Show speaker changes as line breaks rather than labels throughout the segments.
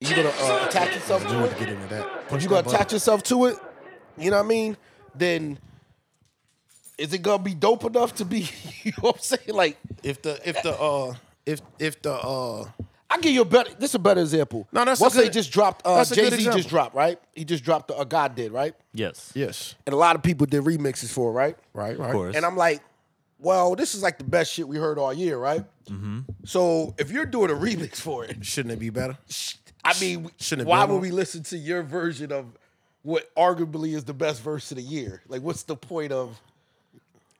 you gonna uh, attach yourself to
Dude,
it,
get into that.
if
Push
you gonna
that button.
attach yourself to it, you know what I mean? Then is it gonna be dope enough to be? You know what I'm saying? Like,
If the if the uh if if the uh
I give you a better. This is a better example.
No, that's a
once they
good-
just dropped. Uh,
that's a good
Jay Z
example.
just dropped right. He just dropped. The, uh, God did right,
Yes.
yes,
and a lot of people did remixes for it, right?
right, right.
course.
And I'm like, well, this is like the best shit we heard all year, right?
Mm-hmm.
So if you're doing a remix for it,
Shouldn't it be better?
I mean, we-
Shouldn't it
why
be
would
on?
we listen to your version of what arguably is the best verse of the year? Like, what's the point of?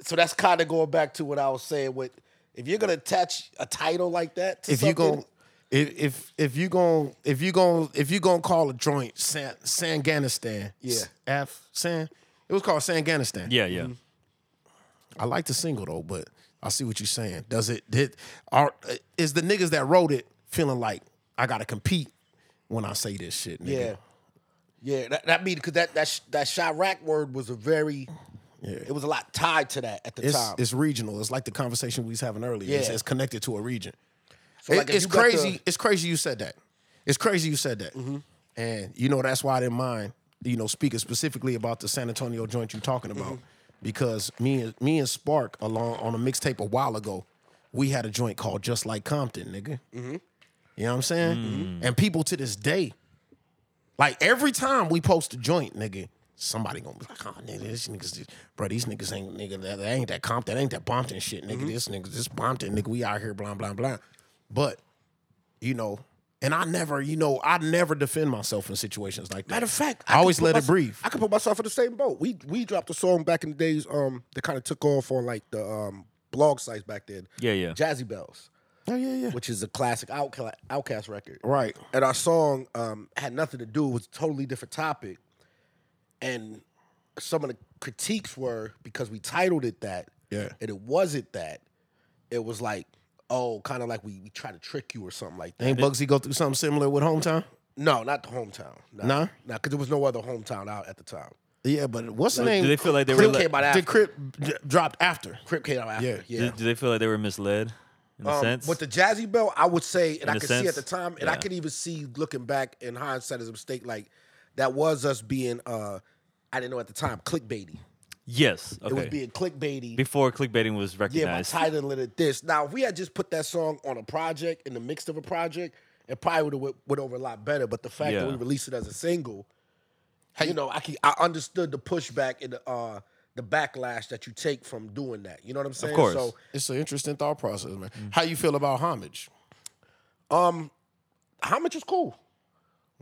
So that's kind of going back to what I was saying. With if you're gonna attach a title like that, to
if you
something-
gon' if if if you gon' if you gon' if you gon' call a joint San Sanganistan,
Yeah.
F San, it was called Sanganistan.
Yeah, yeah.
I like the single though, but I see what you're saying. Does it did are is the niggas that wrote it feeling like I gotta compete when I say this shit? Nigga?
yeah, yeah, that, that mean because that that sh- that Chirac word was a very, it was a lot tied to that at the
it's
time.
it's regional. It's like the conversation we was having earlier. It's,
Yeah.
it's connected to a region.
So,
It-
like, if
it's
you got
crazy.
the- Mm-hmm.
it's crazy you said that. It's crazy you said that. And you know that's why I didn't mind. You know, speaking specifically about the San Antonio joint you talking about,
Mm-hmm.
because me and me and Spark along on a mixtape a while ago, we had a joint called Just Like Compton, nigga.
Mm-hmm.
You know what I'm saying? And people to this day, like every time we post a joint, nigga, somebody gonna be like, oh nigga, this niggas, bro, these niggas ain't nigga, that, that ain't that Compton, that ain't that Bompton shit, nigga. This nigga, this Bompton, nigga, we out here, blah, blah, blah. But, you know, and I never, you know, I never defend myself in situations like that.
Matter of fact,
I, always
could put
let it
mys-
breathe.
I could put myself in the same boat. We we dropped a song back in the days um that kind of took off on like the um blog sites back then.
Yeah, yeah.
Jazzy Bells,
Oh, yeah, yeah.
which is a classic outcast, outcast record.
Right.
And our song um had nothing to do, it was a totally different topic. And some of the critiques were because we titled it that.
Yeah.
And it wasn't that. It was like, oh, kind of like we, we try to trick you or something like that.
Ain't Bugsy go through something similar with hometown?
No, not the hometown. No.
Nah?
No, because there was no other hometown out at the time.
Yeah, but what's the name?
Do they feel like they were
Crip
le-
came out after.
the Crip d- dropped after.
Crip came out after.
Yeah.
Yeah.
do, do they feel like they were misled in a
Um,
sense?
With the Jazzy Bell, I would say, and I
a
could see
sense,
at the time, and I
yeah.
could even see looking back in hindsight as a mistake, like that was us being, uh I didn't know at the time, clickbaity.
yes. Okay.
It was being clickbaity.
Before clickbaiting was
yeah, by
recognized.
titling it this. Now, if we had just put that song on a project, in the mix of a project, it probably would have went over a lot better. But the fact
Yeah.
that we released it as a single, you know, I can, I understood the pushback and the, uh, the backlash that you take from doing that. You know what I'm saying?
course.
So,
It's an interesting thought process, man. How you feel about homage?
how much is cool?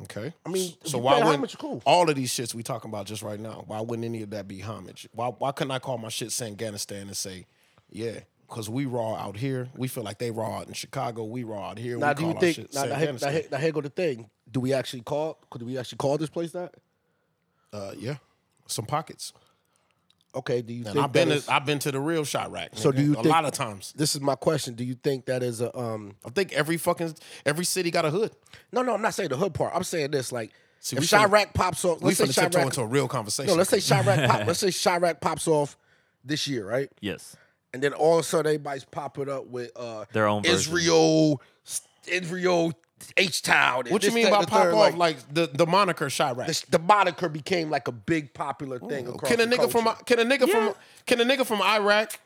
Okay.
I mean,
so
you
why
pay
wouldn't
homage, cool.
all of these shits we talking about just right now? Why wouldn't any of that be homage? Why why couldn't I call my shit Sanganistan and say, yeah, because we raw out here. We feel like they raw out in Chicago. We raw out here.
Now,
we
do
call
you
our
think?
shit
Now, now, here, now,
Sanganistan."
here, now here go the thing. Do we actually call? Could we actually call this place that?
Uh, yeah, some pockets.
Okay. Do you
And
think?
I've been
that
to,
is-
I've been to the real shot rack.
So do you
a
think-
lot of times?
this is my question. Do you think that is a? um
I think every fucking every city got a hood.
No, no. I'm not saying the hood part. I'm saying this. Like,
See,
if
we finna-
Chirac pops off,
We
let's say
finna tiptoe
Chirac.
into a real conversation.
No, let's say Chirac. Pop, let's say Chirac pops off this year, right?
yes.
And then all of a sudden, everybody's popping up with uh
Their own version.
Israel, Israel, H Town.
what you mean by pop off? Like, the, the moniker shot rack.
the, the moniker became like a big popular thing. across
Can a
the
nigga from
culture.
can a nigga from can a nigga from Iraq?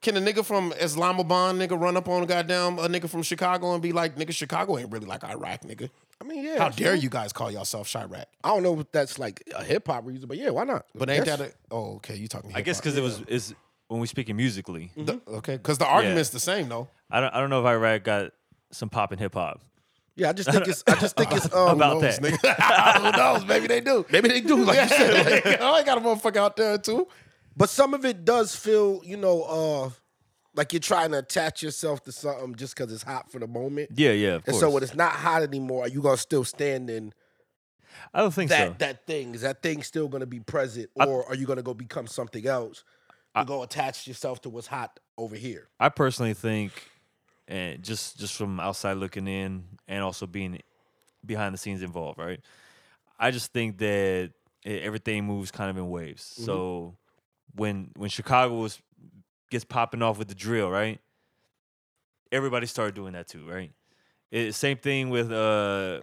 Can a nigga from Islamabad nigga run up on goddamn a nigga from Chicago and be like, nigga, Chicago ain't really like Iraq, nigga.
I mean, yeah.
How
sure.
dare you guys call yourself Chirac?
I don't know if that's like a hip hop reason, but yeah, why not?
But ain't
That's-
that a oh okay, you talking
I guess because it was is when we speaking musically.
okay, because the argument's the same though.
I don't I don't know if Iraq got some pop in hip hop.
yeah? I just think it's. I just think it's. Um,
About
Those
that.
niggas- Who knows? Maybe they do.
Maybe they do, like you said.
Like, oh, I got a motherfucker out there too.
But some of it does feel, you know, uh, like you're trying to attach yourself to something just because it's hot for the moment.
Yeah, yeah, of
And
course.
so when it's not hot anymore, are you gonna still stand in
I don't think
that
so.
that thing? Is that thing still gonna be present, or are you gonna go become something else? You go attach yourself to what's hot over here.
I personally think, and just just from outside looking in, and also being behind the scenes involved, right? I just think that eh, everything moves kind of in waves. So when when Chicago was gets popping off with the drill, right? Everybody started doing that too, right? It, same thing with uh,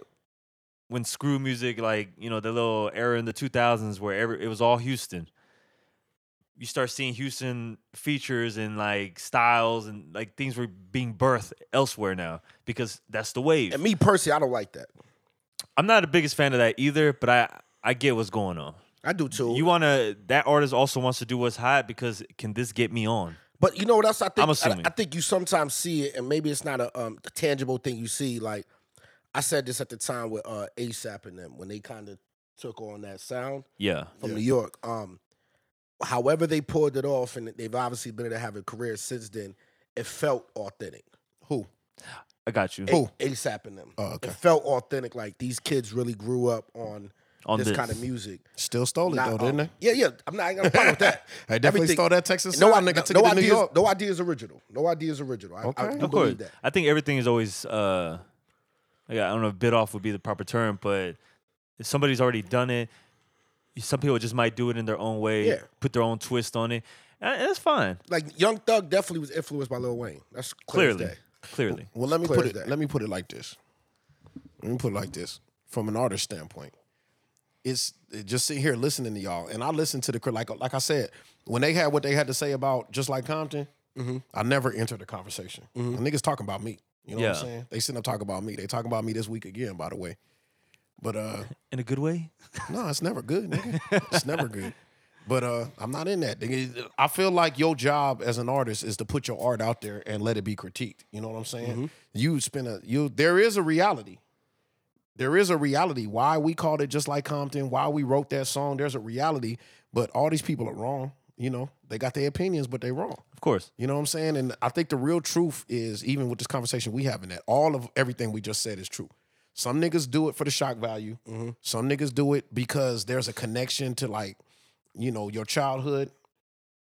when screw music, like you know, the little era in the 2000s where every, it was all Houston. You start seeing Houston features and like styles and like things were being birthed elsewhere now because that's the wave.
And me personally, I don't like that.
I'm not the biggest fan of that either, but I I get what's going on.
I do too.
You wanna that artist also wants to do what's hot because can this get me on?
But you know what else I think?
I'm
I-
assuming.
I, think you sometimes see it, and maybe it's not a, um, a tangible thing you see. Like I said this at the time with uh, ASAP and them when they kind of took on that sound
Yeah.
from
Yeah.
New York. Um, however they pulled it off, and they've obviously been able to have a career since then. It felt authentic.
Who?
I got you.
Who?
ASAP and them.
Oh, okay.
It felt authentic. Like these kids really grew up on,
On
this,
this.
kind of music.
Still stole it
Not,
though, didn't
um,
they?
Yeah, yeah. I'm not gonna problem with that.
I uh, definitely
Everything-
stole that Texas
No,
sound,
I,
nigga.
no,
Took
no
it to New
idea.
York.
No idea is original. No idea is original. I, I,
Okay.
do
Of
Of course.
believe that.
I think everything is always uh like, I don't know if bit off would be the proper term, but if somebody's already done it, some people just might do it in their own way,
Yeah.
put their own twist on it. And that's fine.
like Young Thug definitely was influenced by Lil Wayne. That's clear
Clearly. Clearly.
Well, let me
Clear
put
as
it.
day.
Let me put it like this. Let me put it like this. From an artist standpoint, it's it just sitting here listening to y'all, and I listen to the crit- like like I said when they had what they had to say about just like Compton.
Mm-hmm.
I never entered the conversation. The niggas talking about me. You know what
Yeah.
I'm saying? They sitting up talking about me. They talking about me this week again, by the way. But uh
In a good way?
no, it's never good, nigga. It's never good. But uh, I'm not in that. nigga. I feel like your job as an artist is to put your art out there and let it be critiqued. You know what I'm saying? You spend a you. There is a reality. There is a reality. Why we called it just like Compton. Why we wrote that song. There's a reality. But all these people are wrong. You know they got their opinions, but they wrong.
Of course.
You know what I'm saying? And I think the real truth is, even with this conversation we having, that all of everything we just said is true. Some niggas do it for the shock value.
Mm-hmm.
Some niggas do it because there's a connection to like, you know, your childhood.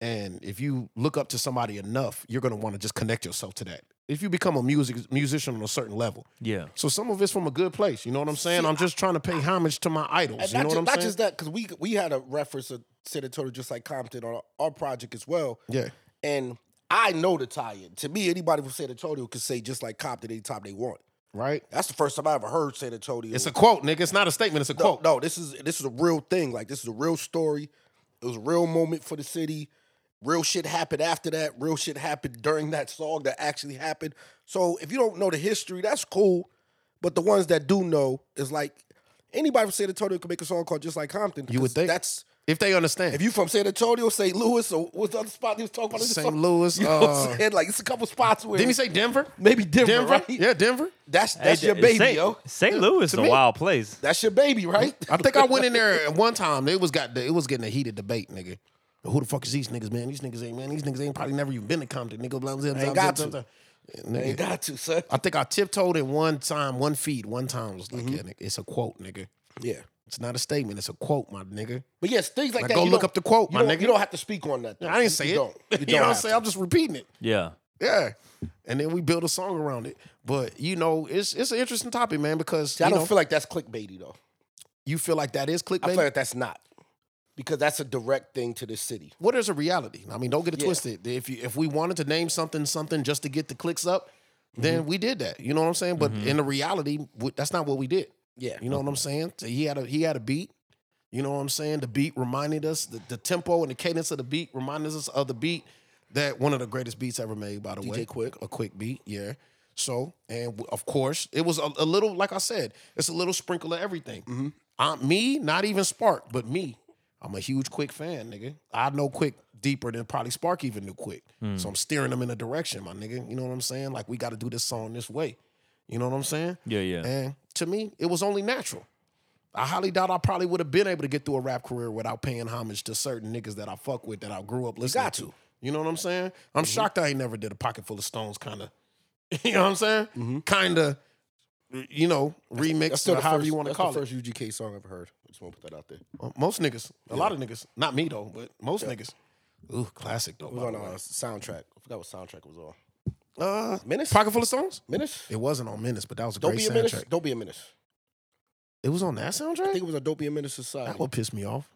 And if you look up to somebody enough, you're gonna want to just connect yourself to that. If you become a music musician on a certain level.
Yeah.
So some of it's from a good place. You know what I'm saying? I'm just trying to pay homage to my
And
idols. You know
not,
what
ju-
I'm
not
saying?
just that, because we we had a reference of San Antonio just like Compton on our, our project as well.
Yeah.
And I know the tie-in. To me, anybody from San Antonio could say just like Compton anytime they want.
Right?
That's the first time I ever heard San Antonio.
It's a quote, nigga. It's not a statement, it's a
no,
quote.
Oh, no, this is this is a real thing. Like this is a real story. It was a real moment for the city. Real shit happened after that. Real shit happened during that song that actually happened. So if you don't know the history, that's cool. But the ones that do know is like anybody from San Antonio could make a song called Just Like Compton.
You would
because
think.
that's
If they understand.
if you from San Antonio, St. Louis, or what's the other spot he was talking about?
St. Louis,
You know what
uh,
I'm saying? Like it's a couple spots where
Didn't he say Denver?
maybe Denver,
Denver?
right?
Yeah, Denver.
That's that's
Hey,
your
d-
baby,
St.
yo.
St. Louis is
to
a
me.
wild place.
That's your baby, right?
I think I went in there at one time. It was got it was getting a heated debate, nigga. Who the fuck is these niggas, man? These niggas ain't man. These niggas ain't probably never even been to Compton, nigga. Blah, blah, blah, blah,
got
blah,
to.
blah. Yeah,
You
nigga.
got to, son.
I think I tiptoed in one time, one feed, one time. Was
Mm-hmm.
like, yeah, nigga, it's a quote, nigga.
Yeah.
It's not a statement. It's a quote, my nigga.
But yes, things like
Like,
that.
go
you
look
don't-
up the quote,
You
my
don't,
nigga.
you don't have to speak on that. though.
I
You-
didn't
you
say it.
Don't. You, don't
know what I'm
have
saying?
to.
I'm just repeating it.
Yeah.
Yeah. And then we build a song around it. But you know, it's it's an interesting topic, man, because
See, I
you,
don't
know,
feel like that's clickbaity though.
you feel like that is
I
clickbait.
feel like that's not because that's a direct thing to the city.
what is a reality? I mean, don't get it
Yeah.
twisted. If you, if we wanted to name something something just to get the clicks up,
Mm-hmm.
then we did that. You know what I'm saying? But in the reality, w- that's not what we did.
Yeah.
You know what I'm saying? So he had a he had a beat. You know what I'm saying? The beat reminded us the, the tempo and the cadence of the beat reminded us of the beat that one of the greatest beats ever made. By the way,
Quick.
a quick beat, yeah. So and w- of course it was a, a little like I said, it's a little sprinkle of everything.
Mm-hmm.
Uh, me, not even Spark, but me. I'm a huge Quick fan, nigga. I know Quick deeper than probably Spark even knew Quick.
Hmm.
So I'm steering them in a direction, my nigga. You know what I'm saying? Like we got to do this song this way. You know what I'm saying?
Yeah, yeah.
And to me, it was only natural. I highly doubt I probably would have been able to get through a rap career without paying homage to certain niggas that I fuck with that I grew up listening
got
to.
to. Mm-hmm.
You know what I'm saying? I'm shocked I ain't never did a pocket full of stones kind of, you know what I'm saying? Kind of, you know, remix or
Mm-hmm. the
however
first,
you want to
that's the
call it.
first UGK song I've ever heard. I just want to put that out there. It
Uh, Most niggas, a lot of niggas, not me though, but most niggas. Ooh, classic though.
was
by
on
the
a
way.
soundtrack. I forgot what soundtrack it was on.
Uh,
Menace?
pocket full of stones.
Menace?
It wasn't on Menace, but that was a
Don't
great
be a
soundtrack.
menace. Don't be a menace.
It was on that
I
soundtrack.
think it was a Don't Be a Menace Society.
that would piss me off.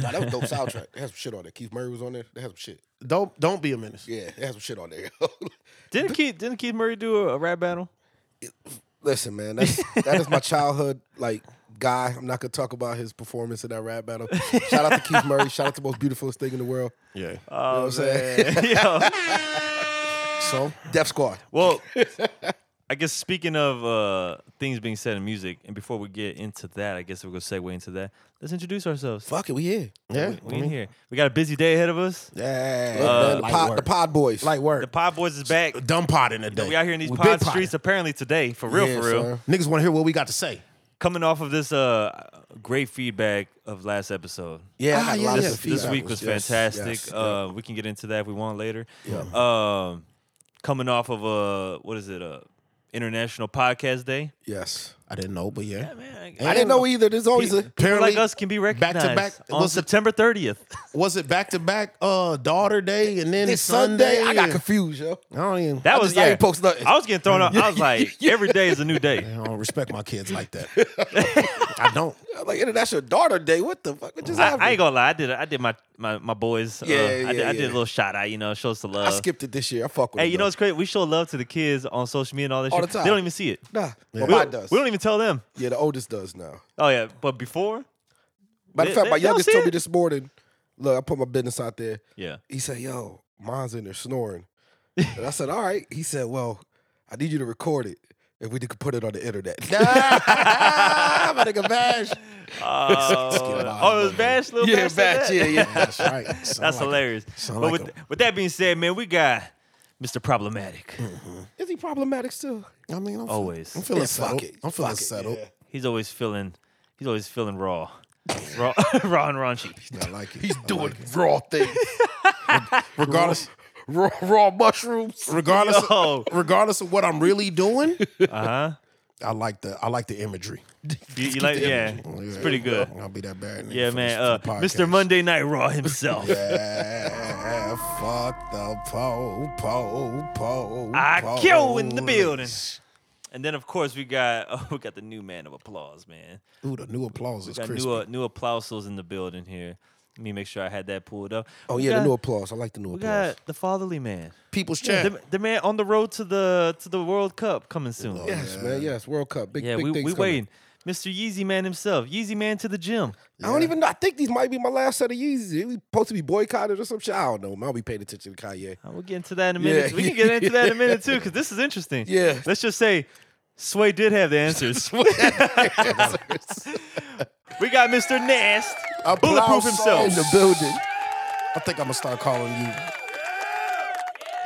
Nah, that was a dope soundtrack. They had some shit on there. Keith Murray was on there. They had some shit.
Don't don't be a menace.
Yeah, they had some shit on there.
Didn't Keith didn't Keith Murray do a, a rap battle?
Listen, man, that's that is my childhood like guy. I'm not gonna talk about his performance in that rap battle. Shout out to Keith Murray. Shout out to the most beautiful thing in the world.
Yeah.
You know what I'm saying?
Yo.
so
Def Squad.
Well, I guess speaking of uh, things being said in music, and before we get into that, I guess we're gonna segue into that. Let's introduce ourselves.
Fuck it, we here.
yeah,
we in here. We got a busy day ahead of us.
yeah.
Uh, the,
light
pod,
work.
the Pod Boys.
light work.
The Pod Boys is back.
Dumb pot in the day.
We out here in these
We big
pod
potting.
streets apparently today, for real,
Yeah,
for real.
son.
Niggas want to hear what we got to say.
Coming off of this uh, great feedback of last episode.
Yeah, I
Ah,
got a
yeah,
lot of
yeah.
This,
feedback.
this week was
Yes,
fantastic.
yes.
uh, We can get into that if we want later. Um, coming off of a what is it? A International Podcast Day.
yes.
I didn't know, but yeah.
Man,
I didn't know either. There's always a
People
Apparently,
like us can be
back
recognized
to back-
on
was it-
September 30th.
was it back to back uh daughter day and then
It's
Sunday?
Sunday. I got confused, yo.
I don't even
That
I
was
just- I
yeah.
ain't post-
nothing.
I was getting thrown out. I was like, every day is a new day.
I don't respect my kids like that. I don't.
I'm like International Daughter Day. What the fuck? What just
I,
happened?
I ain't gonna lie. I did. I did my my, my boys.
Yeah,
uh, I, did,
yeah,
I did a
yeah.
little shout out. You know, show us the love.
I skipped it this year. I fuck with
uh, hey,
it,
you know
though.
what's crazy? We show love to the kids on social media and all that.
All
shit.
the time.
They don't even see it.
Nah, well,
We
mine
don't,
does.
we don't even tell them.
yeah, the oldest does now.
Oh yeah, but before,
Matter of
They-
fact,
they-
my
they don't
youngest
see
told
it?
me this morning. Look, I put my business out there.
yeah.
He said, "Yo, mine's in there snoring," and I said, "All right." He said, "Well, I need you to record it, and we could put it on the internet."
I'm about to get bashed.
Uh, oh, it was Bash, little Bash. said that?
yeah.
That's right. Sound
That's
like a-
hilarious. But
sound like
with,
a-
with that being said, man, we got Mr. Problematic.
Is he problematic still?
I mean, I'm,
Always.
I'm feeling
Yeah, fuck
settled.
it.
I'm feeling
Fuck it,
settled.
yeah.
He's always feeling. He's always feeling raw, raw, raw and raunchy.
I like it.
He's
I
doing
like it.
raw things.
regardless,
raw, raw mushrooms.
regardless,
Yo.
of, regardless of what I'm really doing.
Uh huh.
I like the I like the imagery.
You, you like? Yeah, it's pretty good.
I'll be that bad. nigga
Yeah,
for
man. Uh,
this- for the
Mr.
podcast.
Monday Night Raw himself.
Yeah, fuck the po po po.
I
po-
kill in the building. And then, of course, we got oh, we got the new man of applause, man.
Ooh, the new applause is
Got
crispy.
new uh, new applausos in the building here. Let me make sure I had that pulled up.
Oh
We
yeah,
got-
the new applause. I like the new
We
applause.
got the fatherly man.
People's champ.
The, the man on the road to the to the World Cup coming soon. Yeah,
yes, man. Yes, World Cup. Big, big
we
things
we
coming.
waiting. Mr. Yeezy man himself, Yeezy man to the gym.
I don't even know. I think these might be my last set of Yeezys. They was supposed to be boycotted or some shit. I don't know. man. I'll be paying attention to Kanye.
Uh, We'll get into that in a minute.
Yeah.
We can get into that in a minute too, because this is interesting.
Yeah.
Let's just say Sway did have the answers. we got Mr. Nast, bulletproof
Applause
himself.
In the building.
I think I'm gonna start calling you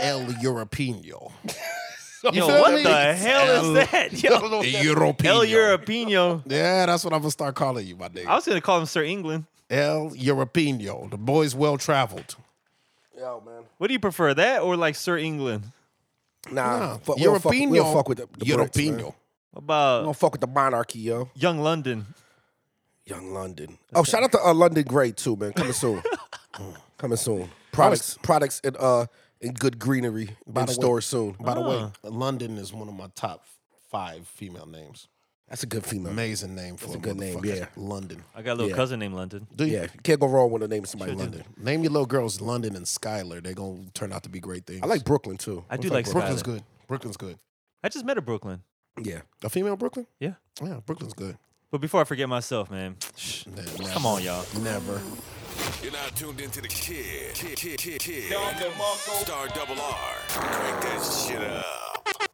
El Europino.
Yo,
feel
what
me?
the hell is that? Yo,
Europino.
El Europino.
Yeah, that's what I'm gonna start calling you, my nigga.
I was gonna call him Sir England.
El Europino. The boy's well traveled.
Yo, man.
What do you prefer, that or like Sir England?
Nah,
Nah,
fuck, we don't fuck, we don't
Europino.
fuck with the, the Brits, man.
Europino.
What about
We don't fuck with the monarchy, yo.
Young London?
Young London. Oh, shout out to uh, London Gray too, man. Coming soon. Coming soon. Products, products, and uh, in good greenery in
the way-
stores soon.
By the way, London is one of my top five female names.
That's a good female.
Amazing name for a,
good name,
motherfucker.
yeah.
London.
I got a little
Yeah.
cousin named London.
Do you?
Yeah, you can't go wrong with the name of somebody in London.
Name your little girls London and Skylar. They're gonna turn out to be great things.
I like Brooklyn too.
I do
What's
like
up,
Brooklyn's
Skylar.
good. Brooklyn's good.
I just met a Brooklyn.
Brooklyn? Yeah.
A female Brooklyn?
Yeah.
Yeah, Brooklyn's good.
But before I forget myself, man,
Nah,
come
nah.
on, y'all.
Never.
You're now tuned into the kid, kid, kid, kid, kid. Star Double R. Crank that shit up.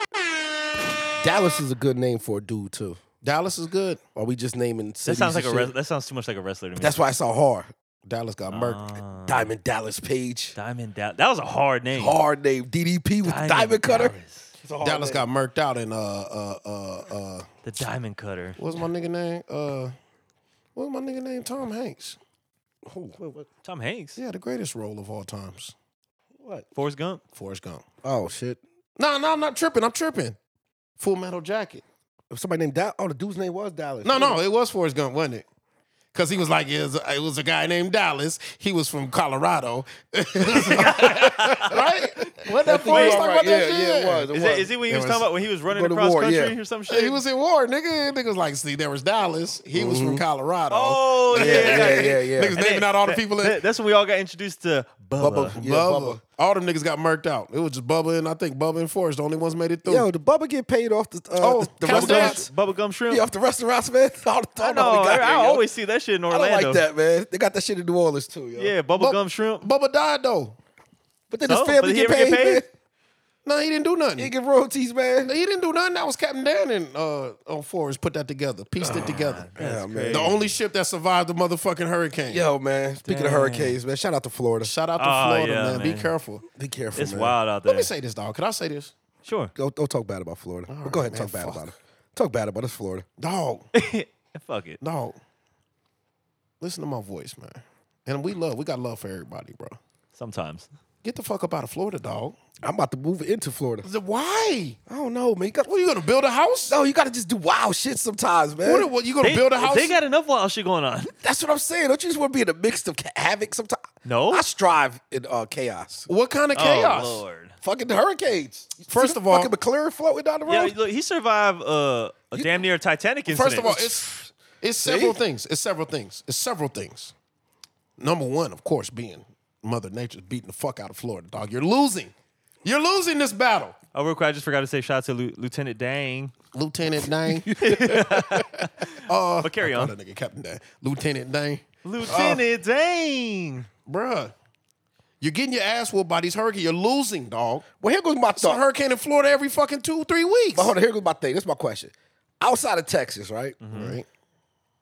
Dallas is a good name for a dude too.
Dallas is good.
Are we just naming cities?
That sounds like a
and
res-
shit?
that sounds too much like a wrestler to me.
That's why I saw hard.
Dallas got murked.
Diamond Dallas Page.
Diamond Dallas. That was a hard name.
Hard name. DDP with the Diamond Cutter.
Dallas.
Dallas got murked out in uh uh uh uh
The Diamond Cutter.
what's my nigga name? Uh what's my nigga name? Tom Hanks.
Tom Hanks.
Yeah, the greatest role of all times.
Forrest Gump.
Forrest Gump.
Oh shit.
No, no, I'm not tripping. I'm tripping. Full metal jacket.
Somebody named Dallas. Oh, the dude's name was Dallas.
No, no, it was Forrest Gump, wasn't it? Because he was like, it was, it was a guy named Dallas. He was from Colorado. right? What that
Wait,
Forrest talking about
yeah,
that shit?
yeah, it was. It
Is
was.
it, is it when he
It
was,
was-
talking about when he was running
go to
across
war,
country
yeah.
or some shit?
He was in war, nigga. Nigga was like, see, there was Dallas. He
Mm-hmm.
was from Colorado.
oh yeah,
yeah, yeah, yeah, yeah.
Niggas naming out all the people. In,
That- That's when we all got introduced to
Bubba, yeah,
Bubba.
Bubba.
All them niggas got murked out. It was just Bubba and I think Bubba and Forrest, the only ones made it through.
Yo, the Bubba get paid off the uh,
Oh,
the
Can I
restaurants.
say Restaurants.
Bubblegum shrimp.
Yeah, off the restaurants, man. All the, all
I
the- all
know.
we
I,
got
I
here, yo.
always see that shit in
I
Orlando.
don't like that, man. They got that shit in New Orleans too, yo.
Yeah, bubblegum shrimp.
Bubba died though.
but then
So?
his family
But he
get
ever
paid,
get paid?
man.
No, he didn't do nothing.
They
He,
get royalties, man.
didn't do nothing. That was Captain Dan and uh, on Forrest put that together, pieced it together.
Ah, Yeah, man.
The only ship that survived the motherfucking hurricane.
Yo, man. Speaking of hurricanes, man, shout out to Florida.
Shout out to
Oh,
Florida,
yeah,
man. Be
man.
careful.
Be careful,
It's
man.
wild out there.
Let me say this, dog. Can I say this?
Sure.
Go, go talk bad about Florida. But go ahead and talk bad about it. Talk bad about it. It's Florida.
Dog,
Fuck it.
dog. Listen to my voice, man. And we love, we got love for everybody, bro.
Sometimes.
Get the fuck up out of Florida, dog.
I'm about to move into Florida.
Is it- Why?
I don't know, man. You got,
What are you gonna build a house?
no, you got to just do wild shit sometimes, man.
What, what you gonna
They,
build a house?
they got enough wild shit going on.
That's what I'm saying. Don't you just want to be in a mix of ca- havoc sometimes?
No.
I strive in uh, chaos.
what kind of chaos?
Oh, Lord.
Fucking the hurricanes. You see
First
the
of all-
fucking McLaren floating down the
Yeah,
road.
look, he survived uh, a damn near Titanic incident.
First of all, it's it's several things. It's several things. It's several things. Number one, of course, being Mother Nature's beating the fuck out of Florida, dog. You're losing. You're losing this battle.
oh, real quick, I just forgot to say shout out to Lu- Lieutenant Dang.
Lieutenant Dang.
But carry
Call
on.
that nigga Captain Dang. Lieutenant Dang.
Lieutenant Dang.
Bruh. You're getting your ass whooped by these hurricanes. You're losing, dog.
well, here goes my
It's a
thought.
hurricane in Florida every fucking two, three weeks.
But hold on, here goes my thing. That's my question. Outside of Texas, right?
Right.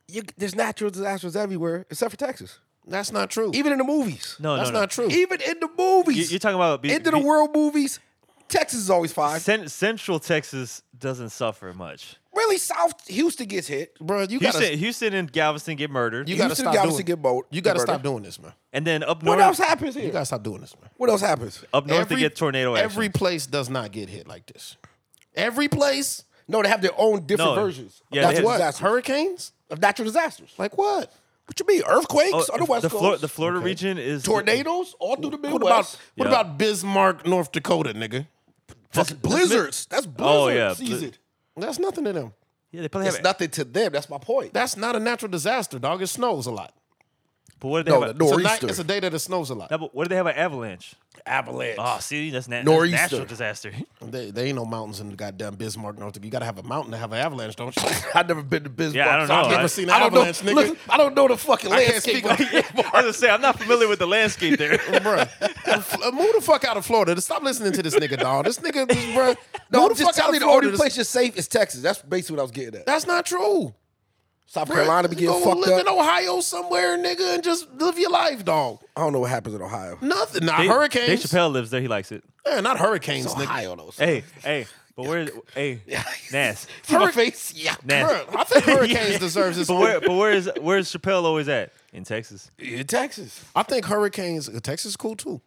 You, there's natural disasters everywhere, except for Texas.
That's not true.
Even in the movies.
No,
That's
no, no.
not true.
Even in the
You-
movies.
You're talking about be-
End of the
be-
world movies. Texas is always fine.
Cen- Central Texas doesn't suffer much.
Really, South Houston gets hit.
Bruh, you
Houston,
gotta,
Houston and Galveston get murdered,
you gotta
Houston
stop
got us
doing
to get mo-
You gotta
murdered.
stop doing this, man.
and then up
What
north,
else happens here?
You gotta stop doing this, man.
what else happens?
up north they get tornado action.
Every place does not get hit like this. Every place.
No, they have their own different
No.
versions.
Yeah,
of
they
natural
have-
What?
disasters.
Hurricanes?
of natural disasters.
Like what?
What you mean?
Oh,
Earthquakes on the West
the,
Coast?
Flor- the Florida region is
tornadoes all through the
What
Midwest.
about what
Yeah.
about Bismarck, North Dakota, nigga?
fucking blizzards? That's blizzard
Oh, yeah.
season.
That's nothing to them.
Yeah, they probably
It's
have.
nothing to them. That's my point.
That's not a natural disaster, dog. It snows a lot.
but what do they
no,
have? A,
the
It's a,
nor'easter.
night, it's a day that it snows a lot.
no, but what do they have? An avalanche.
avalanche.
Oh, see, that's, na- that's
Nor'easter.
natural disaster.
They, they ain't no mountains in the goddamn Bismarck, North Dakota. You gotta have a mountain to have an avalanche, don't you?
I've never been to Bismarck.
Yeah, I don't
so
know.
Never
I-
seen an
I don't know.
avalanche, nigga.
Listen, I don't know the fucking
I can't
landscape.
speak
of
I was gonna say I'm not familiar with the landscape there.
Bruh, move the fuck out of Florida. Stop listening to this nigga, dog. This nigga, this, bruh.
No,
move
I'm
the
just
fuck out
telling
of
you, the
Florida.
only
This-
place you're safe is Texas. That's basically what I was getting at.
That's not true.
South
Bruh,
Carolina be getting
go
fucked
live
up.
in Ohio somewhere, nigga, and just live your life, dog.
I don't know what happens in Ohio.
Nothing. Not
Dave- Dave
hurricanes.
Chappelle lives there. He likes it.
Yeah, not hurricanes, nigga.
Ohio though.
Hey, hey, but where? Hey, Nas,
See my face? Yeah.
Nas.
Bruh, I think hurricanes deserves this.
But where? But where is? Where is Chappelle always at? In Texas.
In Texas.
I think hurricanes. Texas is cool too.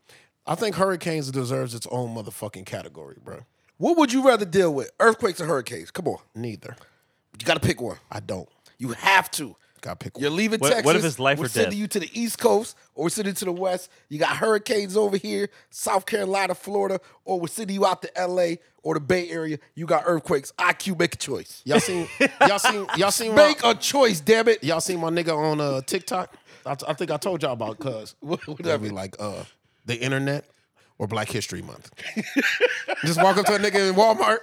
I think hurricanes deserves its own motherfucking category, bruh.
What would you rather deal with? Earthquakes or hurricanes? Come on.
Neither.
You got to pick one.
I don't.
You have to.
Got pick one.
You're leaving
What-
Texas.
what if it's life
we're
or
sending
death?
you to the East Coast or we're sending you to the West. You got hurricanes over here, South Carolina, Florida, or we're sending you out to LA or the Bay Area. You got earthquakes. IQ, make a choice.
Y'all seen? Y'all seen? Y'all seen? my-
Make a choice, damn it.
Y'all seen my nigga on uh, TikTok? I, I think I told y'all about cuz. Whatever. Like uh, the internet or Black History Month. Just walk up to a nigga in Walmart.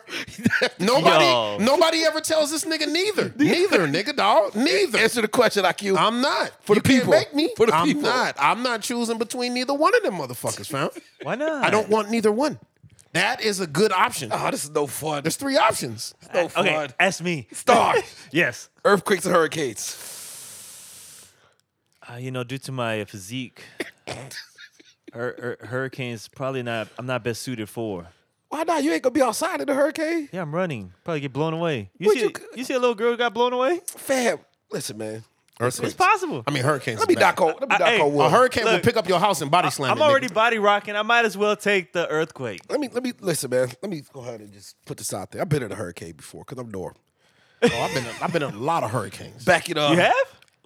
Nobody,
Yo.
nobody ever tells this nigga neither. Neither, nigga, dog. Neither.
Answer the question, IQ.
I'm not.
For
You
the
can't
people.
make me.
For the
I'm
people.
not. I'm not choosing between neither one of them motherfuckers, fam.
Why not?
I don't want neither one. That is a good option.
oh, this is no fun.
There's three options.
no fun.
Okay, ask me.
Star.
Yes.
earthquakes and hurricanes.
Uh, you know, due to my physique, hur- hur- hurricanes probably not. I'm not best suited for.
Why not? You ain't gonna be outside in the hurricane,
Yeah, I'm running. Probably get blown away. You
Would
see,
you
you, see a little girl who got blown away.
fam. Listen, man.
It's
Earthquakes.
possible.
I mean, hurricanes.
Let me
is bad.
knock on. Let me knock
Uh, hey,
on wood.
A hurricane will
Look,
pick up your house and body slam
I'm
it, nigga.
already body rocking. I might as well take the earthquake.
Let me let me listen, man. Let me go ahead and just put this out there. I've been in a hurricane before because I'm north.
Oh, I've been in, I've been in a lot of hurricanes.
Back in uh,
You have?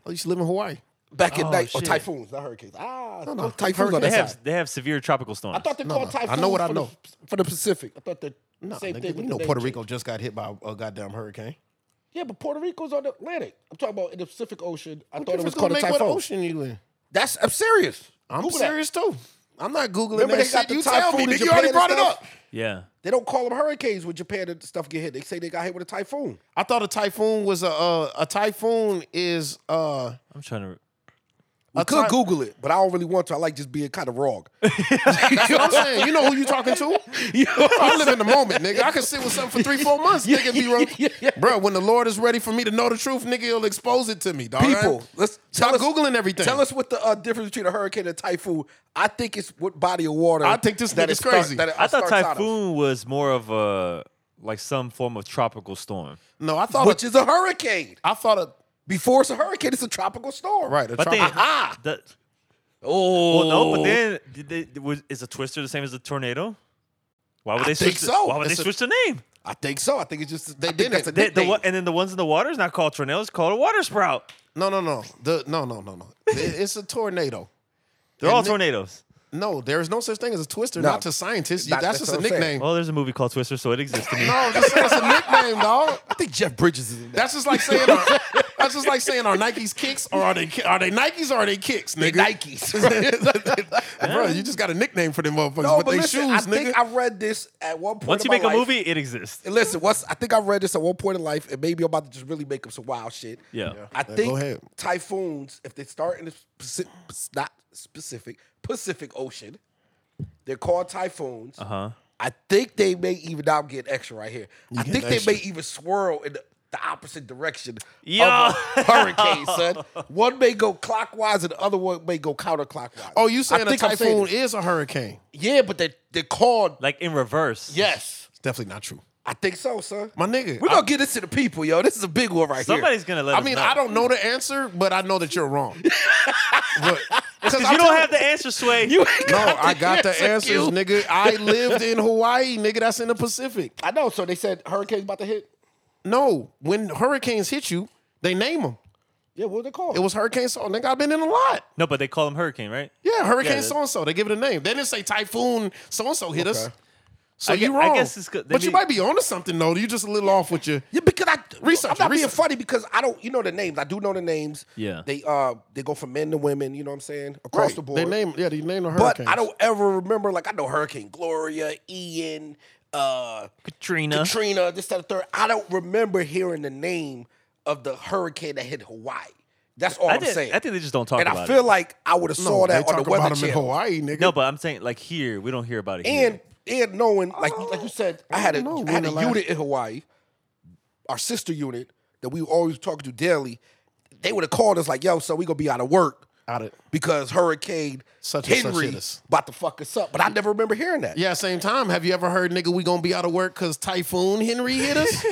I used to live in Hawaii.
back in
Oh,
night or
shit.
typhoons, not hurricanes. Ah, no,
no,
typhoons on
They
that
have
side.
they have severe tropical storms.
I thought they
No,
called
no. I know
typhoons.
what I
for
know.
the, for the Pacific. I thought the
No,
same
nigga,
thing.
you
with
know
the
Puerto
name
Rico
change.
just got hit by a goddamn hurricane.
Yeah, but Puerto Rico's on the Atlantic. I'm talking about in the Pacific Ocean. I thought it was
Difference
called
gonna
a Uh,
make what
typhoon.
ocean you in.
That's I'm serious.
I'm
Google that.
serious too. I'm not googling
Remember
that
they got
shit.
the
you tell
typhoon
me,
in
nigga. You
Japan
already
and
brought it
stuff.
up.
Yeah.
They don't call them hurricanes when Japan and stuff get hit. They say they got hit with a typhoon.
I thought a typhoon was a uh, a typhoon is uh
I'm trying to.
I
a
could
ty-
Google it, but I don't really want to. I like just being kind of wrong.
That's what I'm saying. You know who you talking to? I live in the moment, nigga. I can sit with something for three, four months, nigga. and Be wrong. Bro, when the Lord is ready for me to know the truth, nigga, he'll expose it to me, dog.
People, let's
stop
tell us-
googling everything.
Tell us what the uh, difference between a hurricane and a typhoon. I think it's what body of water.
I think this
that
nigga's
it start-
crazy.
that it
I thought
starts out of.
typhoon was more of a like some form of tropical storm.
No, I thought
Oh, which is a hurricane.
I thought a
Before it's a hurricane, it's a tropical storm.
right. A
But
tropical-
then,
Aha!
the-
Oh
well, no. But then, did they, was, is a twister the same as a tornado? Why would they
think
switch? the-
so.
Why would
It's
they
a-
switch the name?
I think so. I think it's just they
did
That's
it.
a
They- the
nickname.
one- and then the ones in the water is not called tornado; it's called a water sprout.
no, no, no. The no, no, no, no. It- It's a tornado.
They're all
And then-
tornadoes.
No, there is no such thing as a twister.
No.
Not to scientists. You-
Not-
that's,
that's
just a
what I'm saying.
nickname.
Well, there's a movie called Twister, so it exists to me.
No, I'm just saying it's a nickname, dog.
I think Jeff Bridges is in that.
That's just like saying our, that's just like saying our Nikes kicks or are they are they Nikes or are they kicks, nigga? Nikes, bro. You just got a nickname for them motherfuckers,
No,
but,
Oh, but
they
listen,
shoes,
I
nigga.
think I read this at one point.
Once
in
you
my
make a
life.
movie, it exists.
And listen, once I think I read this at one point in life, and maybe I'm about to just really make up some wild shit.
Yeah. Yeah.
I
go
think
ahead.
typhoons, if they start in the Paci- not specific Pacific Ocean, they're called typhoons.
Uh huh.
I think they may even now I'm getting extra right here. I
getting
think they
extra.
may even swirl in the, the opposite direction
Yo.
of a hurricane, son. One may go clockwise, and the other one may go counterclockwise.
oh, you
I
saying a
think I'm saying
typhoon
this.
is a hurricane?
Yeah, but they they're called.
Like in reverse.
Yes,
It's definitely not true,
I think so, son.
my nigga.
We're gonna get this to the people, yo. This is a big one right here.
Somebody's gonna let.
I
us
mean,
know.
I don't know the answer, but I know that you're wrong. Because
Because you don't have the answer, Sway.
You ain't
No, I got the
answer,
answers,
Q.
nigga. I lived in Hawaii, nigga. That's in the Pacific.
I know. So they said hurricane's about to hit.
No, when hurricanes hit you, they name them.
Yeah, what are they called?
It was Hurricane So. Nigga, I've been in a lot.
no, but they call them hurricane, right?
Yeah, Hurricane
Yeah, that-
so and so. They give it a name. They didn't say Typhoon so and so hit us. So
I
you
gue-
wrong.
I guess it's 'cause they
but you
need-
might be onto something though. You just a little off with your.
yeah, because I
Research
I'm
it,
not being
research.
funny because I don't. You know the names. I do know the names.
Yeah.
They uh they go from men to women. You know what I'm saying across the board.
They name yeah. They name the
but
hurricane.
I don't ever remember. Like I know Hurricane Gloria, Ian, uh,
Katrina.
Katrina, this that, the third. I don't remember hearing the name of the hurricane that hit Hawaii. That's all
I
am
think,
saying.
I think they just don't talk
and
about
I feel
it.
like I would have
No,
saw that
they
on the
talk
weather
about them in
channel.
Hawaii, nigga.
No, but I'm saying like here we don't hear about it. here.
and and knowing like you- like you said,
Oh,
I had a
know
I had
when
a
the last-
unit in Hawaii, our sister unit that we were always talking to daily. They would have called us like, "Yo, so we gonna be out of work
Out of-
because Hurricane
Such and such
Henry
hit us."
about to fuck us up." But I never remember hearing that.
Yeah. Same time. Have you ever heard nigga? We gonna be out of work because Typhoon Henry hit us.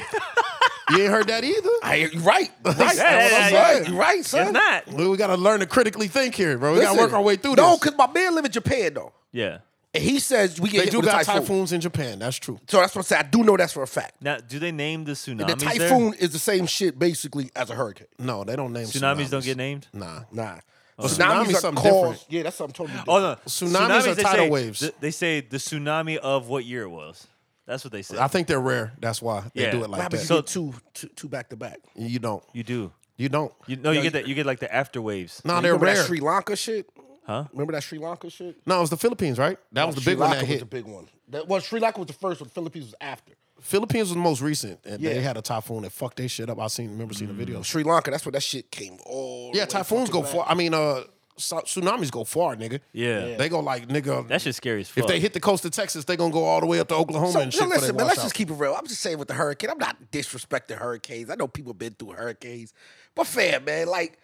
you ain't heard that either.
I, you're right, right,
That's
what I'm
right,
saying.
you're right, son.
it's not.
we, we gotta learn to critically think here, bro. We gotta
Listen,
work our way through
No,
this.
because my man live in Japan though,
Yeah.
and he says we get
they
hit
do
with a
got
typhoon.
typhoons in Japan. That's true.
So that's what I'm saying. I do know that's for a fact.
Now, do they name the tsunamis?
The
there?
typhoon is the same shit basically as a hurricane.
No, they don't name
Tsunamis don't get named.
Nah. Oh.
Nah.
Tsunami's
Tsunamis are
something
caused.
different.
Yeah, that's something totally different.
Oh no,
Tsunamis are
they
tidal
say-
waves.
th- they say the tsunami of what year it was. That's what they say.
I think they're rare. That's why they
Yeah.
do it
What
like
happens
that.
if
So-
you get two, two, two back to back?
you don't.
you do.
You don't.
You, no, you get that. You get like the after waves.
No, they're
Remember
rare.
that Sri Lanka shit?
Huh?
Remember that Sri Lanka shit?
No, it was the Philippines, right? That was the
Sri
big
Lanka
one that
was
hit.
the big one. That, well, Sri Lanka was the first one. Philippines was after.
Philippines was the most recent, and
Yeah. Mm.
they had a typhoon that fucked their shit up. I seen, remember seeing the video.
Sri Lanka, that's where that shit came all. the
Yeah,
way
typhoons
fucking
go
back.
far. I mean, uh, so- tsunamis go far, nigga.
Yeah.
they go like nigga.
That shit's scary as fuck.
if they hit the coast of Texas, they gonna go all the way up to Oklahoma
So,
and shit.
so listen, man, let's just
keep.
keep it real. I'm just saying with the hurricane, I'm not disrespecting hurricanes. I know people been through hurricanes, but fam, man, like,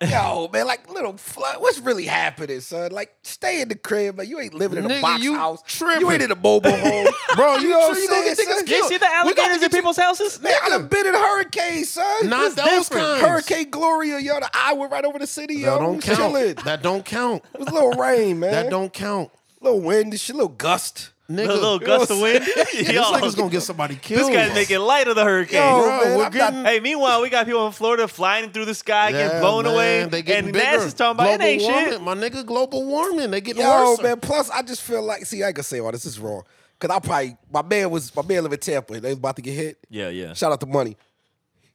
yo, man, like little flood. What's really happening, son? Like, stay in the crib, man. You ain't living in a
Nigga,
box
you
house. You
tripping.
ain't in a mobile home,
Bro, you tri- you niggas think
son?
it's cute. You see
the alligators in people's houses?
Man, I done been in hurricanes, son.
Not
It's
those kinds.
Hurricane Gloria, yo, the eye went right over the city, yo.
That
We
don't
was
count.
Chilling. It
That don't count.
was a little rain, man.
That don't count,
Little wind, this shit, little gust.
nigga.
a little
Yo,
gust of wind.
This
Yo,
nigga's gonna get somebody
this
killed.
guy's making light of the hurricane.
Yo,
Bro,
man,
we're
I'm
getting-
not
Hey, meanwhile, we got people in Florida flying through the sky, getting
Yeah,
blown
man,
away,
They
and
getting bigger.
NASA's talking about it
global
ain't
warming,
shit.
My nigga, global warming. They getting
Yo,
worse.
Oh, man. Plus, I just feel like, see, I ain't gonna say all this. This is wrong. Cause I probably my man was my man live in Tampa. They was about to get hit.
Yeah, yeah.
Shout out to Money.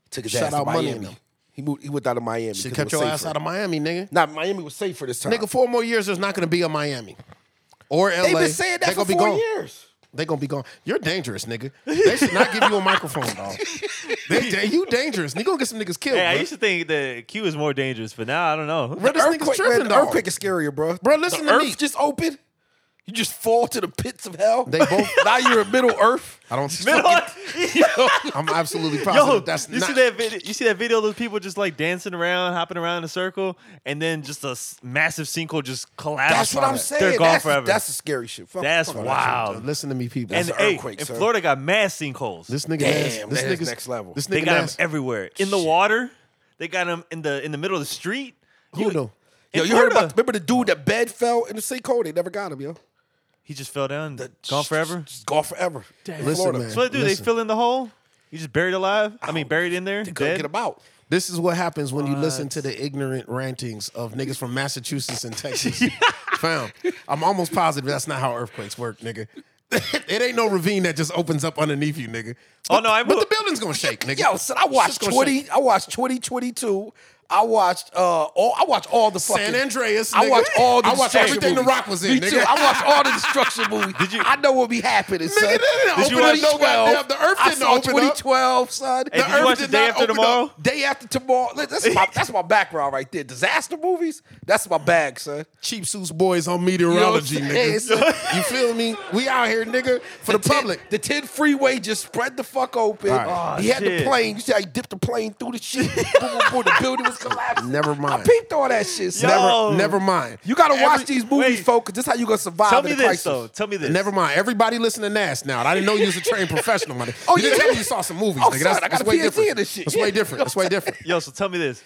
Took his
Shout
ass to
out Money
Miami.
and them.
He moved. He went down to Miami.
Should kept your ass out of Miami, nigga.
Nah, Miami was safer this time.
Nigga, four more years, there's not gonna be a Miami. or LA.
They've been saying
they
that for
gonna be
four
gone.
years.
They gonna be gone. You're dangerous, nigga. They should not give you a microphone, dog. They, they- you dangerous. You gonna get some niggas killed,
Hey, I
bro.
used to think that Q was more dangerous, but now I don't know.
Bro, this nigga's
Earthquake, man,
tripping,
the
dog.
earthquake is scarier, bro.
Bro, listen
the
to
earth
me.
just open. You just fall to the pits of hell.
They both-
now you're in Middle Earth.
I don't.
Yo,
I'm absolutely positive that's
you
not.
see that video? You see that video of those people just like dancing around, hopping around in a circle, and then just a s- massive sinkhole just collapses.
That's what I'm saying.
They're gone
that's,
forever.
That's the scary shit. Fuck,
That's
fuck
wild.
Listen to me, people.
and
an
hey,
earthquake,
in
sir.
Florida got mass sinkholes.
this nigga,
Damn,
nasty. this
that is
nigga's
next level.
This nigga,
they got
nasty.
them everywhere in the water. They got them in the in the middle of the street.
Who know?
Yo,
in
you heard about?
Florida.
Remember the dude that bed fell in the sinkhole? They never got him, yo.
He just fell down, gone forever.
Just gone forever. In
Listen,
Florida.
man.
So what they do?
listen.
They fill in the hole. You just buried alive. I mean, buried in there.
Couldn't
dead.
get him out.
This is what happens when you listen to the ignorant rantings of niggas from Massachusetts and Texas. Found. I'm almost positive that's not how earthquakes work, nigga. it ain't no ravine that just opens up underneath you, nigga.
Oh,
But-
no, I
But the
moved-
building's gonna shake, nigga.
Yo, son, I watched
It's just gonna
twenty. I watched twenty twenty two. I watched uh all. I watched all the fucking
San Andreas.
I
nigga.
watched all the
I watched
destruction
everything
movies.
The Rock was in,
Me
nigga.
too. I watched all the destruction movies.
Did you-
I know what be happening, son.
they didn't
Did
open
you
up
watch
no
12?
goddamn- the earth
I
didn't
saw
open up.
2012, son. the
Hey, did you
earth
watch The
did
Day
not
After
open
Tomorrow?
up. Day after tomorrow. Look, That's my, that's my background right there. Disaster movies. That's my bag, son.
Cheap Suits boys
You know what
on
I'm
meteorology,
saying?
nigga. you feel me? We out here, nigga, for the,
ten-
public.
the 10 freeway just spread the fuck open.
Right.
Aw,
he had the
Oh, shit.
plane. You see how he dipped the plane through the shit? boom, boom, boom, the building was collapsing.
Never
I
mind.
peeped all that shit, son.
Yo.
Never, never mind.
You gotta watch
Every-
these movies,
wait.
folks. 'cause This is how you gonna survive
Tell
in
me
a
this
crisis.
though. Tell me this.
Never mind. Everybody listen to Nas now. And I didn't know you was a trained professional. My nigga.
Oh,
you didn't
yeah.
tell me you saw some movies.
Oh,
nigga.
son,
That's,
I got
that's
a
way
PhD
different.
in this shit.
That's way
Yeah.
different. That's way different.
Yo, so tell me this.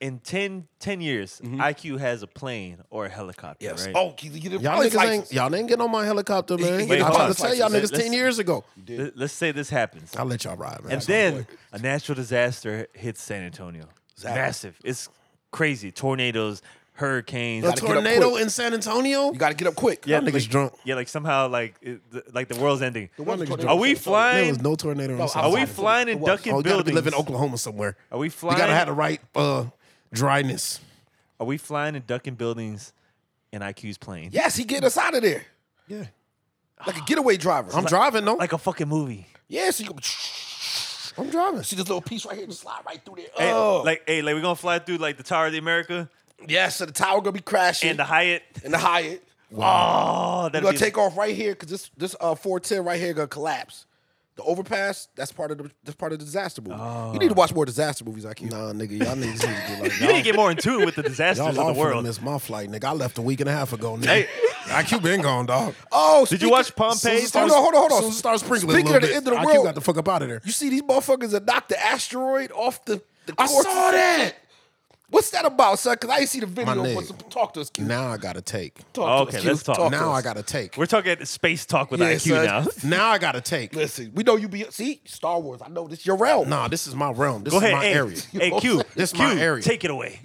In 10, 10 years,
Mm-hmm.
IQ has a plane or a helicopter,
Yes.
right?
Oh, you get a
Y'all
pilot's
niggas ain't,
license.
y'all ain't getting on my helicopter, man.
Wait,
I
hold
tried to
on.
tell y'all
Let's-
niggas 10 years ago.
Let- Let's say this happens.
I'll let y'all ride, man.
And then a natural disaster hits San Antonio. Massive. It's crazy. Tornadoes, hurricanes.
a
get up
tornado
quick.
in San Antonio?
You gotta get up quick.
yeah,
niggas
like,
drunk.
Yeah, like somehow like it, th- like the world's ending.
world's ending.
Are we
There
flying?
was no tornado in San
Are we
Antonio.
flying and ducking
Oh, you gotta be
buildings?
live in Oklahoma somewhere.
Are we
You gotta
flying?
have the right uh, dryness.
Are we flying and ducking buildings in IQ's plane?
Yes, he getting us out of there.
Yeah.
Like a getaway driver.
I'm driving, though.
Like a fucking movie.
yeah, so you can
I'm driving.
see this little piece right here and slide right through there.
Hey,
oh.
like hey, like we're gonna fly through like the Tower of the America
yeah, so the tower gonna be crashing
and the Hyatt.
and the Hyatt.
Oh, that'd
We're gonna
be
take off right here because this this uh 410 right here gonna collapse. The overpass, that's part of the that's part of the disaster movie. You
Oh.
need to watch more disaster movies, I can't.
Nah, nigga, y'all niggas need to get like
You need to get more in tune with the disasters
Y'all
of the
all finna
world.
miss my flight, nigga. I left a week and a half ago, nigga. IQ been gone, dog.
Oh,
Did you
speaking-
watch
Soon as
Pompeii?
it
Hold
starts-
on, hold on, hold on.
soon as it starts sprinkling
Speaking
a
of the
little
end
bit,
of the
IQ
world-
got the fuck up out of there.
You see these motherfuckers that knocked the asteroid off the, the
I
course?
saw that.
What's that about, son? Because I didn't see the video.
My
but
nigga.
some- talk to us, Q.
Now I gotta take.
Talk
Okay,
to us, Q.
let's talk.
to
Now
us.
I gotta take.
We're talking space talk with
Yeah,
IQ
son.
now.
Now I gotta take.
Listen, we know you be see Star Wars. I know this your realm.
Nah, this is my realm. This
Go
is
ahead,
my
hey,
area.
hey Q,
This
Q,
my area.
Take it away.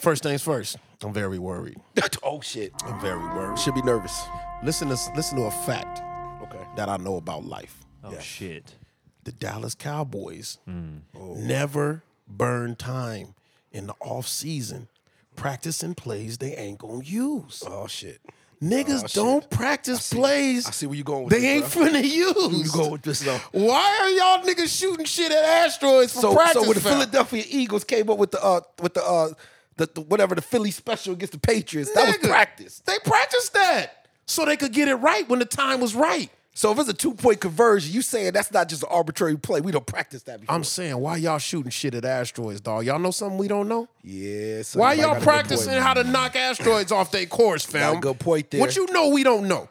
First things first. I'm very worried.
oh shit,
I'm very worried.
should be nervous.
Listen to listen to a fact
Okay,
that I know about life.
Oh shit.
The Dallas Cowboys
Hmm. Oh.
never burn time in the off season practicing plays they ain't gonna use.
oh shit. Oh,
Niggas don't practice plays.
I see where you going with
They
this,
ain't finna use.
You go with this though.
Why are y'all niggas shooting shit at asteroids for
So,
practice?
so when the
fam?
Philadelphia Eagles came up with the uh with the uh the, the whatever the Philly special against the Patriots, that was
Nigga,
practiced.
They practiced that so they could get it right when the time was right.
So if it's a two point conversion, you saying that's not just an arbitrary play? We don't practice that. Before.
I'm saying, why y'all shooting shit at asteroids, dog? Y'all know something we don't know?
yeah. son,
Why
you got
y'all
a good
practicing
point.
how to knock asteroids off their course, fam?
Got a good point there.
What you know we don't know?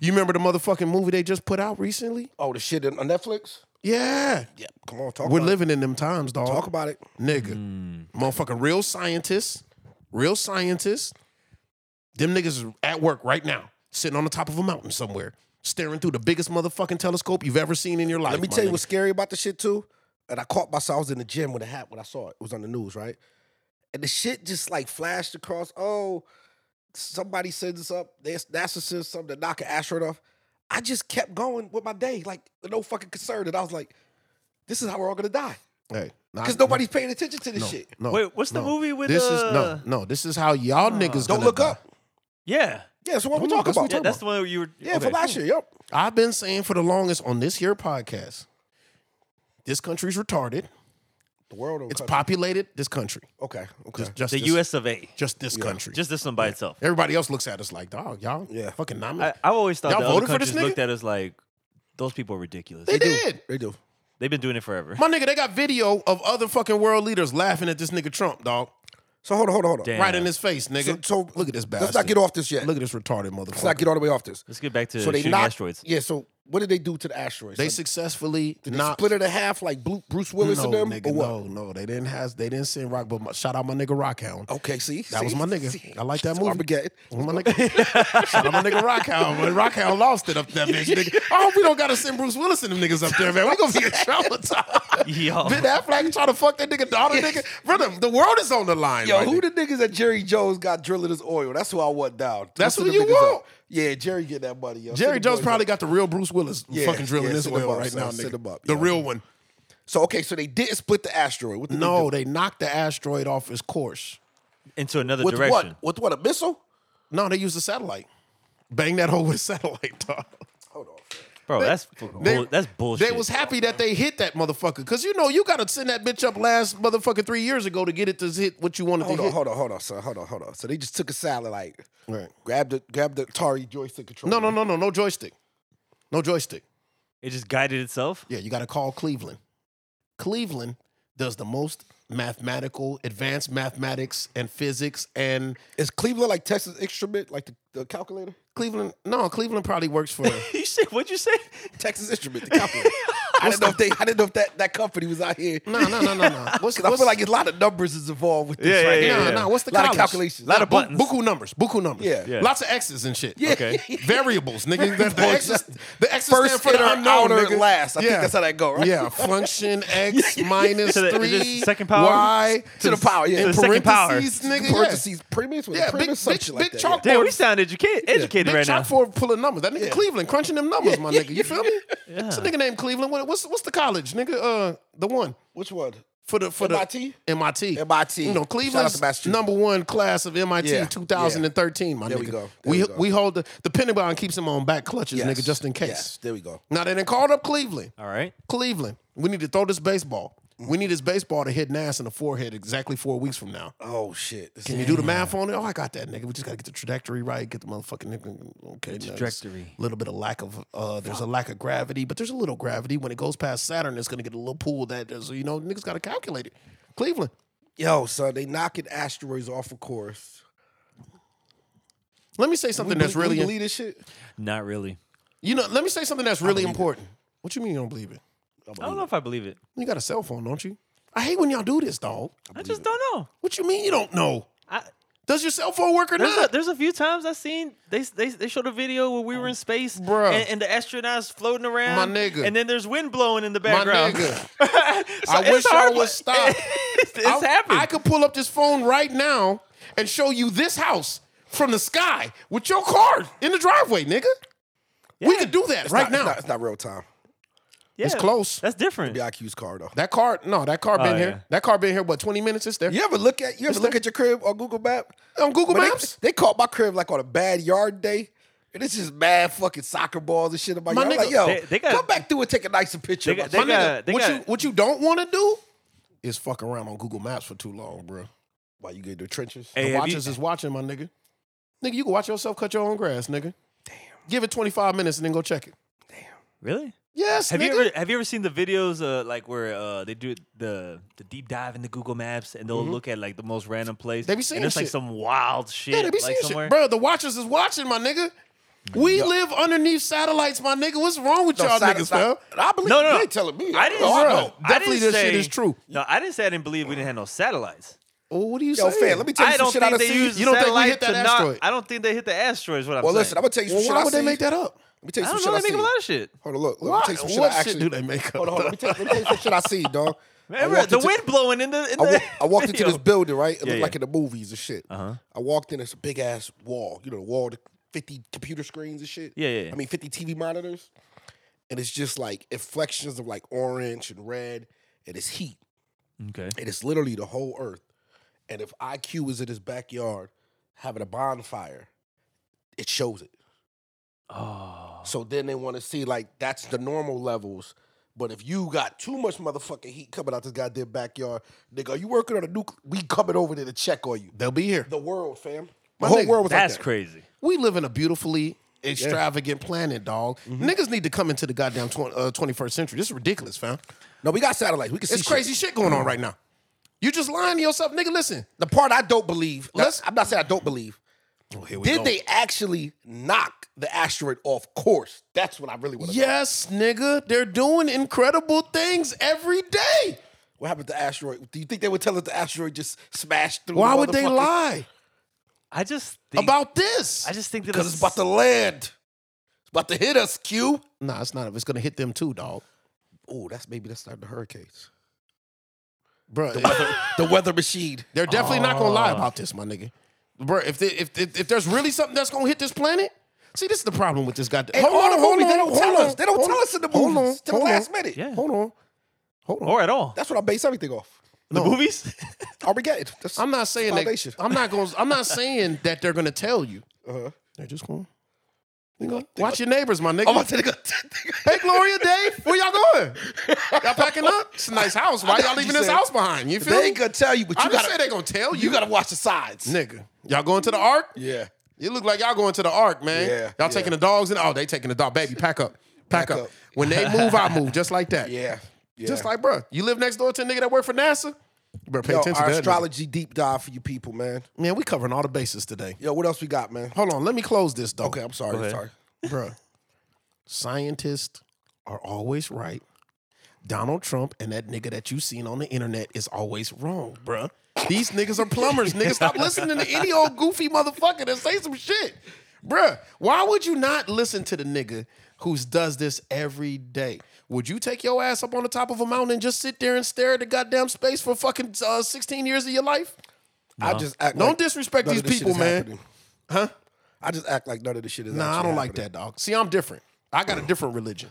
You remember the motherfucking movie they just put out recently?
Oh, the shit on on Netflix.
Yeah.
Yeah, come on, talk.
We're
about
living in them times, dog.
It. Talk about it.
nigga.
Hmm.
Motherfucking real scientists, real scientists. Them niggas is at work right now, sitting on the top of a mountain somewhere, staring through the biggest motherfucking telescope you've ever seen in your life.
Let me
my
tell you
nigga.
what's scary about the shit too. And I caught myself. I was in the gym when it happened. When I saw it, it was on the news, right? And the shit just like flashed across. Oh, somebody sends us up. There's NASA sends something to knock an asteroid off. I just kept going with my day, like with no fucking concern. And I was like, "This is how we're all gonna die,"
Hey, not-
because nobody's paying attention to this
no,
shit.
No,
Wait, what's the
no.
movie with,
this?
uh,
is no, no. This is how y'all niggas
Don't
gonna
look
die.
up.
Yeah.
Yeah, so what we
No, no,
talking
that's what
about?
we
Yeah,
talking
that's the one where you were.
Yeah, for
okay.
last year. Yep.
I've been saying for the longest on this here podcast, this country's retarded.
The world. Over
It's populated this country.
okay. Okay.
Just, just
The
this,
U.S. of A.
Just this country.
Just this one by itself.
Everybody else looks at us like, dog, y'all
Yeah.
fucking
I,
nominated.
I've always thought
Y'all
that other
voted for this
countries looked
nigga?
at us like those people are ridiculous.
They, did.
they do.
They've been doing it forever.
My nigga, they got video of other fucking world leaders laughing at this nigga Trump, dog.
So hold on, hold on, hold on.
Damn.
Right in his face, nigga.
So- so
look at this bastard.
Let's not get off this yet.
Look at this retarded motherfucker.
Let's not get all the way off this.
Let's get back to
So they
shooting
knocked,
asteroids.
Yeah. So what did they do to the asteroids?
they
Like,
successfully
did they
not
split it in half like Bru- Bruce Willis
no,
and them?
Nigga,
or what?
no, no, they didn't have they didn't send rock, but my, shout out my nigga Rockhound.
Okay. See,
That was
See?
my nigga.
See?
I like that
It's
movie.
Armageddon.
My nigga, shout out my nigga Rockhound, but Rockhound lost it up there, bitch. Nigga. I hope we don't gotta send Bruce Willis and them niggas up there, man. We gonna be in trouble time.
Yo.
Ben Affleck trying to fuck that nigga daughter, nigga. Brother, the world is on the line.
Yo,
right
who
now.
the niggas that Jerry Jones got drilling his oil? That's who I want down.
That's
Listen
who
to
you
niggas up.
want?
Yeah, Jerry get that money. Yo.
Jerry
Send the
Jones
boys
probably
up.
got the real Bruce Willis
Yeah,
fucking drilling
yeah,
this
send him
oil
up,
right
son,
now,
send
nigga.
him up,
the
yeah.
real one.
So okay, so they didn't split the asteroid. What did they
No,
do?
they knocked the asteroid off its course.
into another
with
direction.
what? With what? A missile?
No, they used a satellite. Bang that hole with a satellite, dog.
Hold on.
Bro, that's fucking bull, that's bullshit.
They was happy that they hit that motherfucker. Cause you know you gotta send that bitch up last motherfucker three years ago to get it to hit what you wanted
Hold
to
on,
hit.
hold on, hold on, son. Hold on, hold on. So they just took a salad, like
Right.
grabbed the grabbed the Atari joystick controller.
No, no, no, no, no joystick. No joystick.
it just guided itself.
Yeah, you gotta call Cleveland. Cleveland does the most mathematical, advanced mathematics and physics and
Is Cleveland like Texas Instrument, like the, the calculator?
Cleveland. No, Cleveland probably works for
you said what'd you say?
Texas Instrument, the calculator. I didn't know if they, I didn't know if that, that company was out here.
No, no, no, no, no. What's,
'Cause I
what's
feel like a lot of numbers is involved with this
Yeah,
right
yeah,
here.
no,
yeah,
no. What's the
Lot of
college?
calculations.
Lot of
Bu-
buttons.
Buku numbers. Buku numbers.
Yeah.
Yeah.
Lots of X's and shit. Yeah.
Okay.
Variables, nigga. The, the X's, the X's
First
stand for the
inner,
unknown,
outer,
nigga.
last. I think that's how that go, right?
Yeah. Function X minus
To the- is it
three.
second power?
Y
To the power, yeah.
in
To the second power.
parentheses, nigga. yeah.
Parentheses, premiums, with
Yeah,
a premium,
big-
some
big-
shit
big
like that.
chalk-
Damn, we sound educated, educated
Big
right now.
chop for pulling numbers. That nigga Cleveland crunching them numbers, my nigga. You feel me? It's a nigga named Cleveland. What- What's what's the college, nigga? Uh, the one
Which one?
for the for
MIT?
the MIT.
MIT.
You know,
Shout out to
Cleveland's
Massachusetts.
number one class of MIT
Yeah.
2013, my
There
nigga.
we go. There
We
we go.
we hold the the Pentagon keeps them on back clutches,
Yes.
nigga, just in case.
Yes, there we go.
Now they done called up Cleveland.
All right.
Cleveland, we need to throw this baseball.
Mm-hmm.
We need this baseball to hit Nas in the forehead exactly four weeks from now.
Oh shit! This
Can you do the math on it? Oh, I got that, nigga. We just gotta get the trajectory right. Get the motherfucking nigga. Okay, now there's
trajectory.
A little bit of lack of. uh There's a lack of gravity, but there's a little gravity when it goes past Saturn. It's gonna get a little pull that there's. You know, niggas gotta calculate it. Cleveland,
Yo, son, they knocking asteroids off of course.
Let me say something that's
Believe-
really
you believe this shit.
Not really.
you know. Let me say something that's really important. What you mean you don't believe it?
I don't know if I believe it.
You got a cell phone, don't you? I hate when y'all do this, dog.
I, just don't know.
What you mean you don't know?
I,
Does your cell phone work or
there's, a,
not?
there's a few times I've seen they, they they showed a video where we were in space
Bruh.
and, and the astronauts floating around.
My nigga.
And then there's wind blowing in the
My
background.
nigga,
So
I
it's
wish
hard,
y'all would
like-
stop.
it's it's
I-
happened.
I could pull up this phone right now and show you this house from the sky with your car in the driveway, nigga. We could do that right
Not-
now.
it's not, it's not real time.
yeah,
it's close.
That's different.
The IQ's car though.
that car, no, that car been
Oh,
here.
yeah.
That car been here. What twenty minutes? It's there
You ever look at you ever look at your crib on Google Map?
on Google
When they-
Maps.
They, caught my crib like on a bad yard day. And it's just mad fucking soccer balls and shit in my,
My
yard. I'm
nigga,
like, yo,
they- they got-
come back through and take a nicer picture.
They
of
got-
my
they
My
got-
nigga, what
got-
you what you don't want to do is fuck around on Google Maps for too long, bro.
Why you get in the trenches?
Hey,
The
have
watchers
you-
is watching, my nigga. Nigga, you can watch yourself cut your own grass, nigga. Damn. Give it 25 minutes and then go check it.
really?
Yes,
Have
nigga.
you ever have you ever seen the videos uh, like where uh, they do the the deep dive into Google Maps
Mm-hmm.
and they'll look at like the most random place?
They be
and
seeing
it's like
shit.
some wild shit.
yeah, they be
like
seeing
somewhere.
shit. Bro, the watchers is watching, my nigga. We live underneath satellites, my nigga. What's wrong with y'all
side-
niggas, fam?
side- I believe
No, no,
you
no.
ain't telling me.
I didn't.
know.
Oh, Bro,
no,
know.
I
definitely
didn't
this shit
say-
is true.
No, I didn't say I didn't believe we didn't have no satellites.
Oh, what do you
Yo,
say?
fam, let me tell you
I
some
don't
shit
think
I done
they
seen.
use
You don't think we
satellite
hit that
to knock-
asteroid?
I don't think they hit the asteroid. Is what I'm
Well,
saying.
listen, I'm gonna tell you some
Well,
shit
why
I
would they
seen.
make that up?
Let me tell
I
you
don't
some
know. They
shit I
make
seen.
a lot of shit.
Hold on, look. Let me
Why-
tell you some shit I
what shit
actually
do they make up?
Hold on, hold on. Let me tell, let me tell you some shit I seen, dog. I
Remember,
walked
the
into-
wind blowing in the. In
I,
the
wa- I walked into
video.
this building, right? It
Yeah,
looked
yeah.
like in the movies and shit. Uh-huh. I walked in, it's a big ass wall. You know, the wall to 50 computer screens and shit.
Yeah, yeah, yeah.
I mean, 50 TV monitors. And it's just like inflections of like orange and red, and it's heat.
Okay.
And it's literally the whole earth. And if IQ is in his backyard having a bonfire, it shows it.
Oh,
So then they want to see like that's the normal levels. But if you got too much motherfucking heat coming out this goddamn backyard, nigga, are you working on a nuke? We coming over there to check on you.
They'll be here.
The world, fam. The
My
whole
nigga,
world was
that's
like that.
crazy.
We live in a beautifully extravagant planet, dog. Niggas need to come into the goddamn twen- uh, 21st century. This is ridiculous, fam.
No, we got satellites. We can see.
It's crazy shit going on right now. You just lying to yourself, nigga. Listen,
The part I don't believe. that-
Let's-
I'm not saying I don't believe.
Oh,
Did they actually knock the asteroid off course? That's what I really want to know.
Yes, nigga. They're doing incredible things every day.
What happened to the asteroid? Do you think they would tell us the asteroid just smashed through?
Why
the
would they
motherfucking-
lie
I just think,
about this?
I just think that
Because it's about to land. It's about to hit us, Q.
nah, it's not. It's gonna hit them too, dog.
Oh, that's maybe that's starting the hurricanes.
Bro,
The weather machine.
they're definitely not gonna
Oh.
lie about this, my nigga. Bro, if, they, if if if there's really something that's gonna hit this planet, see, this is the problem with this goddamn.
And all the movies, they don't tell us. They don't
hold
tell
on,
us in the
hold on,
movies till the
hold on.
last minute.
Yeah.
Hold on, hold on.
or at all
That's what I base everything off.
the movies.
Armageddon. That's,
I'm not saying
Foundation.
that. I'm not going. to I'm not saying that they're gonna tell you. Uh-huh. They're just going. to Watch your neighbors, my nigga.
I'm about to go.
Hey, Gloria Dave, where y'all going? Y'all packing up? It's a nice house. Why y'all leaving this
said-
house behind? You feel
They
me?
ain't gonna tell you, but
I
you
just
gotta,
said they gonna tell you.
you gotta watch the sides.
nigga. Y'all going to the ark?
Yeah.
You look like y'all going to the ark, man.
Yeah,
Y'all
yeah.
taking the dogs and oh, they taking the dog. Baby, pack up. Pack,
Pack
up.
up.
When they move, I move. Just like that.
Yeah. yeah.
Just like, bruh, you live next door to a nigga that work for NASA? You better pay
Yo,
attention
our
to that. nigga.
astrology deep dive for you people, man.
Man, we covering all the bases today.
Yo, what else we got, man?
Hold on, let me close this though.
Okay, I'm sorry.
ahead.
Sorry.
Bruh, scientists are always right. Donald Trump and that nigga that you seen on the internet is always wrong, bruh. These niggas are plumbers. Nigga, stop listening to any old goofy motherfucker that say some shit. Bruh, why would you not listen to the nigga who does this every day? Would you take your ass up on the top of a mountain and just sit there and stare at the goddamn space for fucking uh, 16 years of your life?
I just act
Don't
like
disrespect
none of
these
this shit
people,
is
man.
happening.
Huh?
I just act like none of this shit is.
Nah, I
actually
don't like
happening.
that, dog. See, I'm different. I got a different religion.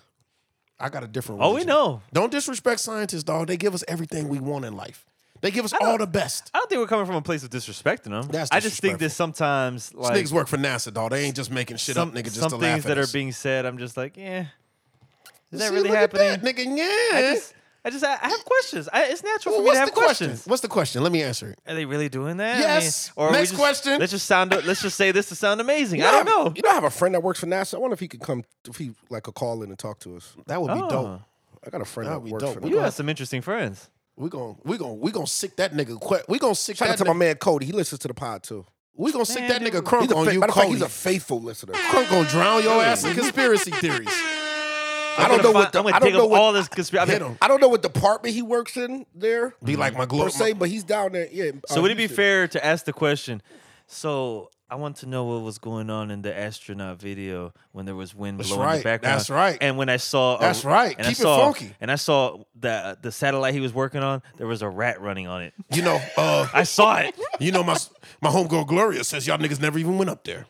I got a different
Oh,
religion.
we know.
Don't disrespect scientists, dog. They give us everything we want in life. They give us all the best.
I don't think we're coming from a place of disrespecting them.
That's
I just think that sometimes like
These niggas work for NASA, dog. They ain't just making shit
some,
up, nigga, just
some
to
things
laugh at
that
us.
are being said, I'm just like, yeah, is that
See,
really
look at
happening?
that, nigga, yeah.
I just, I just, I, I have questions. I, it's natural
Eh. Well,
for me
what's
to
the
have
question?
questions.
What's the question? Let me answer it.
Are they really doing that? I
Yes.
are we
Next
just-
question.
Let's just sound. Let's just say this to sound amazing.
You
I don't
have-
know.
You know, I have a friend that works for NASA. I wonder if he could come, if he like could call in and talk to us.
That would be dope.
Oh.
I got a friend
That'd
that
be
works
dope.
for
We
NASA.
You have some interesting friends.
We gon' we gon' we gon' sick that nigga. que- We gon' sick
Shout out
that.
to my
nigga-
man Cody. He listens to the pod too.
We gon' sick
Man,
that
dude.
He's
nigga crunk
a fa-
on you,
matter of fact,
Cody.
he's a faithful listener.
Crunk gonna drown your ass in conspiracy theories.
I don't
I'm
know
gonna
what
find-
the,
I'm gonna
I don't
dig
know
up all
what
this conspiracy.
Hit 'em.
I don't know what department he works in there
Be like my
per
glory.
se, but he's down there. Yeah.
So
uh,
would it be
Houston.
fair to ask the question? So I want to know what was going on in the astronaut video when there was wind blowing in
right.
the background.
That's right.
And when I saw, a-
That's right.
And I
Keep it
saw,
funky.
And I saw the the satellite he was working on. There was a rat running on it.
You know, uh,
I saw it.
You know, my my homegirl Gloria says y'all niggas never even went up there.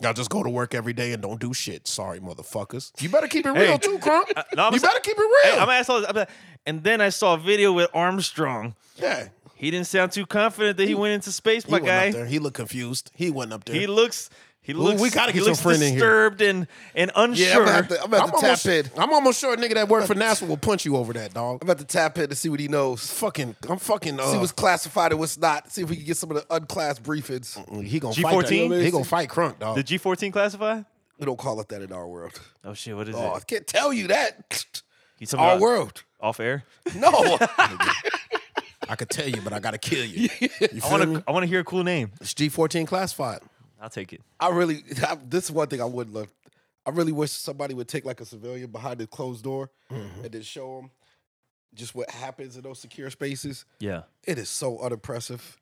Y'all just go to work every day and don't do shit. Sorry, motherfuckers. You better keep it real
Hey. uh,
too, Crump.
no, I'm
you
sa-
better keep it real.
Hey, I'm gonna ask all this. I'm like- and then I saw a video with Armstrong.
yeah.
He didn't sound too confident that he went into space,
He
my
went
guy.
up there. He looked confused. He went up there.
He looks. He looks.
we gotta get
he
your
looks
friend in here.
disturbed and and
Yeah, I'm
unsure.
gonna have to, I'm gonna have to
almost,
tap in.
I'm almost sure a nigga that worked for NASA will punch you over that, dog.
I'm about to tap in to see what he knows.
Fucking, I'm fucking.
See
Uh,
what's classified and what's not. See if we can get some of the unclassed briefings.
he gonna fight. that-
G14?
He gonna fight Crunk, dog.
Did G14 classify?
We don't call it that in our world.
Oh shit! What is
Oh, I
it?
can't tell you that.
You talking
Our
about
world.
off air.
No.
I could tell you, but I gotta kill you. You
I
feel
want
me?
to. I want to hear a cool name.
It's G14 classified.
I'll take it.
I really, I, this is one thing I would love. I really wish somebody would take like a civilian behind the closed door
Mm-hmm.
and then show them just what happens in those secure spaces.
Yeah.
It is so unimpressive.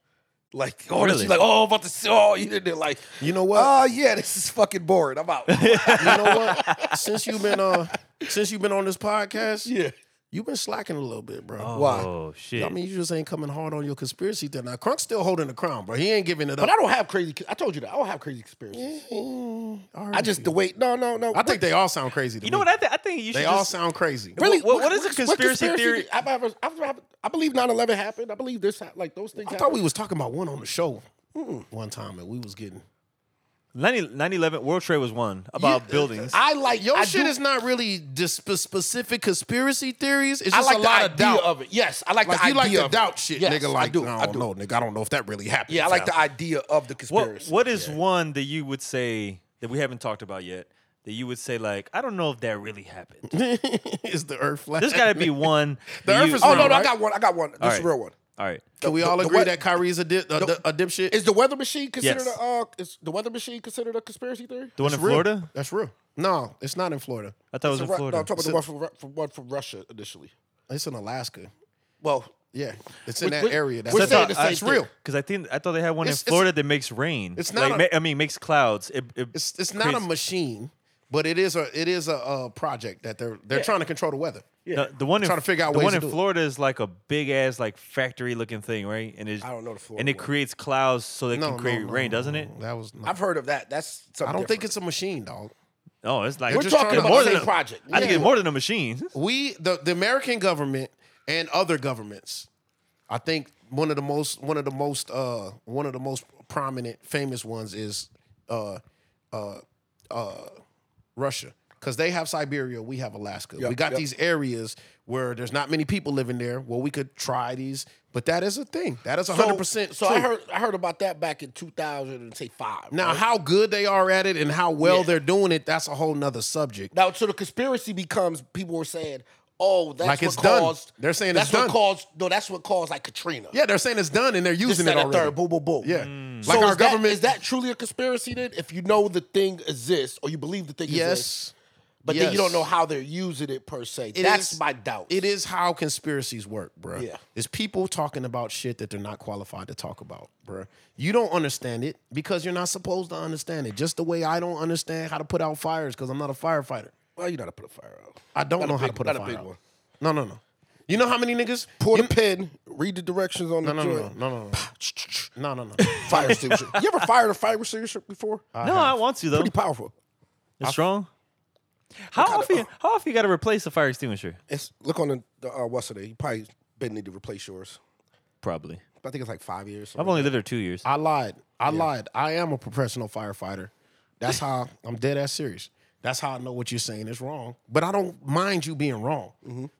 Like, oh, really?
Really?
like, oh, I'm about to see, oh, you did it. Like,
You know what?
oh, yeah, this is fucking boring. I'm out.
you know what? Since you've been uh, since you've been on this podcast,
yeah.
You've been slacking a little bit, bro.
Why?
Oh shit!
I mean, you just ain't coming hard on your conspiracy theory. Now, Crunk's still holding the crown, bro. He ain't giving it up.
But I don't have crazy, I told you that. I don't have crazy conspiracies. I just, the way, no, no, no.
I think they all sound crazy. To
you know
me.
what? I, th- I think you should.
They all
just-
sound crazy.
Really?
What- what is a conspiracy theory-
I've ever, I've ever, I believe 9 11 happened. I believe this, hap- like, those things
I
happened.
Hmm. thought we was talking about one on the show one time, and we was getting
9/11 e, World Trade was one about Uh, buildings.
I like
Your
I
shit
do-
is not really dis- spe- specific conspiracy theories. It's
I
just
like
a
the
lot
idea
of doubt.
of it. Yes, I like,
like
the
you
idea
like the
of
doubt
it.
shit,
Yes,
nigga. Like,
I do.
no,
I do.
know, nigga. I don't know if that really happened.
Yeah, I like
fam.
the idea of the
what
conspiracy.
what is one that you would say that we haven't talked about yet that you would say like I don't know if that really happened.
is the Earth flat.
There's got to be one.
The
that
Earth
you-
is
oh,
Oh
round,
no, no,
right?
I got one. I got one. This is
right.
a real one.
All right.
Can we all
the
agree
wet-
that Kyrie's a, dip, a, a dipshit?
Is the weather machine considered
Yes.
a uh, is the weather machine considered a conspiracy theory?
The one in
It's real.
Florida?
That's real. No, it's not in Florida.
I thought it was in
Ru- No,
Florida.
I'm talking about the one from, Ru- from one from Russia initially.
It's in Alaska.
Well,
Yeah, it's in
Which-
that
which-
area. That's
which
it's
saying
not-
the same
it's
thing.
real.
Because I think I thought they had one
It's-
in
it's-
Florida that makes rain.
it's not
Like,
a-
ma- I mean, makes clouds. It, it
It's it's not a
creates-
machine, but it is a it is a, uh project that they're they're trying to control the weather.
The, the one in,
Trying to figure out
the
ways
one
to
in
do it.
Florida is like a big ass like factory looking thing, right? And it's, I
don't know the Florida
And it
one.
creates clouds so they
No,
can
no,
create
no,
rain,
no,
doesn't
no.
it?
That was. Not,
I've heard of that. That's something
I don't think
different.
it's a machine, dog.
No, it's like
We're
it's
talking about
more
the
than
same
a,
project.
I think
Yeah.
it's more than a machine.
we the, the American government and other governments, I think one of the most one of the most uh one of the most prominent famous ones is uh uh uh Russia. Because they have Siberia, we have Alaska. we got these areas where there's not many people living there. Well, we could try these, but that is a thing. That is 100%
So, so
true.
I heard I heard about that back in 2005.
now,
right?
how good they are at it and how well they're doing it, that's a whole nother subject.
now so the conspiracy becomes people were saying, oh, that's
Like
what
it's done.
caused.
They're saying
that's
it's
what
done.
caused. No, that's what caused like Katrina.
Yeah, they're saying it's done and they're
This,
using
that,
it
and
already.
third, boom, boom, boom.
Yeah.
Mm. so is that, is that truly a conspiracy then? If you know the thing exists or you believe the thing exists,
Yes.
but then you
yes.
don't know how they're using it per se.
It
That's
is-
my doubt.
It is how conspiracies work, bruh.
Yeah.
It's people talking about shit that they're not qualified to talk about, bruh. You don't understand it because you're not supposed to understand it. Just the way I don't understand how to put out fires because I'm not a firefighter.
well, you know how to put a fire out.
I don't
Not a
know how to
big-
put a
not a
fire
big
out.
one.
No, no, no. You know how many niggas?
Pull the pin, read the directions on
No,
the
no, no, no,
joint.
no, no, no, no, no. no.
fire extinguisher. Uh, you ever fired a fire extinguisher before?
no, I want to though.
Pretty powerful.
It's strong. How often? how often you got to replace a fire extinguisher?
It's look on the, the uh, what's it? You probably been need to replace yours.
Probably.
I think it's like five years.
I've only lived there two years.
I lied. I lied. I am a professional firefighter. That's how I'm dead ass serious. That's how I know what you're saying is wrong. But I don't mind you being wrong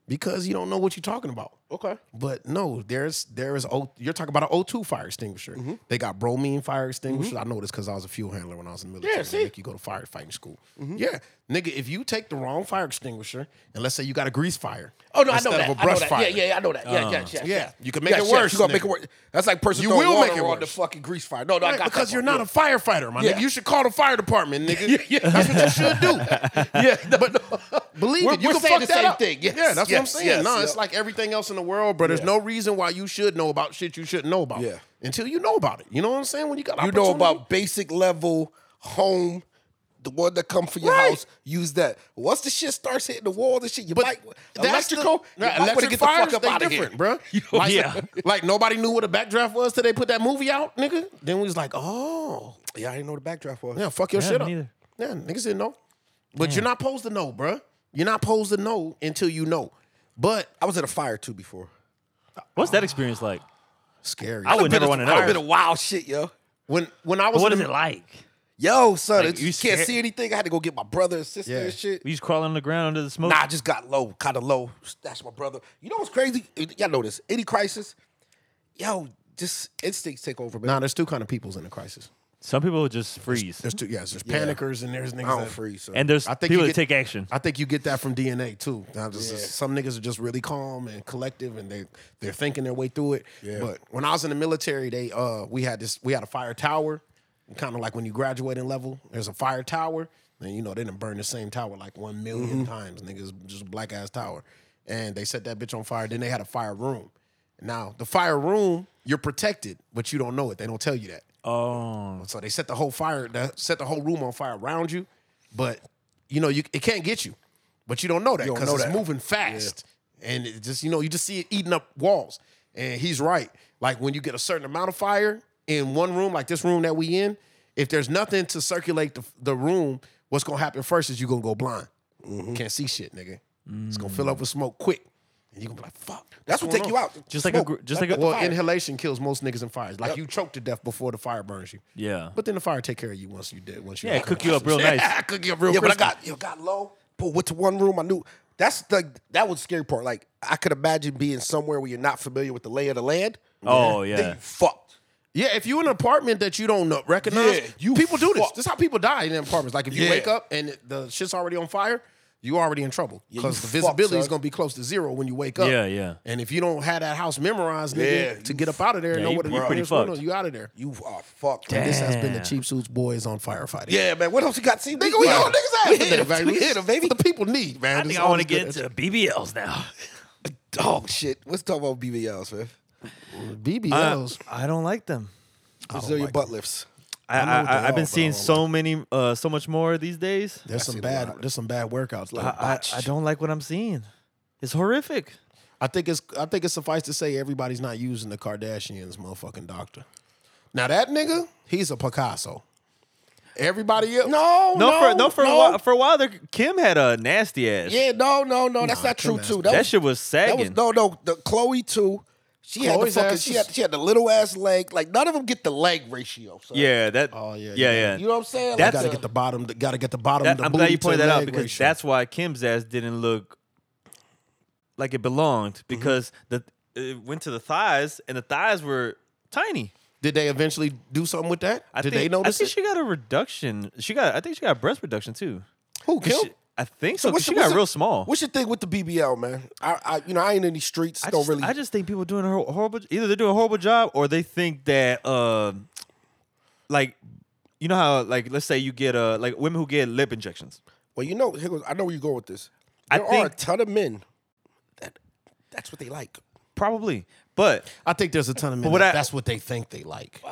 because you don't know what you're talking about.
Mm-hmm. Okay.
But no, there's there is O you're talking about an O2 fire extinguisher.
Mm-hmm.
They got bromine fire extinguishers. I know this because I was a fuel handler when I was in the military.
Yeah, see? Mm-hmm.
They make you go to firefighting school. Yeah, nigga, if you take the wrong fire extinguisher and let's say you got a grease fire,
Oh no, I know
instead
that.
of a
I know
brush
that.
fire, Uh,
Yeah, yeah, I know that. Yeah, yeah, yeah,
yeah, you can make
Yeah,
it
yeah,
worse.
You gonna make
nigga.
it worse. That's like person
You
throwing
will make
water
it
on the
worse.
fucking grease fire. No, no, I
Right,
got
because
that
you're
part.
not a firefighter, my
Yeah.
nigga. You should call the fire department, nigga. That's what you should do.
Yeah, no, no.
Believe
We're-
it. You
we're
can
saying
fuck
the
that
same
up.
thing. Yes,
yeah, that's what I'm
yes,
saying.
yes,
no,
yeah.
it's like everything else in the world, but there's no reason why you should know about shit you shouldn't know about.
Yeah.
Until you know about it. You know what I'm saying? When you got
You know
opportunity-
about basic level home, the one that come for your
Right.
house. Use that. Once the shit starts hitting the wall, the shit you might
that's the-
electrical.
Nah,
you might want to get
electric
the fuck
fires,
up
they
out of here,
different, bro. Like,
Yeah.
like nobody knew what a backdraft was till they put that movie out, nigga. Then we was like, oh,
Yeah, I didn't know the backdraft was.
yeah, fuck your
Yeah,
shit
me
up.
neither.
Yeah, niggas didn't know. But you're not supposed to know, bruh. You're not supposed to know until you know. But
I was at a fire too before.
What's that experience like?
scary.
I would never want to
That would been a
know.
wild shit, yo.
when when I was
What
in
is
the-
it like?
Yo, son,
Like,
it-
you
you can't
scared-
see anything. I had to go get my brother and sister
Yeah.
and shit.
We just crawl on the ground under the smoke.
Nah, I just got low, kind of low. That's my brother. You know what's crazy? Y'all know this. Any crisis, yo, just instincts take over, man.
Nah, there's two kind of peoples in the crisis.
Some people just freeze,
There's two. Yes, there's panickers and there's niggas.
I don't
that-
freeze. Son.
and there's
I think
people
you
that
get-
take action.
I think you get that from DNA too. Now, just- Some niggas are just really calm and collective, and they they're thinking their way through it. But when I was in the military, they uh we had this we had a fire tower, kind of like when you graduate in level. There's a fire tower, and you know they didn't burn the same tower like one million times. Niggas just black ass tower, and they set that bitch on fire. Then they had a fire room. Now the fire room, you're protected, but you don't know it. They don't tell you that.
Oh,
Um, So they set the whole fire, the, set the whole room on fire around you, but you know you it can't get you, but you don't know that because
know
it's
that.
moving fast, and it just you know you just see it eating up walls. And he's right. Like when you get a certain amount of fire in one room, like this room that we in, if there's nothing to circulate the, the room, what's
Mm-hmm.
gonna happen first is you gonna go blind. Can't see shit, nigga. It's gonna fill up with smoke quick.
And you gonna be like, fuck. Mm. That's what take
going
you
on?
out.
Just like a gr- just like a-
Well, inhalation kills most niggas in fires. Like you choke to death before the fire burns you.
Yeah.
But then the fire take care of you once you did. Once you
Yeah, cook you up real nice.
Yeah, cook you up real.
yeah, but I
crispy.
got yo got low. But went to one room. I knew that's the that was the scary part. Like I could imagine being somewhere where you're not familiar with the lay of the land.
Oh,
Then
yeah.
you fucked.
Yeah, if you in an apartment that you don't know, recognize,
Yeah, you
people do this.
fucked.
This is how people die in apartments. Like if you
Yeah.
wake up and the shit's already on fire, you already in trouble
you
because the
fucked,
visibility is
son.
gonna be close to zero when you wake up.
Yeah, yeah.
And if you don't have that house memorized, nigga,
Yeah,
to
you
get up out of there and
Yeah,
know
you-
what the
you pretty
fuck's going
fucked.
on, you out of there.
You are fucked.
This has been the
Damn.
Cheap Suits Boys on firefighting.
Yeah, man. What else you got? See,
Nigga, we
Wow.
all niggas
We
out
hit 'em,
baby.
We hit 'em,
It's
baby.
what The people need, man.
I think I want to get into the BBLs now.
Oh shit. Let's talk about BBLs, man.
BBLs.
I don't like them.
Brazilian butt lifts.
I,
know
I,
what they
I,
are,
have been
but I
seeing
don't
so many, uh, so much more these days.
there's some bad. There's some bad workouts. Like
I, I, I don't like what I'm seeing. It's horrific.
I think it's I think it's suffice to say everybody's not using the Kardashians motherfucking doctor. Now that nigga, he's a Picasso. Everybody else, no,
Oh,
No, for no for a while, for a while there, Kim had a nasty ass.
Yeah, no, no, no. That's
Nah,
not true
come
too.
ask
That,
that
was,
shit was
that
sagging.
was no, no. The Chloe too. She
Chloe's
had the fucking.
ass
She
is-
had, she had the little ass leg. Like none of them get the leg ratio. So.
yeah, that.
Oh, yeah,
yeah,
yeah.
yeah.
You know what I'm saying?
That's-
gotta
uh,
get the bottom. Gotta get the bottom.
That-
the
I'm glad
booty
you
to
pointed that out
leg
because
ratio.
that's why Kim's ass didn't look like
Mm-hmm.
it belonged because the it went to the thighs and the thighs were tiny.
Did they eventually do something with that?
I
Did
think,
they
I
notice
think
it?
she got a reduction. She got. I think she got breast reduction too.
Who
'Cause
killed?
she- I think so. 'cause
what's
she
the- what's
got
the-
real small.
What's your thing with the BBL, man? I, I you know, I ain't in these streets.
I
don't
just,
really.
I just think people doing a hor- horrible. Either they're doing a horrible job, or they think that, uh, like, you know how, like, let's say you get uh, like women who get lip injections.
well, you know, here goes, I know where you're going with this.
I
There are a
think-
ton of men that that's what they like.
Probably, but
I think there's a ton of men.
what
that-
I-
that's what they think they like.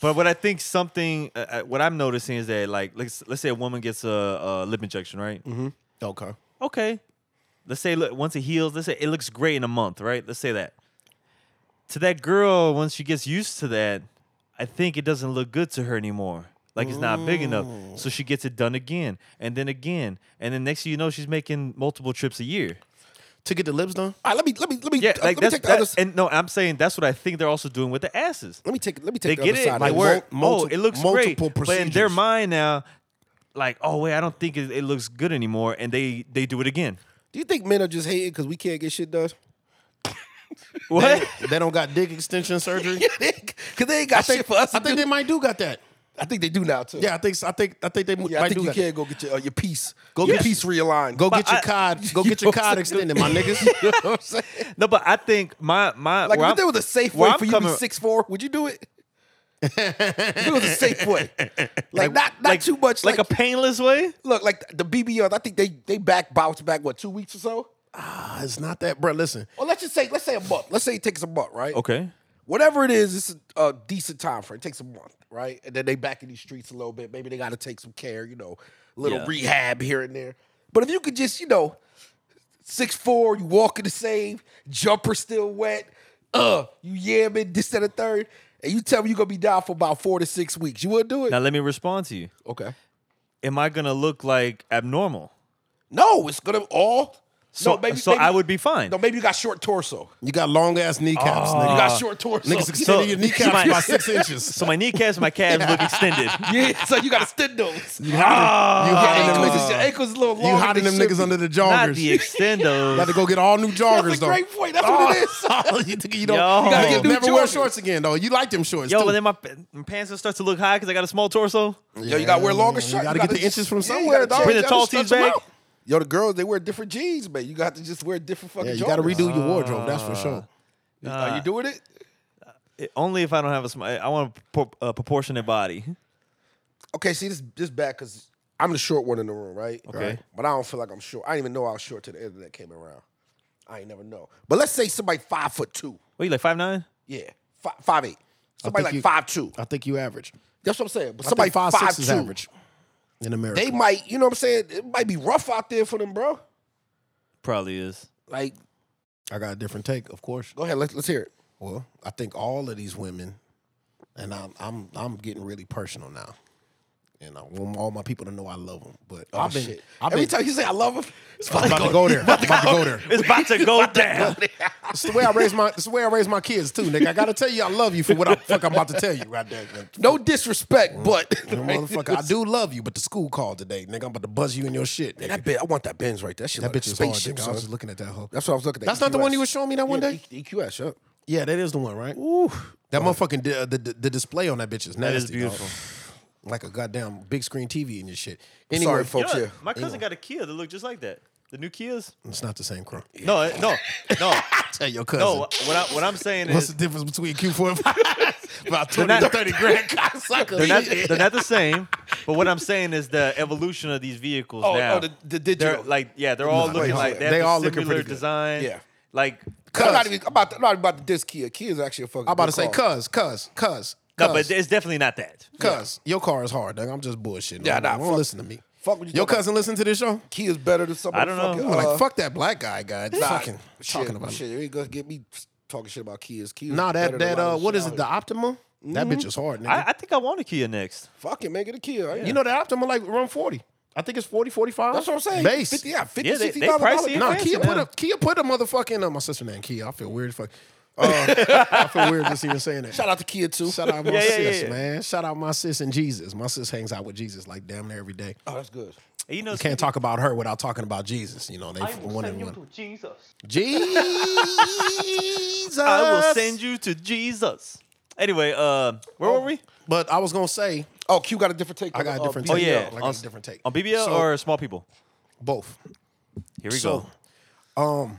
but what I think something, uh, uh, what I'm noticing is that like let's let's say a woman gets a, a lip injection, right?
Okay.
Okay, let's say look, once it heals, let's say it looks great in a month, right? Let's say that to that girl once she gets used to that, I think it doesn't look good to her anymore. Like it's not big enough, so she gets it done again and then again, and then next thing you know, she's making multiple trips a year.
To get the lips done.
All right, let me let me let me
Yeah,
uh, let
like
me
that's
take the
that-
other. s-
and no, I'm saying that's what I think they're also doing with the asses.
Let me take let me
They
take the
get
other
it.
side.
Like,
of
where,
mul-
oh,
multi-
it looks great,
multiple
but in their
procedures.
mind now, like, oh wait, I don't think it, it looks good anymore, and they they do it again.
do you think men are just hating because we can't get shit done?
What?
They don't got dick extension surgery.
Because they ain't got shit for us.
I think they might do got that.
I think they do now too.
Yeah, I think I think I think they
yeah.
might
I think
do
you
that.
can go get your uh, your piece. Go
get-
your piece realigned.
Go
But
get your
I-
cod. Go get your cod extended, my niggas.
no, but I think my my
Like if
where I'm-
there was a safe
where
way
I'm
for you to
coming-
be six four, would you do it? if it was a safe way, like, not not too much. Like,
like a painless way.
look, like the BBL. I think they they back bounced back what two weeks or so.
Ah, it's not that, bro. Listen,
Or let's just say let's say a month. Let's say it takes a month, right?
Okay.
Whatever it is, it's a, a decent time frame. It takes a month, right? And then they back in these streets a little bit. Maybe they got to take some care, you know, little
Yeah.
rehab here and there. But if you could just, you know, six four, you walking the same, jumper still wet, uh, you yamming this and a third, and you tell me you're gonna be down for about four to six weeks, you would do it?
Now let me respond to you.
Okay.
Am I gonna look like abnormal?
No, it's gonna all.
So,
no, maybe,
so
maybe-
I would be fine.
No, maybe you got short torso.
you got long ass kneecaps,
You
nigga.
got short
Oh,
torso.
Niggas extended your kneecaps
my-
by six inches.
So my kneecaps, and my calves look extended.
yeah, so you got to stend those.
You hiding, you
Your
hiding them
ankles,
niggas,
your ankles a little longer.
you hiding
than
them
they should
niggas
be.
under the
Not
joggers.
the extendos.
Got to go get all new joggers
That's a
though.
great point. That's what it is.
Oh, you, think you don't.
Yo.
You gotta
You
get
gotta
never
do
wear
joggers.
shorts again though. You like them shorts
Yo,
too.
but then my, pa- my pants will start to look high because I got a small torso.
Yo, you gotta wear longer
You
shirts.
gotta get the inches from
Yeah, you gotta
somewhere, dog.
change-
Bring
you
the
gotta
tall
stretch
tees
them
back.
out. Yo, the girls they wear different jeans, man. You got to just wear different fucking.
yeah, you got to
joggers. Ah.
redo your wardrobe. That's for sure.
Are you doing it?
It- only if I don't have a small. I want a, pro- a proportionate body.
Okay, see this this bad because I'm the short one in the room, right? Okay, but I don't feel like I'm short. I didn't even know I was short till the internet came around. I ain't never know. But let's say somebody five foot two.
What you like five nine?
Yeah, five, five eight. Somebody like
you-
five two.
I think you average.
That's what I'm saying. But
I
somebody
think five, six is
two.
average in America.
They might, you know what I'm saying? It might be rough out there for them, bro.
Probably is.
Like,
I got a different take, of course.
go ahead. Let's let's hear it.
Well, I think all of these women, and I'm I'm I'm getting really personal now. and I want all my people to know I love them. But
Oh,
I've been,
shit.
I've
Every
been,
time you say I love him, it's
I'm about to go there. I'm about to go there.
It's about to go down.
It's the way I raise my, it's the way I raise my kids too, nigga. I gotta tell you, I love you for what I fuck I'm about to tell you right there.
No disrespect, but
motherfucker, I do love you, but the school called today, nigga. I'm about to buzz you in your shit. Nigga.
That bitch, I want that Benz right there. That, shit
That
like
bitch
a
is hard,
spaceship,
nigga. I
son.
was just looking at that hoe.
That's what I was looking at.
That's not the one
EQS.
you were showing me that one
Yeah,
day?
E- EQS, yeah.
Yeah, that is the one, right? Ooh. That motherfucking di- uh, the, the, the display on that bitch is nasty.
That is
dog.
beautiful.
Like a goddamn big screen TV and your shit. Anyway,
Sorry, folks. Yeah.
my cousin got a Kia that looked just like that. The new Kias?
it's not the same uh, crime.
No, eh, no, no,
Tell your cousin.
no. Oh, What, I, what I'm saying
What's
is
the difference between Q4 and 5? About 20,
not-
30 grand cocksucker.
they're not, they're not the same. But what I'm saying is the evolution of these vehicles
Oh,
now.
oh, the- the
They're,
digital.
like yeah, they're all
No,
looking
no,
like
they
have
all
the
looking
similar
pretty good.
design.
Yeah.
like
I'm not even I'm about to, I'm not even about to diss Kia. Kia's actually a fucking.
I'm about to
good
say,
car.
cuz, cuz, cuz.
no, but it's definitely not that.
Cuz, your car is hard, dog. I'm just bullshitting.
Yeah,
Yeah,
nah,
nah, don't
fuck-
listen to me.
fuck what you
Your
talking
cousin listen to this show?
Kia's better than some.
I don't know.
motherfucking,
I'm
uh,
like, fuck that black guy, guy.
nah,
Fucking
shit,
talking about
shit. You ain't gonna get me talking shit about Kia's. Kia's
Nah,
better
that
than a
that
lot
uh,
of
what
shit
is
out
it?
here. Mm-hmm.
The Optima? That bitch is hard, nigga.
I, I think I want a Kia next.
Fuck it, make it a Kia.
you know, the Optima like around forty. I think it's 40, 45.
that's what I'm saying.
Base.
fifty, yeah, fifty,
Yeah, they-
sixty
they
dollar
pricey.
dollar.
Nah,
fancy
Kia
now.
put a Kia put a motherfucking uh, my sister named Kia. I feel weird as fuck. Uh, I feel weird just even saying that.
Shout out to Kia too.
Shout out my
Yeah, yeah,
sis,
yeah.
man. Shout out my sis and Jesus. My sis hangs out with Jesus like damn near every day.
Oh, that's good.
You know,
You can't talk about her without talking about Jesus. You know, they one and one. Jesus.
I will send you to Jesus. Anyway, uh, where
Oh.
were we?
But I was gonna say
Oh, Q got a different take.
I got a
uh,
different
BBL.
take.
Oh yeah,
I got
on,
a different take.
on BBL
So-
or small people.
both.
Here we
So,
go.
Um,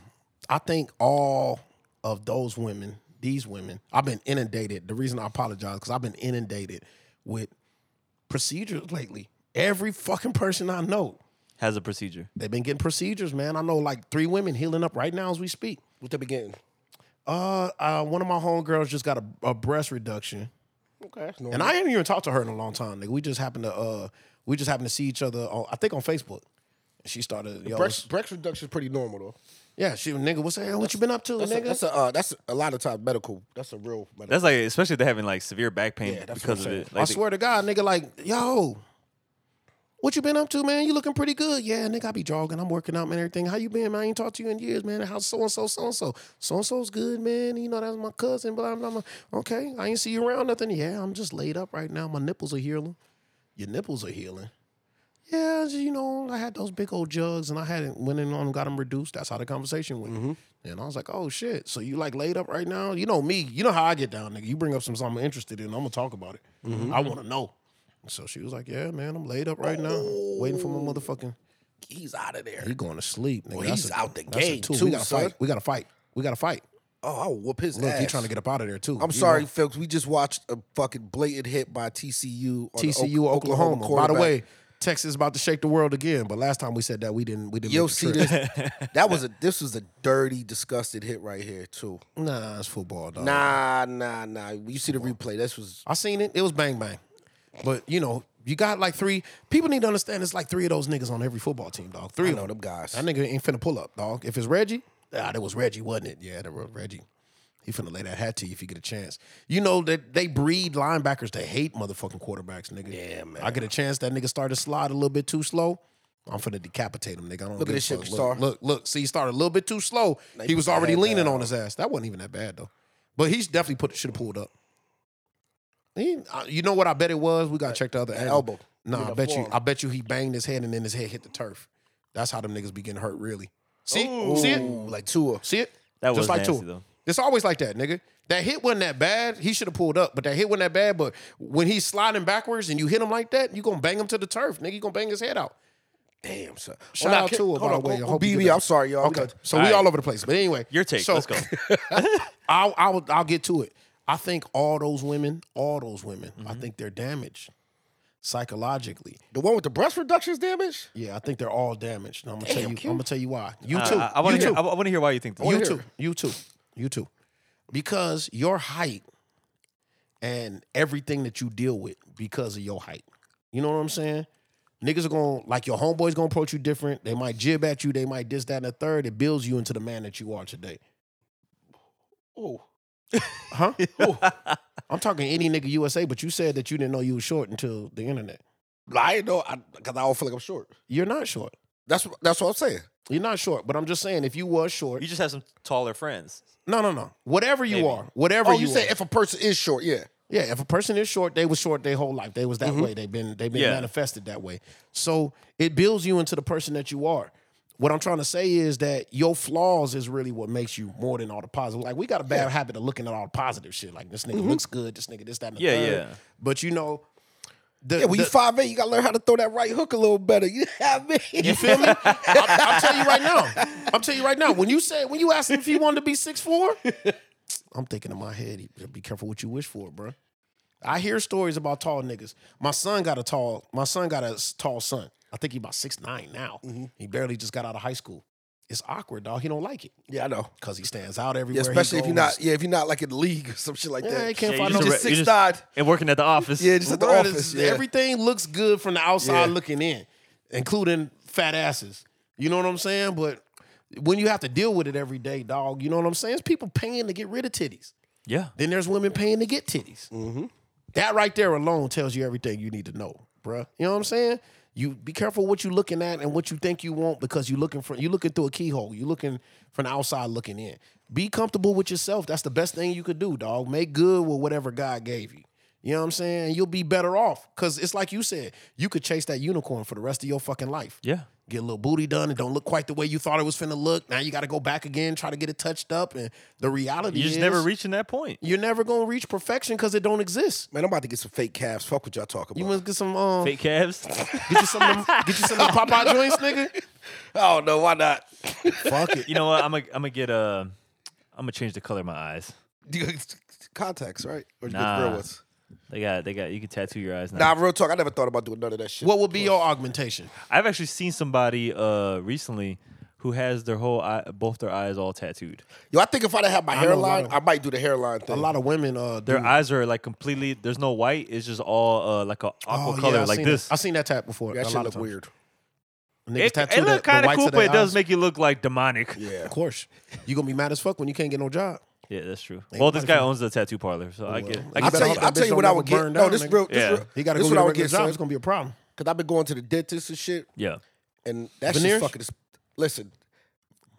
I think all of those women, these women, I've been inundated. The reason I apologize because I've been inundated with procedures lately. Every fucking person I know,
Has a procedure.
they've been getting procedures, man. I know like three women healing up right now as we speak.
With the beginning.
Uh, uh one of my homegirls just got a, a breast reduction,
Okay, that's
and I haven't even talked to her in a long time. Nigga, we just happened to uh, we just happened to see each other. On, I think on Facebook. And She started, yo,
Brex, Brex reduction is pretty normal though.
yeah. She, nigga, what's that? What you been up to,
That's
nigga?
a, that's a uh, that's a lot of times medical. That's a real medical.
That's like especially if they're having like severe back pain
Yeah, that's what I'm
because of
saying.
it. Like
I swear to God, nigga, like, yo, what you been up to, man? You looking pretty good. Yeah, nigga, I be jogging. I'm working out, man, everything. How you been, man? I ain't talked to you in years, man. How's so-and-so, so-and-so? So-and-so's good, man. You know, that's my cousin, blah, blah, blah. Okay, I ain't see you around nothing. Yeah, I'm just laid up right now. My nipples are healing. Your nipples are healing. Yeah, just, you know, I had those big old jugs and I hadn't went in on them, got them reduced. That's how the conversation went. And I was like, oh shit. So you like laid up right now? You know me. You know how I get down, nigga. You bring up some something I'm interested in, I'm gonna talk about it. I wanna know. So she was like, Yeah, man, I'm laid up right now. Waiting for my motherfucking
he's out of there.
Oh. He going to sleep, nigga. That's
he's
a-
out the
that's a
game,
two.
too,
We gotta
son.
fight. We gotta fight. We gotta fight.
Oh, I'll whoop his
Look,
ass.
he trying to get up out of there too.
I'm
You
sorry,
know?
folks. We just watched a fucking blatant hit by TCU. On the
TCU,
Ok-
Oklahoma. By the
quarterback.
way, Texas about to shake the world again, but last time we said that we didn't we didn't
yo,
make the
see
trip.
this? That was a this was a dirty, disgusted hit right here too.
Nah, it's football, dog.
Nah, nah, nah. You see the replay? This was
I seen it. It was bang bang. But you know, you got like three. People need to understand. It's like three of those niggas on every football team, dog. Three
I
of
know
them.
them guys.
That nigga ain't finna pull up, dog. If it's Reggie, ah, that was Reggie, wasn't it? Yeah, that was Reggie. He finna lay that hat to you if you get a chance. You know that they breed linebackers that hate motherfucking quarterbacks, nigga. Yeah, man. I get a chance. That nigga started to slide a little bit too slow. I'm finna decapitate him, nigga. I don't
Look at
give a
this shit,
fuck.
Star.
Look, look, look. See, he started a little bit too slow. he was
put the
already
head
leaning
down.
on his ass. That wasn't even that bad though. But he's definitely put should have pulled up. He- uh, you know what I bet it was? We gotta check the other angle.
elbow.
No,
With
I
the
bet you.
forearm.
I bet you he banged his head and then his head hit the turf. That's how them niggas be getting hurt. Really. See, see
Ooh,
it,
like Tua.
see it.
That was
just like
nasty,
Tua.
though.
It's always like that, nigga. That hit wasn't that bad. He should have pulled up, but that hit wasn't that bad. But when he's sliding backwards and you hit him like that, you gonna bang him to the turf, nigga. You gonna bang his head out.
Damn, son.
Shout
Oh, nah,
out
can-
to her,
hold
by the
on,
way.
go-
I
go
hope you
BB,
good.
I'm sorry, y'all. We
Okay,
got-
so
All
we
right.
all over the place. But anyway,
Your take.
So
Let's go.
I'll, I'll I'll get to it. I think all those women, all those women, I
Mm-hmm.
think they're damaged psychologically.
The one with the breast reductions damage.
Yeah, I think they're all damaged. And I'm gonna tell
Damn,
you.
Q.
I'm gonna tell you why. You
Uh,
too.
I, I want
you
to hear.
too.
I, want to hear why you think. This.
You
hear
too.
it.
You too. You too. Because your height and everything that you deal with because of your height. You know what I'm saying? Niggas are going to like your homeboys gonna approach you different. They might jib at you. They might this, that, and the third. It builds you into the man that you are today.
Oh,
Huh? Ooh. I'm talking any nigga USA, but you said that you didn't know you was short until the internet.
I ain't know because I, don't feel like I'm short.
You're not short.
That's what- that's what I'm saying.
You're not short, but I'm just saying if you was short,
You just have some taller friends.
no, no, no. Whatever you
Maybe.
are, whatever
Oh,
you,
you say
are.
if a person is short, yeah.
Yeah, if a person is short, they was short their whole life. They was that way. They've been they've been
Yeah.
manifested that way. So it builds you into the person that you are. What I'm trying to say is that your flaws is really what makes you more than all the positive. Like we got a bad habit of looking at all the positive shit. Like this nigga looks good, this nigga this that and the
Yeah,
third.
yeah.
But you know, the,
Yeah, when
the-
you five eight, you gotta learn how to throw that right hook a little better. You have me.
you feel me? I'm, I'm telling you right now. I'm telling you right now. When you said when you asked him if he wanted to be six four, I'm thinking in my head, he better be careful what you wish for, bro. I hear stories about tall niggas. My son got a tall. My son got a s- tall son. I think he about six nine now.
Mm-hmm.
He barely just got out of high school. It's awkward, dog. He don't like it
yeah, I know.
because he stands out everywhere.
Yeah,
he
especially if you're
goes.
not yeah if you're not like in the league or some shit like
Yeah, he
that.
can't
Yeah,
find
you
no.
I'm
just a
just
re- you
six
just-
nine.
And working at the office.
Yeah, just at the
Bruh,
office.
this-
Yeah.
Everything looks good from the outside
Yeah.
looking in, including fat asses. You know what I'm saying? But when you have to deal with it every day, dog, you know what I'm saying? It's people paying to get rid of titties.
yeah.
Then there's women paying to get titties.
Mm-hmm.
That right there alone tells you everything you need to know, bruh. You know what I'm saying? You be careful what you looking at and what you think you want because you looking for you looking through a keyhole. You looking from the outside looking in. Be comfortable with yourself. That's the best thing you could do, dog. Make good with whatever God gave you. You know what I'm saying? You'll be better off because it's like you said, you could chase that unicorn for the rest of your fucking life.
Yeah.
Get a little booty done. It don't look quite the way you thought it was finna look. Now you got to go back again, try to get it touched up. And the reality
You're just
is,
never reaching that point.
you're never gonna reach perfection because it don't exist.
Man, I'm about to get some fake calves. Fuck what y'all talk about.
You must get some um,
Fake calves.
get you some of them, get you some of them Popeye joints, nigga.
oh no, why not?
Fuck it.
you know what? I'm gonna I'm gonna get uh I'm gonna change the color of my eyes.
Contacts, right? Or you get
Nah.
real ones?
They got they got you can tattoo your eyes now.
Nah, real talk. I never thought about doing none of that shit.
What would be your augmentation?
I've actually seen somebody uh recently who has their whole eye, both their eyes all tattooed.
Yo, I think if I'd have had my
know a
hairline,
lot of-
I might do the hairline thing.
A lot of women, uh,
Their eyes are like completely. There's no white. It's just all uh like a aqua color, like this.
Oh, I seen that tap before.
that
a
shit
lot
look
of times.
weird.
Niggas
It,
tattoo
it
the-
look
the
kind of
whites
cool,
their
but it does
eyes.
make you look like demonic. Yeah,
Yeah.
Of course, you gonna be mad as fuck when you can't get no job.
that's true. well, this
nobody
guy
from-
owns the tattoo parlor, so I get. It. I
I'll
get
better
tell you,
hope that
I'll
bitch
tell you
don't
what I
never
would get.
burn
No,
down,
this
nigga.
real. This
Yeah.
real
He got to
this
go
what
get
I
a
would
regular
get,
job.
son.
It's gonna be a problem.
Cause I've been going to the dentist and shit,
yeah,
and that's
Veneers?
just fucking. ex- Listen,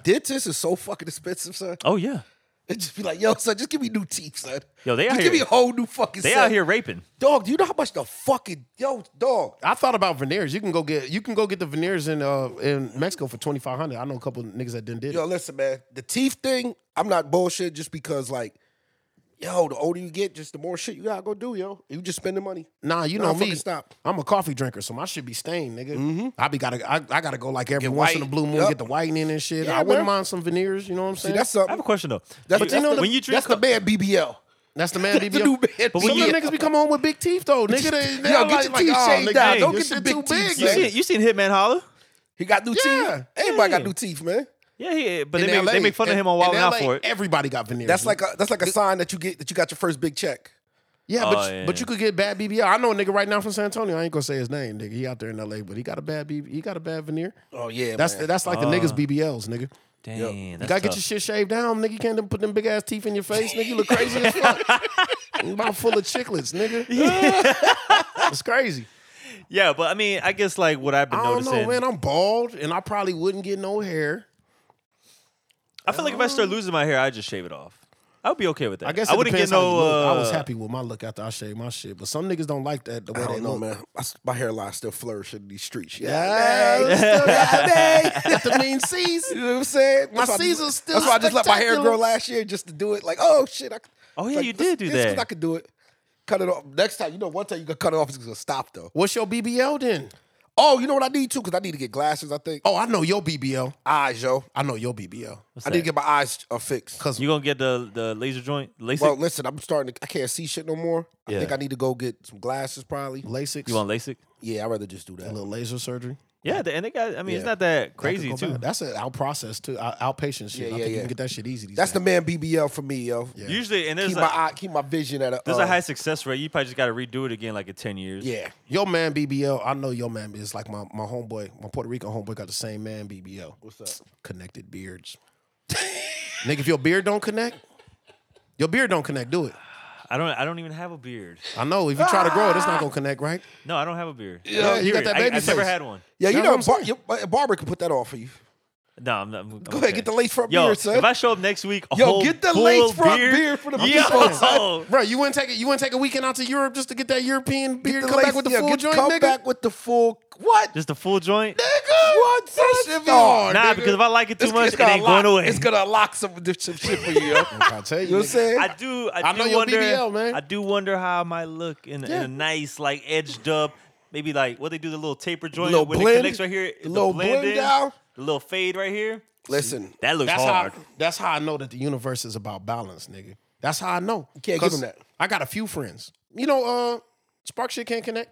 dentist is so fucking expensive, son.
Oh yeah.
It just be like, yo, son, just give me new teeth, son.
Yo, they
just
out
give me
here-
a whole new fucking.
They
set.
out here raping.
dog. Do you know how much the fucking yo, dog?
I thought about veneers. You can go get you can go get the veneers in uh in Mexico for twenty five hundred. I know a couple of niggas that didn't did it.
Yo, listen, man. The teeth thing, I'm not bullshit just because, like, yo, the older you get, just the more shit you gotta go do, yo. You just spending money.
Nah, you
Nah,
know
fucking
me.
stop.
I'm a coffee drinker, so my shit be stained, nigga.
Mm-hmm.
I be gotta I, I gotta go like every once in a
white.
blue moon,
Yup.
get the whitening and shit.
Yeah,
I wouldn't
man.
mind some veneers, you know what I'm
See,
saying?
that's
I have a
something.
question though.
That's,
But
that's
you know
the,
when you drink
that's the
co-
man BBL.
that's the man
That's
BBL.
the new man.
But
Some
when
of
you-
them niggas be coming home with big teeth though, nigga. They, they
Yo,
all
get
like,
your
like, oh,
teeth
"Aw,
shaved
nigga,
down. Don't
your
get the
shit
big
too
teeth,
big,
you
man.
nigga."
seen you seen Hitman Holler?
he got new
Yeah.
teeth. Everybody
Yeah.
got new teeth, man.
Yeah, yeah. But
In
they make,
LA,
they make fun
in-
of him on
in
Wild and Out
LA,
for it.
Everybody got veneers.
That's
Mhm.
like
nigga.
a that's like a sign that you get that you got your first big check.
yeah, but
Oh, yeah.
but you could get bad BBL. I know a nigga right now from San Antonio. I ain't gonna say his name, nigga. He out there in L.A., but he got a bad BB. He got a bad veneer.
Oh yeah,
That's that's like the
Uh.
niggas BBLs, nigga.
Dang,
You
that's
gotta
tough.
get your shit shaved down, nigga. You can't then put them big ass teeth in your face, nigga. You look crazy as fuck. Your Mouth full of chiclets, nigga. it's crazy.
Yeah, but I mean, I guess like what I've been
I don't
noticing.
know, man. I'm bald, and I probably wouldn't get no hair.
I feel like if I start losing my hair, I just shave it off. I would be okay with that.
I guess it
I wouldn't get
depends how you
no.
look.
Uh,
I was happy with my look after I shaved my shit, but some niggas don't like that the way
I
they
don't know,
look.
man. My, my hairline still flourishing in these streets.
Yeah,
man.
it's still got me. Got the mean C's.
You know what I'm saying?
My
why I
Caesar's
just-
still
That's why I just let my hair grow
spectacular.
last year just to do it. Like, oh shit! I, c-
Oh, yeah,
like,
you
this-
did do
this 'cause
that.
I could do it. Cut it off next time. You know, one time you gonna cut it off. It's gonna stop though.
What's your BBL then?
Oh, you know what I need too? Because I need to get glasses. I think
Oh, I know your BBL.
eyes, yo.
I know your BBL.
what's
I need to
that?
get my eyes uh, fixed.
Cause
You gonna get the the laser joint? LASIK?
Well, listen, I'm starting. to I can't see shit no more. I
Yeah.
think I need to go get some glasses, probably.
LASIK,
you want LASIK?
Yeah, I'd rather just do
a
that.
little laser surgery.
Yeah, the- and they got. I mean, it's
Yeah.
not that
I could
crazy
go
too.
back. That's an out process too, out, outpatient
Yeah,
shit. I
yeah,
think you
yeah.
can get that shit easy. These
That's the
days.
man BBL for me, yo.
Yeah.
Usually, and there's
Keep
a,
my eye, keep my vision at a.
there's
uh,
a high success rate. You probably just got to redo it again, like in ten years.
Yeah,
your man BBL. I know your man is like my my homeboy, my Puerto Rican homeboy got the same man BBL. What's up? Connected beards. Nigga, if your beard don't connect, your beard don't connect. Do it.
I don't. I don't even have a beard.
I know if you try to grow it, it's not gonna connect, right?
No, I don't have a beard.
Yeah, you got
Period.
that
I,
baby
I've never
face.
had one.
Yeah, you
That's
know,
what I'm
bar,
saying.
your, uh, barber can put that on for you.
No, I'm not. Go
ahead, get the lace front
Yo,
beard, son.
If I show up next week, a
Yo,
whole
get the
full
lace front
beard,
beard for the people,
Yo,
Bro, you wouldn't take it. You wouldn't take a weekend out to Europe just to get that European beard.
The
Come
lace-
back with the
yeah,
full
get-
joint,
come
nigga.
back with the full. What?
just a full joint.
Nigga, what? That shit be hard,
Nah,
nigga.
because if I like it too much, it ain't
unlock-
going away.
It's gonna unlock some, some shit for you. Yo. you know what
I tell you,
I'm
nigga.
saying?
I do. I,
I
do
know your
wonder,
BBL, man.
I do wonder how I might look in, in a nice, like edged up, maybe like what they do the little taper joint
Little
when
blend.
it connects right here, the
Little blend
in,
down.
the little fade right here.
Listen,
That looks
That's
hard.
how. That's how I know that the universe is about balance, nigga. That's how I know.
can't give
'Cause
them that.
I got a few friends. You know, uh, Spark shit can't connect.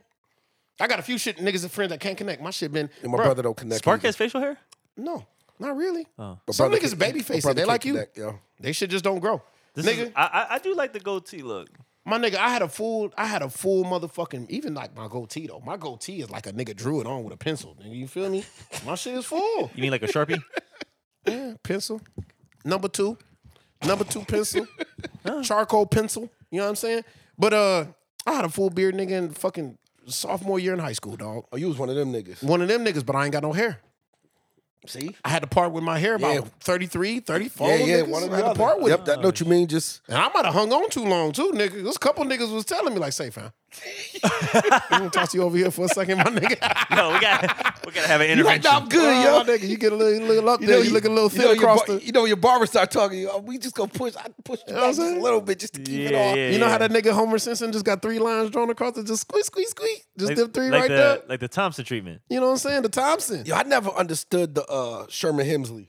I got a few shit niggas and friends that can't connect. My shit been.
and my
bruh,
brother don't connect.
Spark
either.
has facial hair.
No, not really.
My
Some
brother
niggas
can't-
baby
my
faced.
brother
They
can't
like you.
connect, yo.
They shit just don't grow.
This
nigga,
is, I, I I do like the goatee look.
my nigga, I had a full, I had a full motherfucking, even like my goatee though. My goatee is like a nigga drew it on with a pencil. Nigga, you feel me? My shit is full.
You mean like a sharpie?
pencil. Number two. Number two pencil. Charcoal pencil. You know what I'm saying? But uh I had a full beard nigga in fucking sophomore year in high school, dog.
Oh, you was one of them niggas.
One of them niggas, but I ain't got no hair.
See?
I had to part with my hair about
Yeah.
33, 34.
Yeah, yeah.
niggas.
One of
I
the
had to
other.
part with
Yep,
it.
that know what you mean. Just
And I might have hung on too long too, nigga. There's a couple niggas was telling me, like, say fam. I'm gonna toss you over here for a second, my nigga.
no, we got we gotta have an
you like,
intervention.
nah, I'm good,
Oh,
yo.
my nigga, you get a little, little up there, you, look a little thin
you know, your
across
bar-
the
You know, your barber start talking. You, oh, we just gonna push. I can push you
know
back
what I'm
just a
saying?
little bit just to keep it
Yeah,
off.
yeah.
You know how that nigga Homer Simpson just got three lines drawn across it, just squeeze, squeeze, squeeze, just
like,
them three
like
right
the,
there.
Like the Thompson treatment.
You know what I'm saying? The Thompson.
Yo, I never understood the uh, Sherman Hemsley.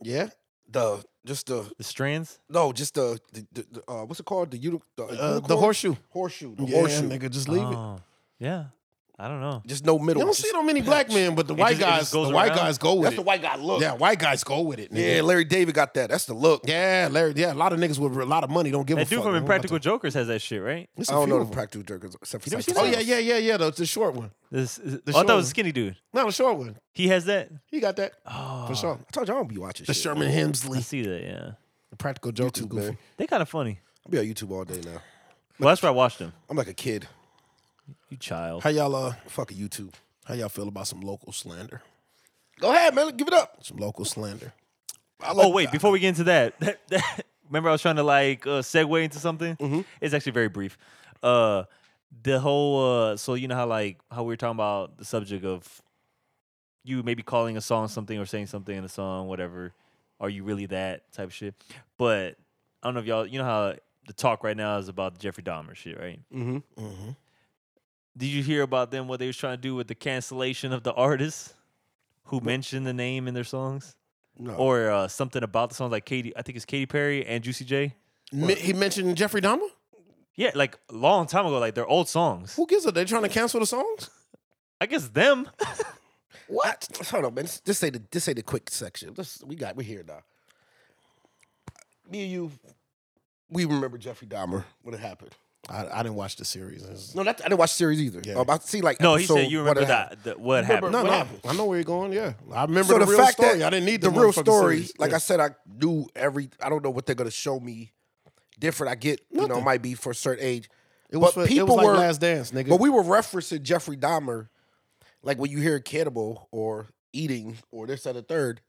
Yeah.
The just the
The strands.
no, just the, the, the, the uh, what's it called? The, uni- the,
Uh, the
unicorn?
horseshoe.
Horseshoe. The
Yeah,
horseshoe. Uh,
nigga, just leave it.
Oh, yeah. I don't know.
Just no middle.
You don't
Just-
see no many black men, but the white
just- it
guys,
just
the
goes
white
around?
guys go with
That's
it.
the white guy look.
yeah, white guys go with it.
Yeah,
Nigga.
Larry David got that. That's the look.
Yeah, Larry. Yeah, a lot of niggas with a lot of money don't give a
That
fuck.
dude from
man.
Impractical Jokers has that shit, right?
It's
I
a
don't
few
know
of
the
them.
practical jokers except for
never
Psycho
seen
Oh
Circus.
yeah, yeah, yeah, yeah. The, the short one.
This, oh, I
short
thought it
one.
was skinny dude.
No, the short one.
He has that.
He got that for sure.
I told you I don't be watching
The
shit.
Sherman
I
Hemsley.
see that. Yeah,
The practical joke is
YouTube,
goofy.
man.
they kind of funny.
I be on YouTube all day now.
Well, that's where I watched them.
I'm like a kid.
You child.
How y'all uh?
Fucking YouTube.
How y'all feel about some local slander?
Go ahead, man. Give it up.
Some local slander.
I like
Oh wait, before we get into that, that, that- remember I was trying to like uh, segue into something.
Mm-hmm.
It's actually very brief. Uh, the whole uh, so you know how like how we were talking about the subject of you maybe calling a song something or saying something in a song, whatever. Are you really that type of shit? But I don't know if y'all you know how the talk right now is about the Jeffrey Dahmer shit, right?
Mm-hmm.
Did you hear about them what they was trying to do with the cancellation of the artists who mentioned the name in their songs?
No.
Or uh, something about the songs like Katy I think it's Katy Perry and Juicy J.
Mi- he mentioned Jeffrey Dahmer.
Yeah, like a long time ago, like their old songs.
Who gives a? They trying to cancel the songs?
I guess them.
What? Hold on, man. This, this ain't the this ain't the quick section. This, we got we're here now. Me and you, we remember Jeffrey Dahmer when it happened.
I, I didn't watch the series. It's-
No, that, I didn't watch the series either.
Yeah.
Um, I see like
no, he
episode
said you
one and a
remember
half.
that, that what
Remember-
happened.
no,
What
no.
happened?
I know where you're going. Yeah, I remember
So
the,
the,
real
fact
story.
that
I didn't need
the
this
real
motherfucking
story.
series.
Like
Yeah.
I said, I knew every. I don't know what they're gonna show me. Different. I get. You know, it might be for a certain age.
it was,
but
for,
people
it was like
were-
Last Dance, nigga.
But we were referencing Jeffrey Dahmer, like when you hear cannibal or eating or this that, and the third,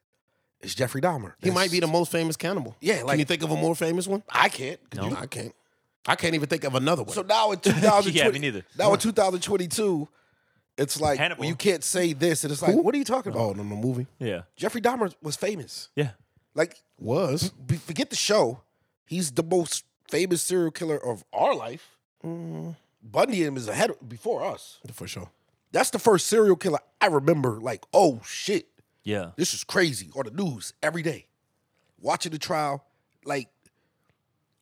it's Jeffrey Dahmer.
he might be the most famous cannibal.
Yeah, like-
can you think of a more famous one?
I can't.
No.
I can't. I can't even think of another one.
So now in 2020,
Yeah, me neither.
Now in 2022, it's like
Hannibal.
well, you can't say this, and it's like, what are you talking about?
oh, no, no movie
Yeah.
Jeffrey Dahmer was famous.
Yeah.
Like,
was.
be- forget the show. He's the most famous serial killer of our life. Bundy was ahead before us.
For sure.
That's the first serial killer I remember. Like, oh shit,
Yeah.
this is crazy on the news every day. Watching the trial, like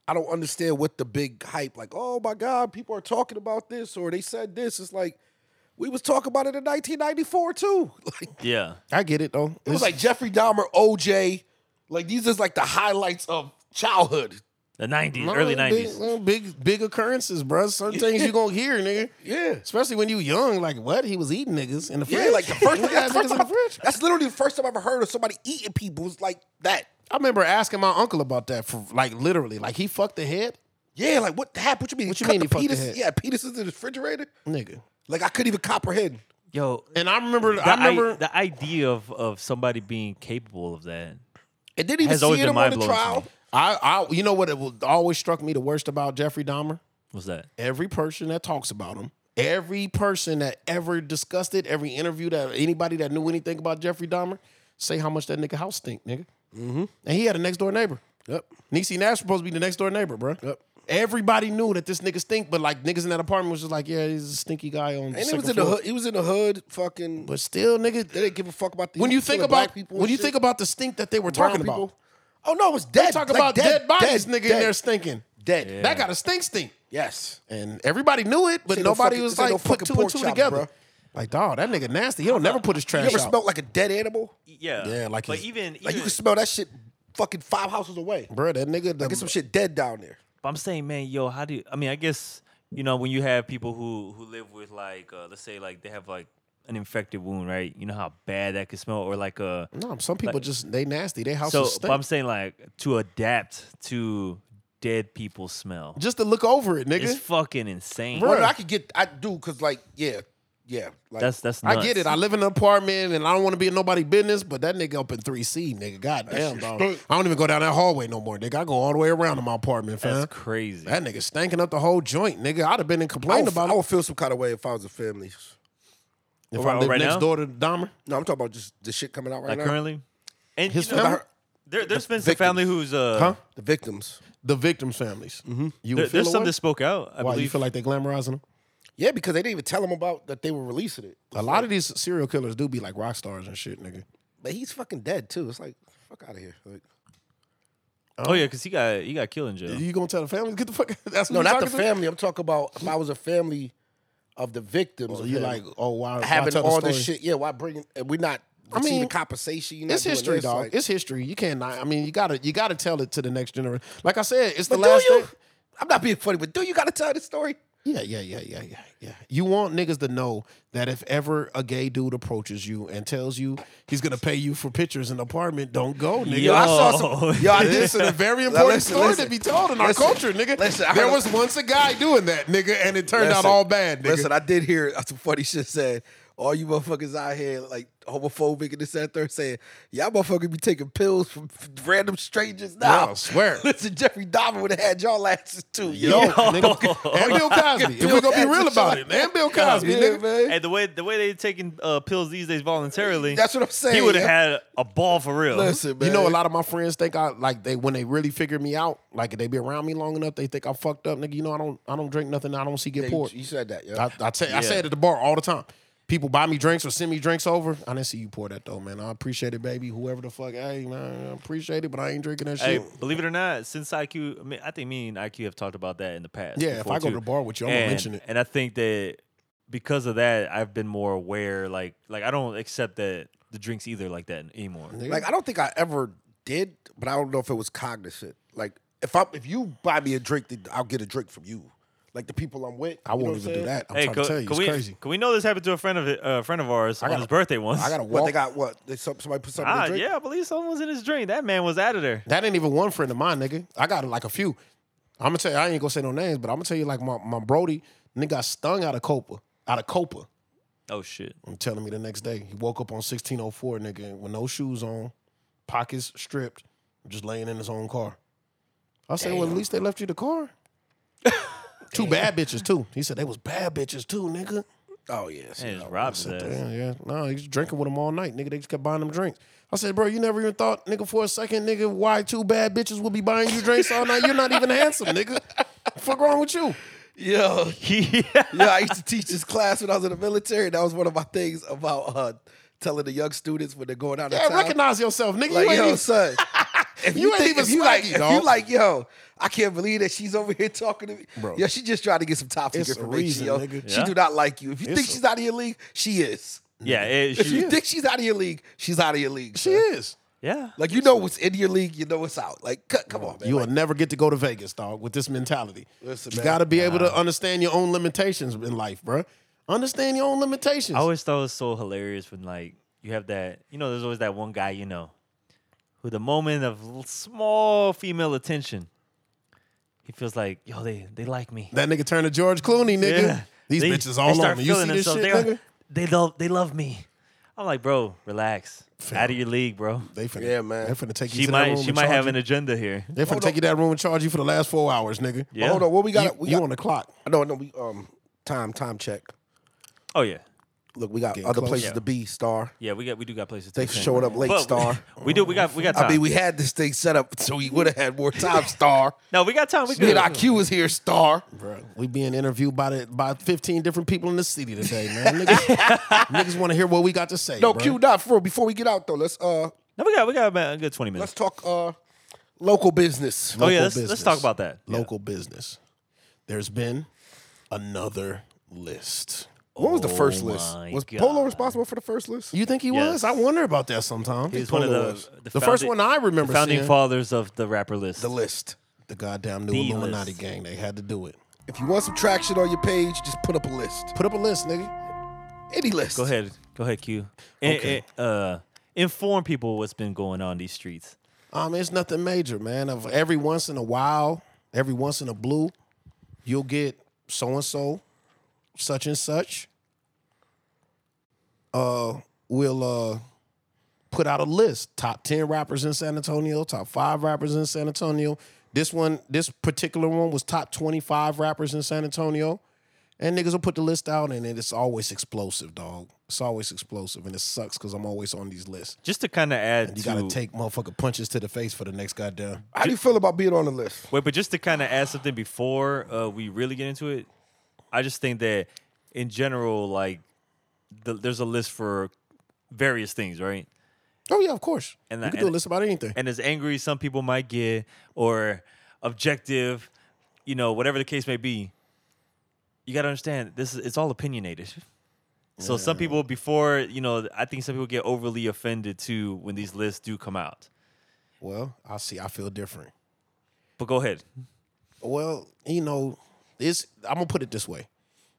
I don't understand what the big hype. Like, oh my God, people are talking about this or they said this. It's like we was talking about it in 1994 too. Like
Yeah.
I get it though.
it was like Jeffrey Dahmer, OJ. Like these is like the highlights of childhood.
The nineties, early nineties.
Big, big, big occurrences, bruh. Some things you gonna hear, nigga.
Yeah.
Especially when you young, like what he was eating niggas in the fridge.
Yeah, like the first,
Niggas
that's,
had niggas
first
in
time
the
I-
fridge.
that's literally the first time I ever heard of somebody eating people was like that.
I remember asking my uncle about that for like literally, like he fucked the head
Yeah, like what happened? What you mean?
What you
cut
mean he
the
fucked the
penis?
head?
Yeah, penises in the refrigerator.
nigga.
Like I couldn't even comprehend.
Yo,
And I remember,
the,
I
I-
remember,
the idea of, of somebody being capable of that.
It didn't even
Has always
see
been
him on the
mind-blowing to
trial.
me.
I, I, you know what? It was, always struck me the worst about Jeffrey Dahmer.
What's that?
Every person that talks about him, every person that ever discussed it, every interview that anybody that knew anything about Jeffrey Dahmer, say how much that nigga house stink, nigga. Mm-hmm. And he had a next door neighbor.
Yep.
Niecy Nash supposed to be the next door neighbor, bro.
Yep.
Everybody knew that this nigga stink, but like niggas in that apartment was just like, yeah, he's a stinky guy on. the
And it was
second
in the
floor.
hood. He was in the hood. Fucking.
But still, nigga,
they didn't give a fuck about the.
when you
he was
think
killing
about
black people.
when you think about the stink that they were talking about,
people. Oh no, it was dead.
they talk
Like,
about dead, bodies,
dead,
nigga,
dead,
and they're stinking.
dead.
That got a stink stink.
Yes.
And everybody knew it, but
ain't no
nobody
fucking-
was
this ain't
like
no
put
fucking
two and
pork
two
chop,
together.
bruh.
Like, dog, that nigga nasty. He'll never put his
You
trash
ever
out.
smelled like a dead animal?
Yeah,
Yeah, like
but
his-
even,
Like you
even-
can smell that shit fucking five houses away.
Bruh, that nigga. The,
Get some shit dead down there.
But I'm saying, man, yo, how do you, I mean? I guess you know when you have people who who live with like, uh, let's say, like they have like an infected wound, right? You know how bad that could smell, or like a
No, some people
Like-
just they nasty. They house
so.
stink.
But I'm saying like to adapt to dead people smell.
just to look over it, nigga.
It's fucking insane.
Well,
Bruh.
no, I could get. I do because like yeah, yeah. Like
That's that's nuts.
I get it. I live in an apartment and I don't want to be in nobody's business, but that nigga up in 3C, nigga. God damn, dog. I don't even go down that hallway no more, nigga. I go all the way around to my apartment, fam.
that's crazy.
That nigga stanking up the whole joint, nigga. I'd have been in
I
Oh,
complaint
would,
about
I
it
would feel some kind of way if I was a family.
if
Right-
I lived
right
next
now?
door to Dahmer.
No, I'm talking about just the shit coming out right
like
now.
currently, and
His
you know,
family?
there, there's been some
victims.
family who's uh,
Huh?
the victims.
The victims' families. Mm-hmm. You would
there-
feel
there's some
away?
that spoke out. I
Why you
believe.
feel like they glamorizing them?
Yeah, because they didn't even tell him about that they were releasing it.
A lot of these serial killers do be like rock stars and shit, nigga.
But he's fucking dead too. It's like fuck out of here. Like,
oh yeah, because he got he got killed in jail.
You gonna tell the family get the fuck? That's
no,
who you
not the
talking to?
family. I'm talking about if I was a family of the victims.
So
of
you
him,
like, oh why why
having
tell the
all this
story?
shit. Yeah, why bringing? And we're not.
I
I mean,
mean,
compensation. You're not
It's
doing
history,
this,
dog.
like-
it's history. You can't. not- I mean, you gotta you gotta tell it to the next generation. Like I said, it's the
but
last
do you?
thing.
I'm not being funny, but do you got to tell this story?
Yeah, yeah, yeah, yeah, yeah, yeah. You want niggas to know that if ever a gay dude approaches you and tells you he's gonna pay you for pictures in the apartment, don't go, nigga.
Yo, I saw some-
Yo, I did some a very important
listen,
story
listen.
to be told in our
Listen,
culture, nigga.
listen, I
there
heard-
was once a guy doing that, nigga, and it turned out
Listen,
all bad, nigga.
Listen, I did hear some funny shit said. All you motherfuckers out here, like homophobic and this and that, third, saying y'all motherfuckers be taking pills from random strangers now.
I swear.
Listen, Jeffrey Dahmer would have had y'all asses too. Yo,
Yo, nigga. And Bill Cosby. if we're gonna be real about it, and Bill Cosby,
Yeah,
nigga.
man.
And the way the way they taking uh, pills these days voluntarily,
That's what I'm saying.
He would have
yeah.
had a ball for real.
Listen, man.
You know, a lot of my friends think I like they when they really figure me out. Like if they be around me long enough, they think I fucked up, nigga. You know, I don't, I don't drink nothing. I don't see get
Yeah, you,
poured.
you said that. Yeah.
I, I, say, I say it at the bar all the time. People buy me drinks or send me drinks over. I didn't see you pour that though, man. I appreciate it, baby. Whoever the fuck, hey man, I appreciate it, but I ain't drinking that
Hey,
shit.
believe it or not, since IQ, I mean, I think me and IQ have talked about that in the past.
Yeah, if
before,
I go to
too.
the bar with you, I'm gonna
and,
mention it.
And I think that because of that, I've been more aware. Like, like I don't accept that the drinks either like that anymore.
Like I don't think I ever did, but I don't know if it was cognizant. Like if I if you buy me a drink, then I'll get a drink from you. Like the people I'm with,
I
you know what I'm
won't even do
saying?
that. I'm
hey,
trying
co-
to tell you,
can
it's
we
crazy.
can we know this happened to a friend of a uh, friend of ours on
gotta-
his birthday once?
I gotta walk.
What they got? What they, some, somebody put something in
ah,
the drink?
yeah, I believe someone was in his drink. That man was out of there.
That ain't even one friend of mine, nigga. I got like a few. I'm gonna tell you, I ain't gonna say no names, but I'm gonna tell you, like my, my Brody, nigga got stung out of Copa, out of Copa.
Oh shit!
I'm telling me the next day, he woke up on 1604, nigga, with no shoes on, pockets stripped, just laying in his own car. I said, well, at least they left you the car. Two bad bitches too. He said they was bad bitches too, nigga.
Oh yes.
Man, just robbed his ass.
Yeah, yeah. No, he was drinking with them all night, nigga. They just kept buying them drinks. I said, bro, you never even thought, nigga, for a second, nigga, why two bad bitches would be buying you drinks all night? You're not even handsome, nigga. Fuck wrong with you?
Yo,
yeah.
yo, I used to teach this class when I was in the military. That was one of my things about uh, telling the young students when they're going out of
Yeah,
town.
recognize yourself, nigga.
like,
you ain't
yo,
even,
son. If
You
you,
ain't
think,
even
if you like,
swaggy,
if you
dog.
like, yo, I can't believe that she's over here talking to me.
Bro.
Yo, she just trying to get some top secret
It's a
information,
reason,
yo.
nigga.
She
Yeah.
do not like you. If you
It's
think
a-
she's out of your league, she is.
Yeah, it-
If
she-
you think she's out of your league, she's out of your league.
she
son.
is.
yeah.
Like you know what's in your league, you know what's out. Like, c- come on, man.
You
Like,
will never get to go to Vegas, dog, with this mentality.
Listen,
you
man.
got to be able to understand your own limitations in life, bro. Understand your own limitations.
I always thought it was so hilarious when like you have that you know there's always that one guy you know who the moment of l- small female attention he feels like, yo, they they like me.
That nigga turned to George Clooney, nigga. These
They-
bitches
they
all
start
on me. You see
feeling
this shit,
themselves.
nigga?
they, are- they love they love me. I'm like, bro, relax. Out of your league, bro.
They finna,
Yeah, man.
They finna take you
She
to that
might
room
she
and
might
charge
have
you-
an agenda here.
They finna take you to that room and charge you for the last four hours, nigga.
Yeah.
Hold on, what we got?
You,
we
you
got,
on the clock.
no, no, we um time time check.
Oh yeah.
Look, we got
Getting
other
close.
places
Yeah.
to be. Star,
Yeah, we got we do got places. to
thanks for
attend.
showing up late,
But we-
Star.
We do. We got we got time.
I mean, we had this thing set up so we would have had more time, Star.
no, we got time. We
Me
good.
and IQ is here, Star.
Bro, we being interviewed by the, by 15 different people in the city today, man. Niggas, niggas want to hear what we got to say.
No,
bro.
Q, not for real. Before we get out though, let's uh
No, we got we got about a good twenty
let's talk
minutes.
uh local business.
oh
local
yeah, let's, let's
business.
talk about that. Yeah.
Local business. There's been another list.
What was the first
Oh
list?
my
Was
God.
Polo responsible for the first list?
You think he
Yes.
was? I wonder about that sometimes.
He's one of
Polo
the
was.
the,
the, first
founding-
one I remember
the founding
seeing.
fathers of the rapper list.
The list.
the goddamn new
The
Illuminati
list.
gang. They had to do it.
If you want some traction on your page, just put up a list.
Put up a list, nigga.
Any list.
Go ahead, go ahead, Q. And,
Okay.
and, uh, inform people what's been going on these streets.
Um, it's nothing major, man. Of every once in a while, every once in a blue, you'll get so and so, such and such. Uh, we'll uh put out a list: top ten rappers in San Antonio, top five rappers in San Antonio. This one, this particular one, was top twenty-five rappers in San Antonio. And niggas will put the list out, and it's always explosive, dog. It's always explosive, and it sucks because I'm always on these lists.
Just to kind of add
You
to
gotta take motherfucker punches to the face for the next goddamn.
How do you feel about being on the list?
Wait, but just to kind of add something before uh, we really get into it, I just think that in general, like, the, there's a list for various things, right?
Oh yeah, of course.
And
And
the-
you can do a
and-
list about anything.
And as angry as some people might get, or objective, you know, whatever the case may be, you got to understand this is it's all opinionated. So some people before, you know, I think some people get overly offended too when these lists do come out.
well, I see. I feel different.
But go ahead.
Well, you know, it's. I'm gonna put it this way.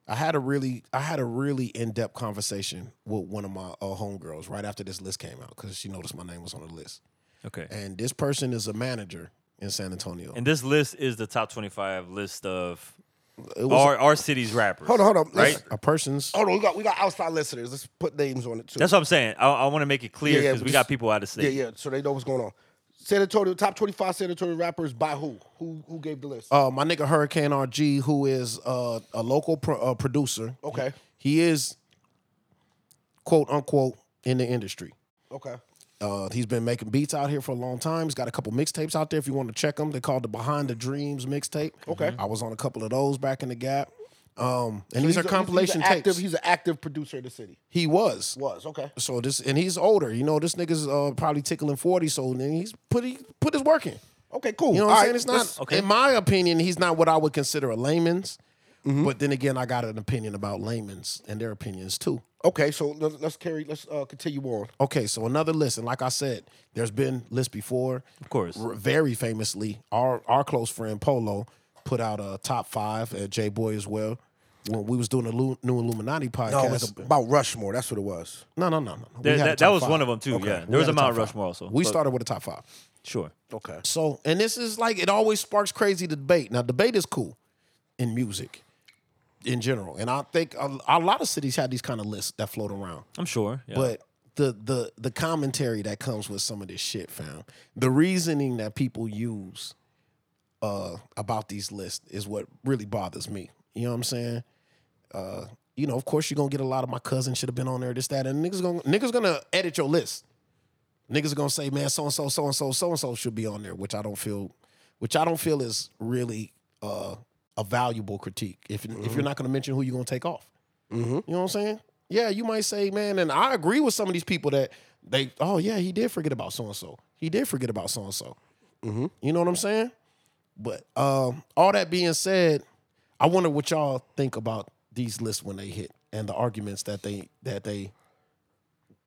I had a really, I had a really in-depth conversation with one of my uh, homegirls right after this list came out because she noticed my name was on the list.
Okay.
And this person is a manager in San Antonio.
And this list is the top 25 list of
it was
our, our city's rappers.
Hold on, hold on. Let's-
Right?
a person's.
Hold on, we got we got outside listeners. Let's put names on it too.
That's what I'm saying. I, I want to make it clear
Yeah, yeah,
because we
but
got
just-
people out of
yeah,
state.
yeah. So they know what's going on. San Antonio top twenty five San Antonio rappers by who? Who who gave the list?
Uh, my nigga Hurricane RG, who is uh, a local pro- uh, producer.
Okay.
he is quote unquote in the industry.
Okay.
Uh, he's been making beats out here for a long time. He's got a couple mixtapes out there if you want to check them. They're called the Behind the Dreams mixtape.
Okay.
I was on a couple of those back in the gap. Um, and these
He's
are
a- he's-
compilation
he's an active,
tapes.
He's an active producer in the city.
he was.
Was okay.
So this and he's older. You know, this nigga's uh, probably tickling 40, so then he's put he put his work in.
Okay, cool.
You know
All
what I'm
right,
saying? It's
let's-
not in my opinion, he's not what I would consider a layman's.
Mm-hmm.
But then again, I got an opinion about layman's and their opinions too.
Okay, so let's, let's carry. Let's uh, continue on.
Okay, so another list, and like I said, there's been lists before.
Of course.
R- very famously, our our close friend Polo put out a top five at J Boy as well. When we was doing the Lu- new Illuminati
No, it's
podcast,
about Rushmore. That's what it was.
no, no, no, no. We
There-
had a
that, that
top
was
five.
one of them too. Yeah.
We
There was
had
a Mount
top five.
Rushmore also.
We
but-
started with a top five.
Sure.
Okay.
So, and this is like it always sparks crazy debate. Now, debate is cool in music, in general, and I think a, a lot of cities have these kind of lists that float around.
I'm sure. Yeah.
but the the the commentary that comes with some of this shit, fam. The reasoning that people use uh about these lists is what really bothers me. You know what I'm saying? Uh, you know, of course you're gonna get a lot of my cousins should have been on there, this, that, and niggas gonna niggas gonna edit your list. Niggas gonna say, man, so and so, so and so, so and so should be on there, which I don't feel which I don't feel is really uh a valuable critique. If if you're not gonna mention who you're gonna take off. You know what I'm saying? Yeah, you might say, man, and I agree with some of these people that they, oh yeah, he did forget about so and so. He did forget about so and so. You know what I'm saying? But um, all that being said, I wonder what y'all think about these lists when they hit and the arguments that they that they.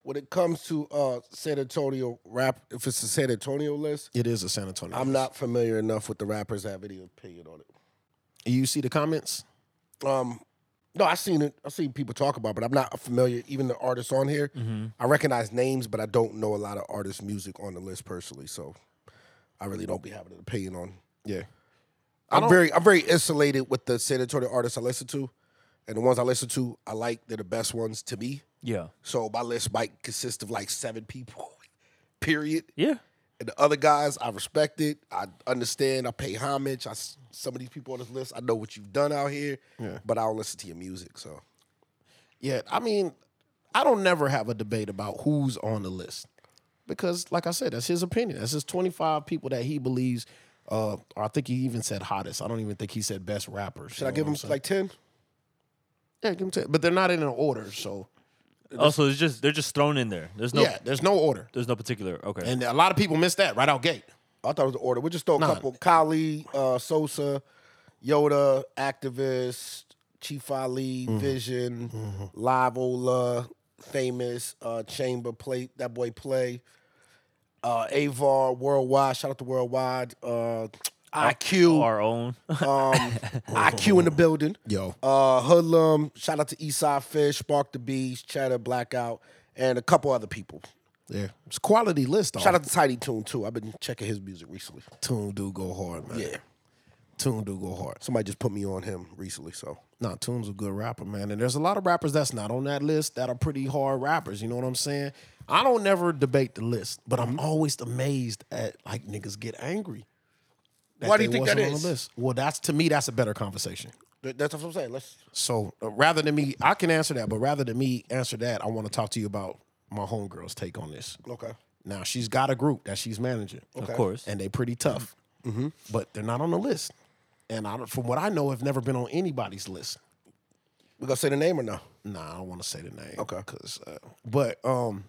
When it comes to uh, San Antonio rap, if it's a San Antonio list,
It is a San Antonio.
I'm
list.
not familiar enough with the rappers to have any opinion on it.
You see the comments?
Um, no, I've seen it. I've seen people talk about, it, but I'm not familiar. Even the artists on here, I recognize names, but I don't know a lot of artists' music on the list personally. So, I really don't be having an opinion on
Yeah.
I'm very I'm very insulated with the San Antonio artists I listen to, and the ones I listen to I like they're the best ones to me.
Yeah.
So my list might consist of like seven people, period.
Yeah.
And the other guys I respect it, I understand, I pay homage. I s- some of these people on this list I know what you've done out here, but I don't listen to your music. So
Yeah, I mean, I don't never have a debate about who's on the list because, like I said, that's his opinion. That's his 25 people that he believes, uh, or I think he even said hottest. I don't even think he said best rappers.
should I give them like ten?
yeah, give him 10, but they're not in an order. So,
Also, it's just they're just thrown in there. There's no
yeah, there's no order.
there's no particular. Okay.
And a lot of people miss that right out gate.
I thought it was the order. We just throw a
Nah.
couple: Kali, uh, Sosa, Yoda, activist, Chief Ali, Vision, Live Ola, famous uh, Chamber play that boy play, uh, Avar, Worldwide. Shout out to Worldwide. Uh, IQ,
our own.
um, IQ in the building.
Yo.
Uh, Hoodlum. Shout out to Eastside Fish, Spark the Bees, Cheddar, Blackout, and a couple other people.
Yeah, it's a quality list. Though.
Shout out to Tidy Tune too. I've been checking his music recently.
Tune do go hard, man.
Yeah.
Tune do go hard.
Somebody just put me on him recently, so
Nah, Toon's a good rapper, man. And there's a lot of rappers that's not on that list that are pretty hard rappers. You know what I'm saying? I don't never debate the list, but I'm always amazed at like niggas get angry. that
Why do you
they
think
wasn't
that
on the
is?
list. Well, that's to me, that's a better conversation.
Th- That's what I'm saying. Let's
So uh, rather than me, I can answer that, but rather than me answer that, I want to talk to you about my homegirl's take on this.
okay.
Now she's got a group that she's managing,
Of course.
and they pretty tough,
Mm-hmm.
but they're not on the list. And I, don't- from what I know, have never been on anybody's list.
We gonna say the name or no?
Nah, I don't want to say the name.
Okay.
Cause, uh, but um,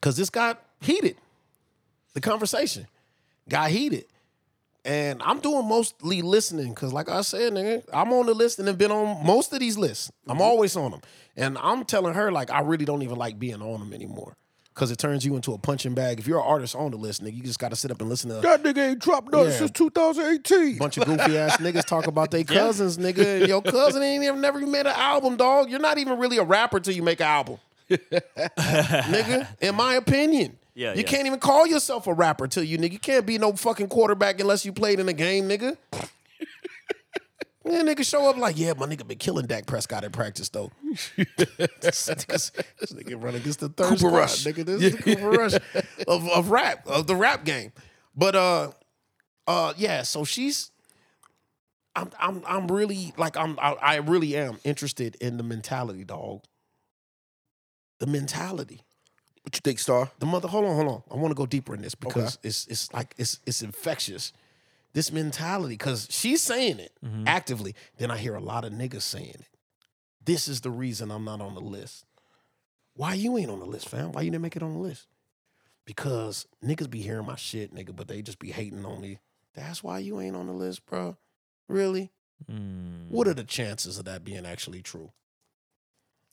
cause this got heated. The conversation got heated, and I'm doing mostly listening. Cause like I said, nigga, I'm on the list and have been on most of these lists. I'm always on them, and I'm telling her like I really don't even like being on them anymore. Cause it turns you into a punching bag. If you're an artist on the list, nigga, you just got to sit up and listen to
That nigga ain't dropped nothing
Yeah.
since 2018.
bunch of goofy ass niggas talk about their cousins, nigga. Your cousin ain't even never even made an album, dog. You're not even really a rapper till you make an album. nigga, in my opinion.
Yeah,
you
yeah.
can't even call yourself a rapper till you nigga. You can't be no fucking quarterback unless you played in a game, nigga. Yeah, nigga show up like, yeah, my nigga been killing Dak Prescott at practice though. this, nigga's- this nigga running against the third squad,
Rush.
nigga. This is the Cooper Rush of, of rap, of the rap game. But uh uh yeah, so she's I'm I'm I'm really like I'm I, I really am interested in the mentality, dog. The mentality.
What you think, Star?
The mother hold on, hold on. I want to go deeper in this because it's it's like it's it's infectious. This mentality, because she's saying it
Mm-hmm.
actively. Then I hear a lot of niggas saying it. This is the reason I'm not on the list. Why you ain't on the list, fam? Why you didn't make it on the list? Because niggas be hearing my shit, nigga, but they just be hating on me. That's why you ain't on the list, bro. Really?
Mm.
What are the chances of that being actually true?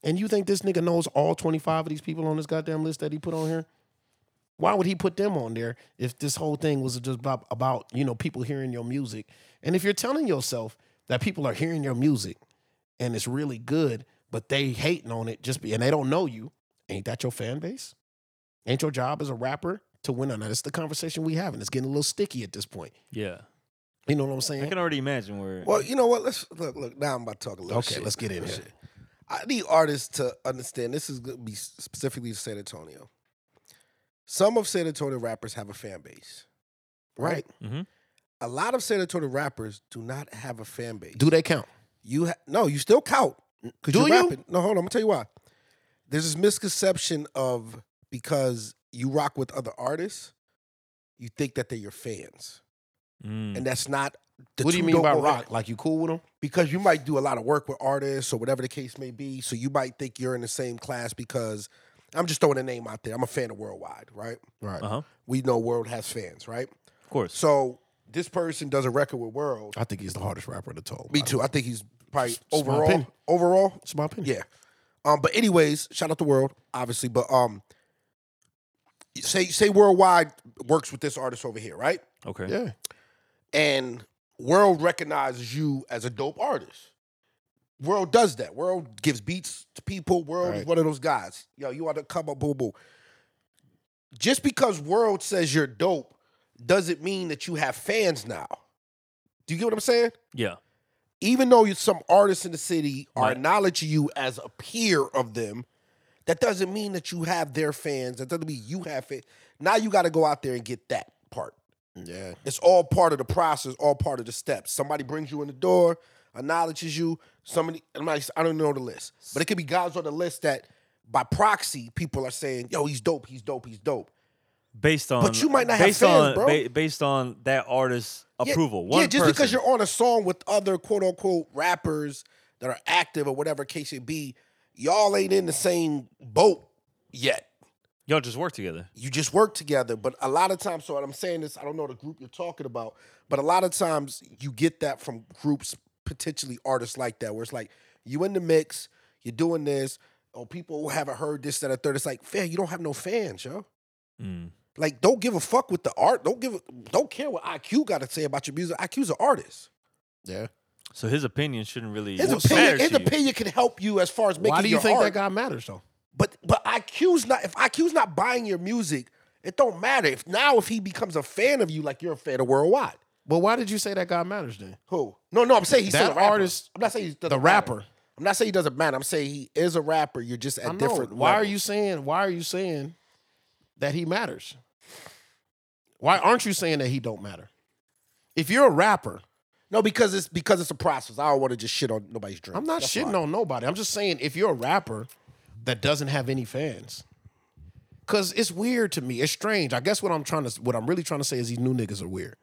And you think this nigga knows all 25 of these people on this goddamn list that he put on here? Why would he put them on there if this whole thing was just about, about you know, people hearing your music? And if you're telling yourself that people are hearing your music and it's really good, but they hating on it just be, and they don't know you, ain't that your fan base? Ain't your job as a rapper to win on that? It's the conversation we having. It's getting a little sticky at this point.
Yeah.
You know what I'm
I
saying?
can already imagine where.
Well, you know what? Let's look. Look, now I'm about to talk a little.
Okay,
shit.
let's get in here.
Shit. I need artists to understand. This is gonna be specifically to San Antonio. Some of San Antonio rappers have a fan base, right?
Mm-hmm.
Mhm.
A lot of San Antonio rappers do not have a fan base.
Do they count?
You ha- no, you still count because
Do
you're
you?
rapping. No, hold on. I'm gonna tell you why. There's this misconception of because you rock with other artists, you think that they're your fans,
Mm.
and that's not. The
what do you
two
mean
don't
by
go hand-
rock? Like you cool with them?
Because you might do a lot of work with artists or whatever the case may be, so you might think you're in the same class because I'm just throwing a name out there. I'm a fan of Worldwide, right?
Right.
uh huh.
We know World has fans, right?
Of course.
So this person does a record with World.
I think he's the hardest rapper to told.
Me too. I think he's probably
my
overall
opinion.
overall
It's my opinion.
Yeah. Um, but anyways, shout out the world, obviously. But um, say say worldwide works with this artist over here, right?
okay.
Yeah.
And world recognizes you as a dope artist. World does that. World gives beats to people. World is
Right.
one of those guys. Yo, you ought to come up, boo boo. Just because world says you're dope doesn't mean that you have fans now. Do you get what I'm saying?
Yeah.
Even though you- some artists in the city are
Right.
acknowledging you as a peer of them, that doesn't mean that you have their fans. That doesn't mean you have it. Now you got to go out there and get that part.
Yeah.
It's all part of the process, all part of the steps. Somebody brings you in the door, acknowledges you. Somebody, I'm not- I don't know the list, but it could be guys on the list that by proxy people are saying, "Yo, he's dope, he's dope, he's dope."
Based on
you might not have
based
fans,
on,
bro.
ba- based on that artist's
Yeah,
approval. One
yeah, just because
person.
you're on a song with other quote unquote rappers that are active or whatever case it be, y'all ain't in the same boat yet.
y'all just work together.
you just work together. But a lot of times, so what I'm saying is, I don't know the group you're talking about, but a lot of times you get that from groups, potentially artists like that, where it's like you in the mix, you're doing this, or people haven't heard this, that, or third. It's like, fair, you don't have no fans, yo.
Mm.
Like, don't give a fuck with the art. Don't give, a, don't care what IQ got to say about your music. IQ's an artist.
Yeah.
So his opinion shouldn't really
His
matter
opinion,
to
his
you.
opinion can help you as far as making
Why do you
your
think
art.
that guy matters though?
But but IQ's not if IQ's not buying your music, it don't matter. If now if he becomes a fan of you, like you're a fan of worldwide.
Well, why did you say that guy matters then?
Who? No, no, I'm saying he's
That
still a rapper.
artist-
I'm not saying he's
the rapper.
I'm not saying he doesn't matter. I'm saying he is a rapper. You're just
I
at
know.
different.
Why are
levels.
you saying? Why are you saying that he matters? Why aren't you saying that he don't matter? If you're a rapper,
No, because it's because it's a process. I don't want to just shit on nobody's dream.
I'm not shitting on nobody. I'm just saying if you're a rapper that doesn't have any fans, cause it's weird to me. It's strange. I guess what I'm trying to, what I'm really trying to say is these new niggas are weird.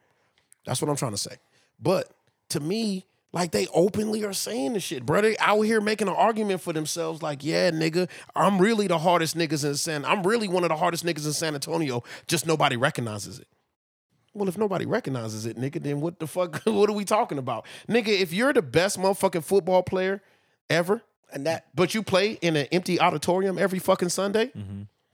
That's what I'm trying to say. But to me, like they openly are saying this shit, bro. They out here making an argument for themselves. Like, yeah, nigga, I'm really the hardest niggas in San. I'm really one of the hardest niggas in San Antonio. Just nobody recognizes it. Well, if nobody recognizes it, nigga, then what the fuck? What are we talking about, nigga? If you're the best motherfucking football player ever,
And that
but you play in an empty auditorium every fucking Sunday,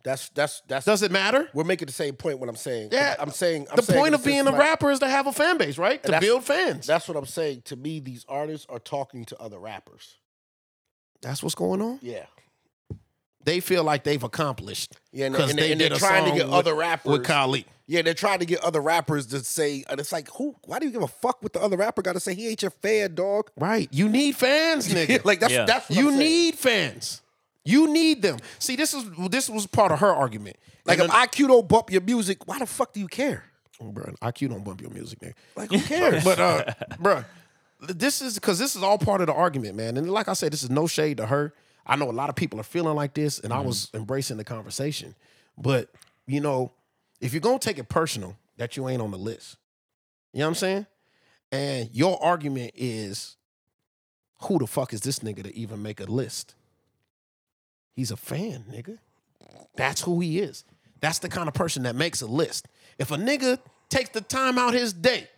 that's that's that's
does it matter?
we're making the same point. What I'm saying.
Yeah,
I'm saying I'm
the
saying
point
it's
of being
just
a
like-
rapper is to have a fan base, right? To
that's-
build fans.
That's what I'm saying. To me, these artists are talking to other rappers.
that's what's going on.
Yeah.
they feel like they've accomplished.
Yeah, and,
'Cause
and,
they
and they're
did a
trying to
song
get
with-
other rappers.
With Kali.
Yeah, they're trying to get other rappers to say, and it's like, who? Why do you give a fuck what the other rapper got to say? He ain't your fan, dog.
Right. You need fans, nigga.
like that's
Yeah.
that's what
you
I'm saying.
need fans. You need them. See, this is this was part of her argument.
Like if IQ don't bump your music, why the fuck do you care?
bro, IQ don't bump your music, nigga.
Like who cares?
but uh, bruh, this is because this is all part of the argument, man. And like I said, this is no shade to her. I know a lot of people are feeling like this, and I was embracing the conversation. But you know, if you're gonna take it personal that you ain't on the list, you know what I'm saying? And your argument is, who the fuck is this nigga to even make a list? He's a fan, nigga. That's who he is. That's the kind of person that makes a list. If a nigga takes the time out his day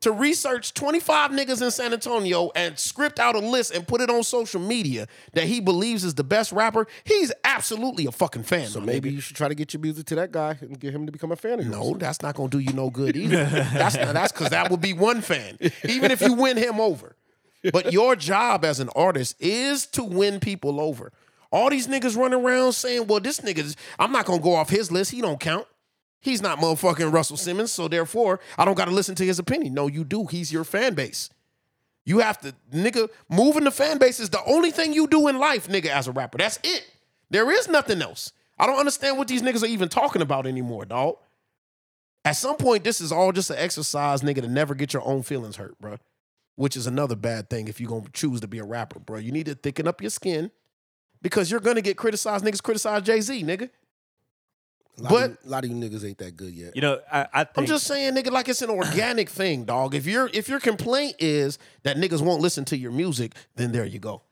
to research 25 niggas in San Antonio and script out a list and put it on social media that he believes is the best rapper, he's absolutely a fucking fan. So
Maybe you should try to get your music to that guy and get him to become a fan of yours.
no, that's not gonna do you no good either. that's not, that's because that would be one fan, even if you win him over. But your job as an artist is to win people over. All these niggas running around saying, "Well, this nigga's I'm not gonna go off his list. He don't count. He's not motherfucking Russell Simmons, so therefore I don't gotta listen to his opinion." No, you do. He's your fan base. You have to, nigga, moving the fan base is the only thing you do in life, nigga, as a rapper. That's it. There is nothing else. I don't understand what these niggas are even talking about anymore, dog. At some point, this is all just an exercise, nigga, to never get your own feelings hurt, bruh. Which is another bad thing if you're gonna choose to be a rapper, bruh. You need to thicken up your skin because you're gonna get criticized. Niggas criticize Jay Z, nigga.
A lot
But-
of, you- a lot of you niggas ain't that good yet.
You know, I, I think
I'm just saying, nigga, like it's an organic thing, dog. If your if your complaint is that niggas won't listen to your music, then there you go.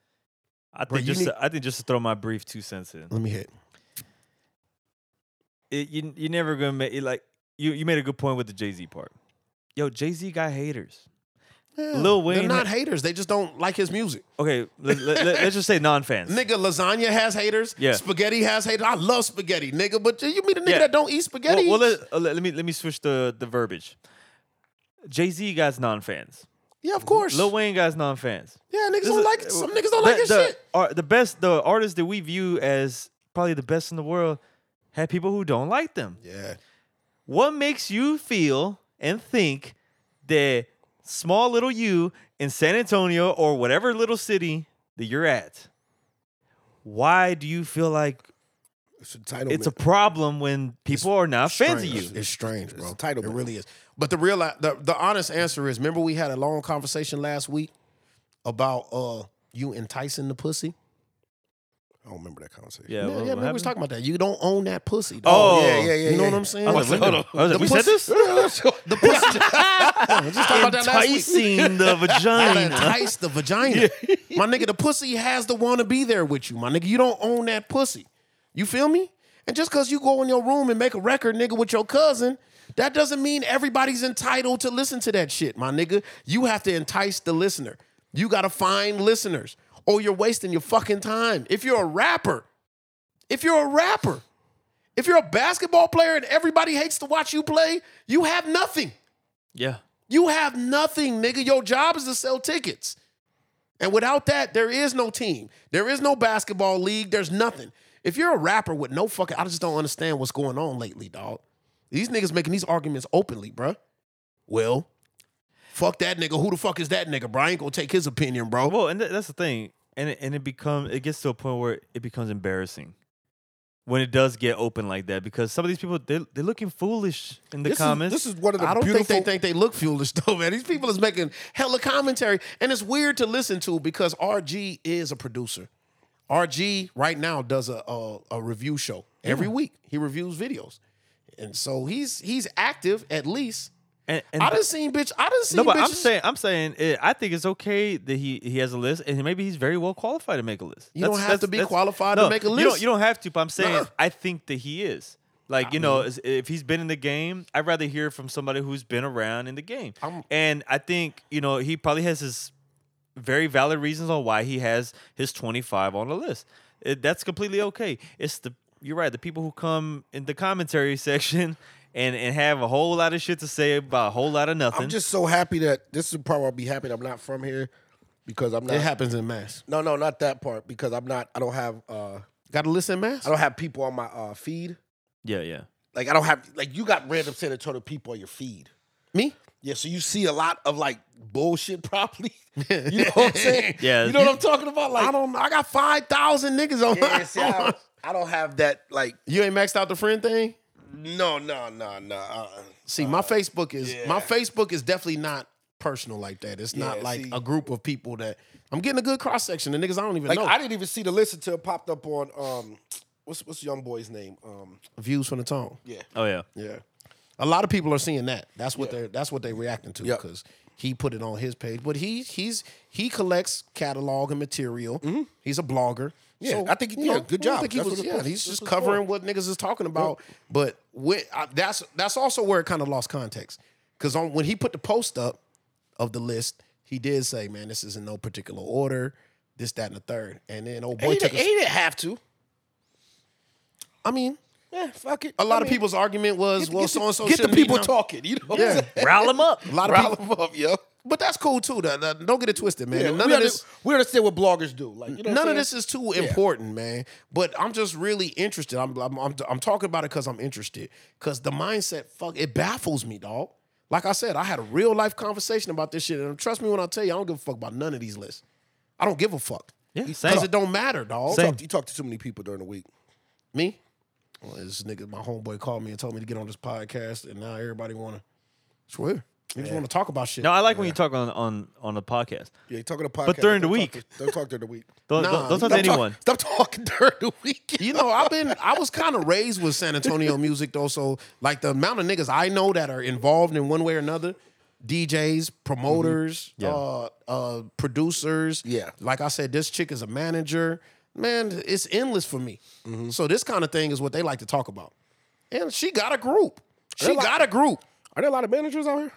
I think
Bro, you
just
need-
to, I think just to throw my brief two cents in.
Let me hit.
It, you you're never gonna make it like you you made a good point with the Jay Z part. Yo, Jay Z got haters.
Yeah,
Lil Wayne-
They're not haters. They just don't like his music.
Okay, let, us just say non fans.
Nigga, lasagna has haters.
Yeah.
Spaghetti has haters. I love spaghetti, nigga. But you mean a nigga
Yeah.
that don't eat spaghetti?
Well, well, let, uh, let, let me let me switch the the verbiage. Jay Z got non fans.
yeah, of course.
Lil Wayne got non fans.
Yeah, niggas don't like some niggas don't like his
the,
shit.
Ar, the best, the artists that we view as probably the best in the world have people who don't like them.
Yeah.
What makes you feel and think that small little you in San Antonio or whatever little city that you're at, why do you feel like
It's entitlement.
it's a problem when people are not fans of
strange.
you?
It's strange, bro.
entitlement.
It really is. But the real, the, the honest answer is: remember we had a long conversation last week about uh you enticing the pussy.
I don't remember that conversation.
Yeah,
Yeah,
what-
yeah,
what
man, we was
happened?
talking about that. You don't own that pussy. Dog.
Oh.
yeah, yeah, yeah. You know
yeah.
what I'm saying?
I was like, wait a minute. I was
the
like, we said
pussy-
this?
The pussy. Yeah, we just talking about that last week.
Enticing the
Gotta
vagina.
entice the vagina. My nigga, the pussy has to want to be there with you. My nigga, you don't own that pussy. You feel me? And just because you go in your room and make a record, nigga, with your cousin, that doesn't mean everybody's entitled to listen to that shit, my nigga. You have to entice the listener. You gotta find listeners, or you're wasting your fucking time. If you're a rapper, if you're a rapper, if you're a basketball player and everybody hates to watch you play, you have nothing.
yeah.
You have nothing, nigga. Your job is to sell tickets. And without that, there is no team. There is no basketball league. There's nothing. If you're a rapper with no fucking, I just don't understand what's going on lately, dog. These niggas making these arguments openly, bruh. Well, fuck that nigga. Who the fuck is that nigga, bro? I ain't gonna take his opinion, bro.
Well, and th- that's the thing, and it, and it becomes it gets to a point where it becomes embarrassing when it does get open like that because some of these people they they're looking foolish in the
This
comments.
Is, this is one of the
I don't
beautiful.
think they think they look foolish though, man. These people is making hella commentary, and it's weird to listen to because RG is a producer. RG right now does a a, a review show every week. He reviews videos, and so he's he's active at least.
and, and
I done seen bitch. I done seen
no, but
bitches.
I'm saying I'm saying it, I think it's okay that he he has a list, and maybe he's very well qualified to make a list.
You don't have to be qualified to
no,
make a
You don't,
list.
you don't have to. But I'm saying
Nuh-uh.
I think that he is. Like you know, as- if he's been in the game, I'd rather hear from somebody who's been around in the game.
I'm-
and I think you know he probably has his very valid reasons on why he has his 25 on the list. It, that's completely okay. It's the you're right. The people who come in the commentary section and and have a whole lot of shit to say about a whole lot of nothing.
I'm just so happy that this is the part where I'll be happy that I'm not from here because I'm not.
it happens in mass.
no, no, not that part because I'm not. I don't have. uh
Got to listen, mass.
I don't have people on my uh feed.
yeah, yeah.
Like I don't have. Like you got random San Antonio people on your feed.
Me?
Yeah, so you see a lot of like bullshit probably. You know what I'm saying?
Yeah.
You know what I'm talking about? Like
I don't. know. I got five thousand niggas on.
Yeah, see, I,
Oh.
don't, I don't have that like
you ain't maxed out the friend thing.
no no no no. Uh,
See, my Facebook is my Facebook is definitely not personal like that. It's not
Yeah,
like
see.
a group of people that I'm getting a good cross section of niggas I don't even
like
know.
I didn't even see the list until it popped up on um what's what's the young boy's name? Um
Views from the tongue.
yeah.
Oh yeah.
Yeah.
A lot of people are seeing that. That's what they're that's what they're reacting to
Yep.
because he put it on his page. But he he's he collects catalog and material. He's a blogger.
Mm-hmm. Yeah, I think he did a good
I don't
job.
think he
That's
was-
what it
yeah,
was.
he's
That's
just
what it's for.
covering what niggas is talking about. But when, I, that's that's also where it kind of lost context because on when he put the post up of the list, he did say, "Man, this is in no particular order." This, that, and the third, and then old boy
He,
took.
didn't, he
A,
didn't have to.
I mean,
Yeah, fuck it.
a lot
I
of
mean,
people's argument was,
get
"Well,
the-
so and so
get the people talking. You know,
Yeah.
what I'm saying?
Rile them up.
A lot of
Rile
people,
them up, yo.
but that's cool too. though. That- Don't get it twisted, man.
Yeah,
None
we,
of
under-
this.
we understand what bloggers do. Like you know what
None
I'm
of
saying?
this is too important, man. But I'm just really interested. I'm I'm, I'm, I'm talking about it because I'm interested. Because the mindset, fuck, it baffles me, dog. Like I said, I had a real life conversation about this shit, and trust me when I tell you, I don't give a fuck about none of these lists. I don't give a fuck
Yeah,
because
same.
it don't matter, dog.
You talk, you talk to too many people during the week.
Me, well, this nigga, my homeboy called me and told me to get on this podcast, and now everybody wanna swear. They just want to talk about shit.
No, I like when you talk on on on the podcast.
Yeah, you talking to podcast.
during the
don't
week.
talk to- don't talk during the week.
Don't
Nah,
don't, don't
you
talk to
Stop talk-
anyone.
Stop talking during the week.
You know, I've been I was kind of raised with San Antonio music though, so like the amount of niggas I know that are involved in one way or another, DJs, promoters, uh, uh, producers.
Mm-hmm. Yeah.
like I said, this chick is a manager. Man, it's endless for me.
Mm-hmm.
So this kind of thing is what they like to talk about. And she got a group. She
like-
got a group.
Are there a lot of managers out here?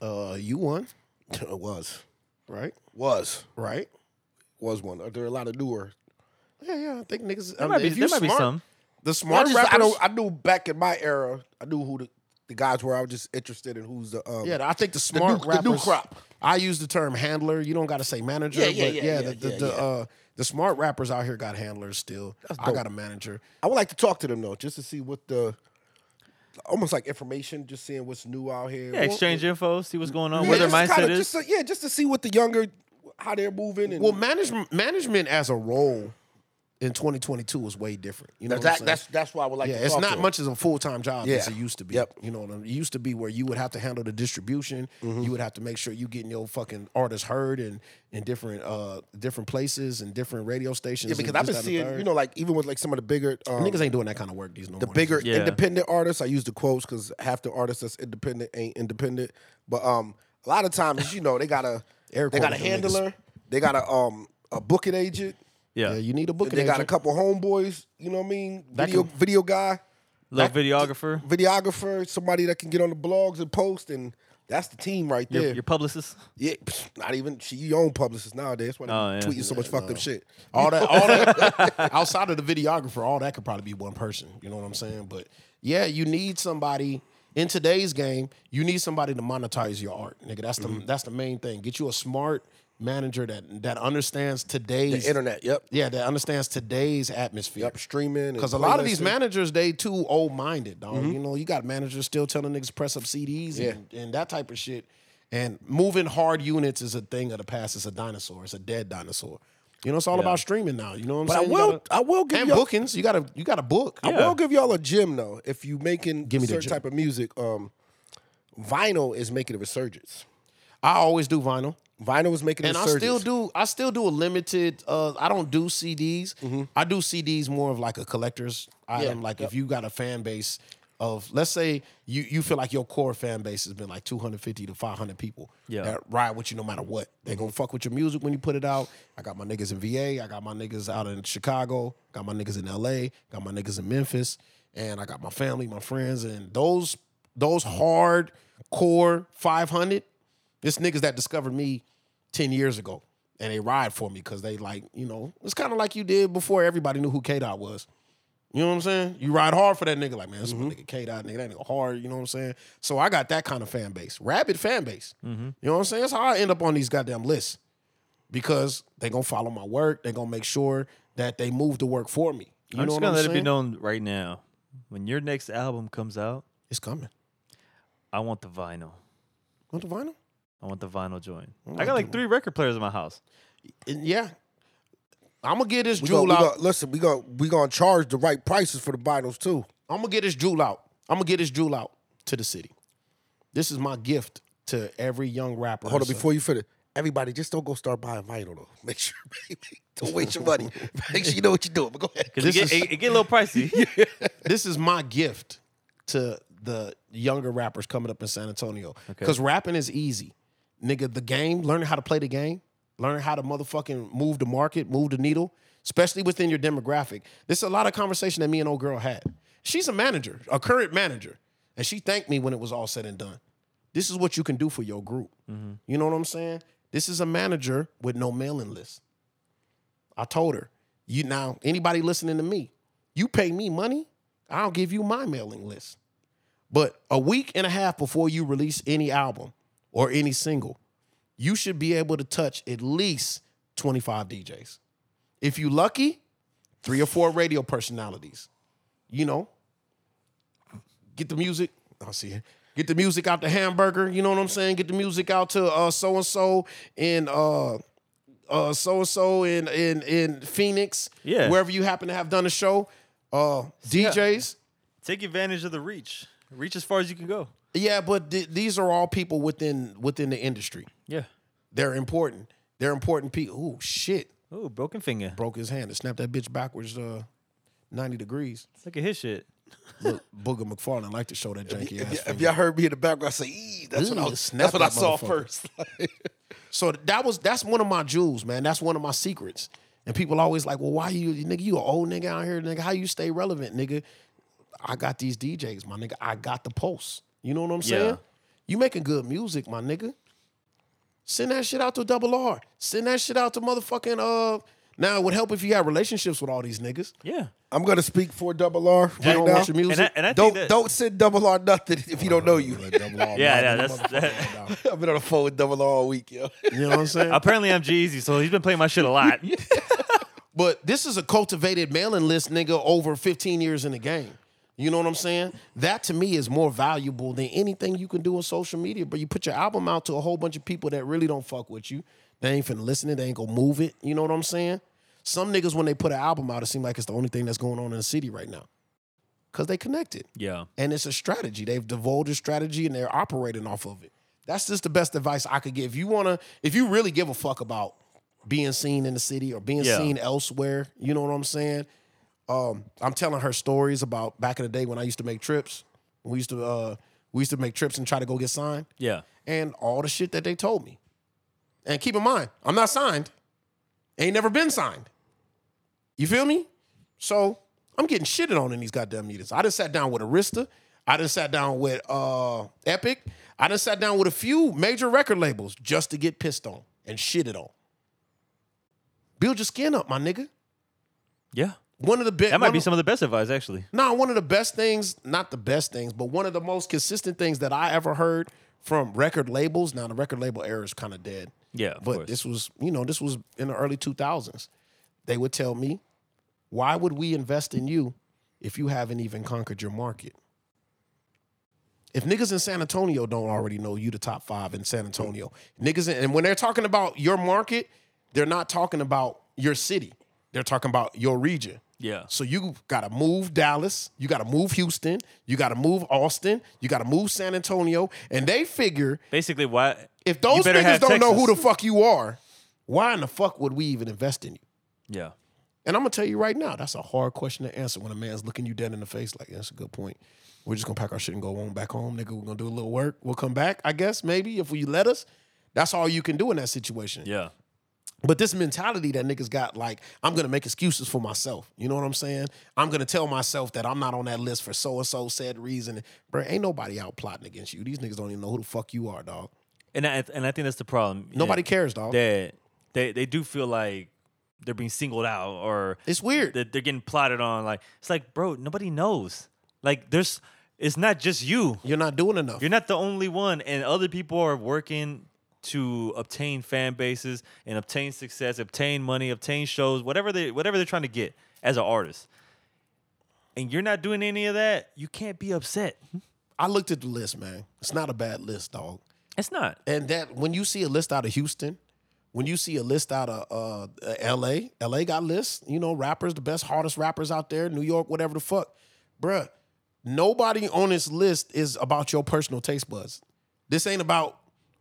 Uh, you won,
It was.
right?
Was.
Right.
Was one. Are there a lot of newer?
Yeah, yeah. I think niggas.
There might be,
if you
there might be
smart-
some.
The
I,
smart
just, I,
rappers.
don't, I knew back in my era, I knew who the, the guys were. I was just interested in who's the. Um,
Yeah, I think the smart
new- the
rappers.
new crop.
I use the term handler. You don't got to say manager.
Yeah, yeah,
but
yeah,
yeah.
yeah,
the the,
yeah,
the,
yeah.
Uh, the smart rappers out here got handlers still. I
dope.
got a manager.
I would like to talk to them though, just to see what the almost like information, just seeing what's new out here.
Yeah,
Well,
exchange info, see what's going on,
yeah,
where their
just to
mindset
kinda- Just
is.
to, yeah, just to see what the younger, how they're moving. And
Well, management management as a role in 2022 is way different. You know, what I'm
That,
saying?
that's that's why I would like.
yeah,
to
it's
talk
not
to him.
much as a full time job as
Yeah.
it used to be.
Yep.
You know what I mean? It used to be where you would have to handle the distribution.
Mm-hmm.
You would have to make sure you getting your fucking artists heard in in different uh different places and different radio stations.
yeah,
and
because I've been
this, that, and the
seeing,
third.
you know, like even with like some of the bigger, um,
niggas ain't doing that kind of work these no
the
more.
bigger
Yeah.
independent artists. I use the quotes because half the artists that's independent ain't independent. But um, a lot of times, you know, they got a
Air
they got a
quotes them niggas.
handler, they got a um a booking agent,
Yeah,
Yeah, you need a booking.
they got a
agent.
couple homeboys. You know what I mean?
That
Video
can-
video guy,
little videographer,
videographer, somebody that can get on the blogs and post, and that's the team right there.
your, your publicist.
Yeah, psh, not even she your own publicist nowadays. That's why they
Oh, yeah.
tweeting so much fucked up shit.
All that, all that outside of the videographer, all that could probably be one person. You know what I'm saying? But yeah, you need somebody in today's game. You need somebody to monetize your art, nigga. That's the
Mm-hmm.
that's the main thing. Get you a smart manager that that understands today's
Internet, yep,
Yeah, that understands today's atmosphere.
yep, streaming. and
Because a lot of these
playlists.
managers, they too old minded, dog.
Mm-hmm.
You know, you got managers still telling niggas press up CDs and, and that type of shit. And moving hard units is a thing of the past. It's a dinosaur. It's a dead dinosaur. You know, it's all about streaming now. You know what I'm
But I
saying? You
will-
gotta-
I will give
and
y'all-
bookings. You gotta you gotta book.
I will give y'all a gym though. If you making
Give me the
certain
gym.
type of music, um, vinyl is making a resurgence.
I always do vinyl.
Vinyl is making a
and I
resurgence.
still do. I still do a limited. Uh, I don't do CDs. I do CDs more of like a collector's item. Like if you got a fan base of, let's say you you feel like your core fan base has been like 250 to 500 people
Yeah.
that ride with you no matter what. They gonna fuck with your music when you put it out. I got my niggas in VA. I got my niggas out in Chicago. Got my niggas in LA. Got my niggas in Memphis. And I got my family, my friends, and those those hard core 500. This niggas that discovered me 10 years ago and they ride for me because they like, you know, it's kind of like you did before everybody knew who K Dot was. You know what I'm saying? You ride hard for that nigga, like, man, this is my nigga K Dot, nigga, that nigga hard, you know what I'm saying? So I got that kind of fan base, rabid fan base.
Mm-hmm.
You know what I'm saying? That's how I end up on these goddamn lists because they gonna follow my work, they gonna make sure that they move the work for me. You know
I'm just
what
gonna
I'm
let
saying?
it be known right now. When your next album comes out,
It's coming.
I want the vinyl.
Want the vinyl?
I want the vinyl joint. I got like three record players in my house.
And yeah. I'm gonna get this
We
jewel
gonna- we
out.
gonna- listen, we gonna we gonna charge the right prices for the vinyls too.
I'm gonna get this jewel out. I'm gonna get this jewel out to the city. This is my gift to every young rapper.
Hold on,
So-
before you finish. Everybody, just don't go start buying vinyl though. Make sure, don't waste your money. Make sure you know what you're doing. But go ahead.
Because it,
This
get-
is-
it, it get a little pricey.
this is my gift to the younger rappers coming up in San Antonio. Because rapping is easy. Nigga, the game, learning how to play the game, learning how to motherfucking move the market, move the needle, especially within your demographic. This is a lot of conversation that me and old girl had. She's a manager, a current manager. And she thanked me when it was all said and done. This is what you can do for your group. You know what I'm saying? This is a manager with no mailing list. I told her, you now, anybody listening to me, you pay me money, I'll give you my mailing list. But a week and a half before you release any album or any single, you should be able to touch at least 25 DJs. If you lucky, three or four radio personalities. You know, get the music. I'll see it. Get the music out to Hamburger. You know what I'm saying? Get the music out to uh so and so in uh uh so and so in in in Phoenix.
Yeah.
Wherever you happen to have done a show. Uh DJs.
Take advantage of the reach. Reach as far as you can go.
Yeah, but th- these are all people within within the industry.
Yeah.
They're important. They're important people. Oh shit!
Oh, broken finger.
Broke his hand. It snapped that bitch backwards uh, ninety degrees.
Look at his shit.
Look, Booger McFarlane like to show that janky ass.
If
finger.
y'all heard me in the background say, "Ee," that's what I
Ooh,
was, that's
snap
what I
that
saw
motherfucker.
first.
So that was that's one of my jewels, man. That's one of my secrets. And people always like, well, why you nigga? You an old nigga out here, nigga. How you stay relevant, nigga? I got these DJs, my nigga. I got the pulse. You know what I'm saying?
Yeah.
You making good music, my nigga. Send that shit out to Double R. Send that shit out to motherfucking uh. Now it would help if you had relationships with all these niggas.
Yeah.
I'm gonna speak for Double R right
don't
now.
want your music. Oh,
And I, and I
Don't
think that,
don't send Double R nothing if he don't know you.
Yeah, yeah, that's that,
I've been on the phone with Double R all week, yo.
you know what I'm saying.
apparently I'm Jeezy, so he's been playing my shit a lot.
But this is a cultivated mailing list, nigga, over 15 years in the game. You know what I'm saying? That to me is more valuable than anything you can do on social media. But you put your album out to a whole bunch of people that really don't fuck with you. They ain't finna listen it. They ain't gonna move it. You know what I'm saying? Some niggas when they put an album out, it seems like it's the only thing that's going on in the city right now, cause they connected.
Yeah.
And it's a strategy. They've divulged a strategy and they're operating off of it. That's just the best advice I could give. If you wanna, if you really give a fuck about being seen in the city or being
Yeah.
seen elsewhere, you know what I'm saying? Um, I'm telling her stories about back in the day when I used to make trips. We used to uh, we used to make trips and try to go get signed,
Yeah.
and all the shit that they told me. And keep in mind, I'm not signed. Ain't never been signed. You feel me? So I'm getting shitted on in these goddamn meetings. I just sat down with Arista. I just sat down with uh, Epic. I just sat down with a few major record labels just to get pissed on and shitted on. Build your skin up, my nigga.
Yeah.
One of the best.
That might be some of the best advice actually.
No, one of the best things, not the best things, but one of the most consistent things that I ever heard from record labels. Now the record label era is kind of dead.
Yeah, of
but
course.
this was, you know, this was in the early 2000s. They would tell me, "Why would we invest in you if you haven't even conquered your market?" If niggas in San Antonio don't already know you the top five in San Antonio, niggas, in, and when they're talking about your market, they're not talking about your city. They're talking about your region.
Yeah.
So you gotta move Dallas, you gotta move Houston, you gotta move Austin, you gotta move San Antonio, and they figure
Basically, why
if those
better
niggas
have
don't know who the
Texas.
fuck you are, why in the fuck would we even invest in you?
Yeah.
And I'm gonna tell you right now, that's a hard question to answer when a man's looking you dead in the face. Like, that's a good point. We're just gonna pack our shit and go on back home, nigga. We're gonna do a little work. We'll come back, I guess, maybe, if we let us. That's all you can do in that situation.
Yeah.
But this mentality that niggas got, like, I'm gonna make excuses for myself. You know what I'm saying? I'm gonna tell myself that I'm not on that list for so and so said reason. Bro, ain't nobody out plotting against you. These niggas don't even know who the fuck you are, dog.
And I and I think that's the problem.
Nobody
Yeah.
cares, dog.
That they they do feel like they're being singled out or
It's weird.
that they're getting plotted on. Like it's like, bro, nobody knows. Like there's, it's not just you.
You're not doing enough.
You're not the only one, and other people are working to obtain fan bases and obtain success, obtain money, obtain shows, whatever they whatever they're trying to get as an artist. And you're not doing any of that. You can't be upset.
I looked at the list, man. It's not a bad list, dog.
It's not.
And that when you see a list out of Houston, when you see a list out of uh, uh, L.A., L.A. got lists. You know, rappers, the best, hardest rappers out there, New York, whatever the fuck, bruh. Nobody on this list is about your personal taste buds. This ain't about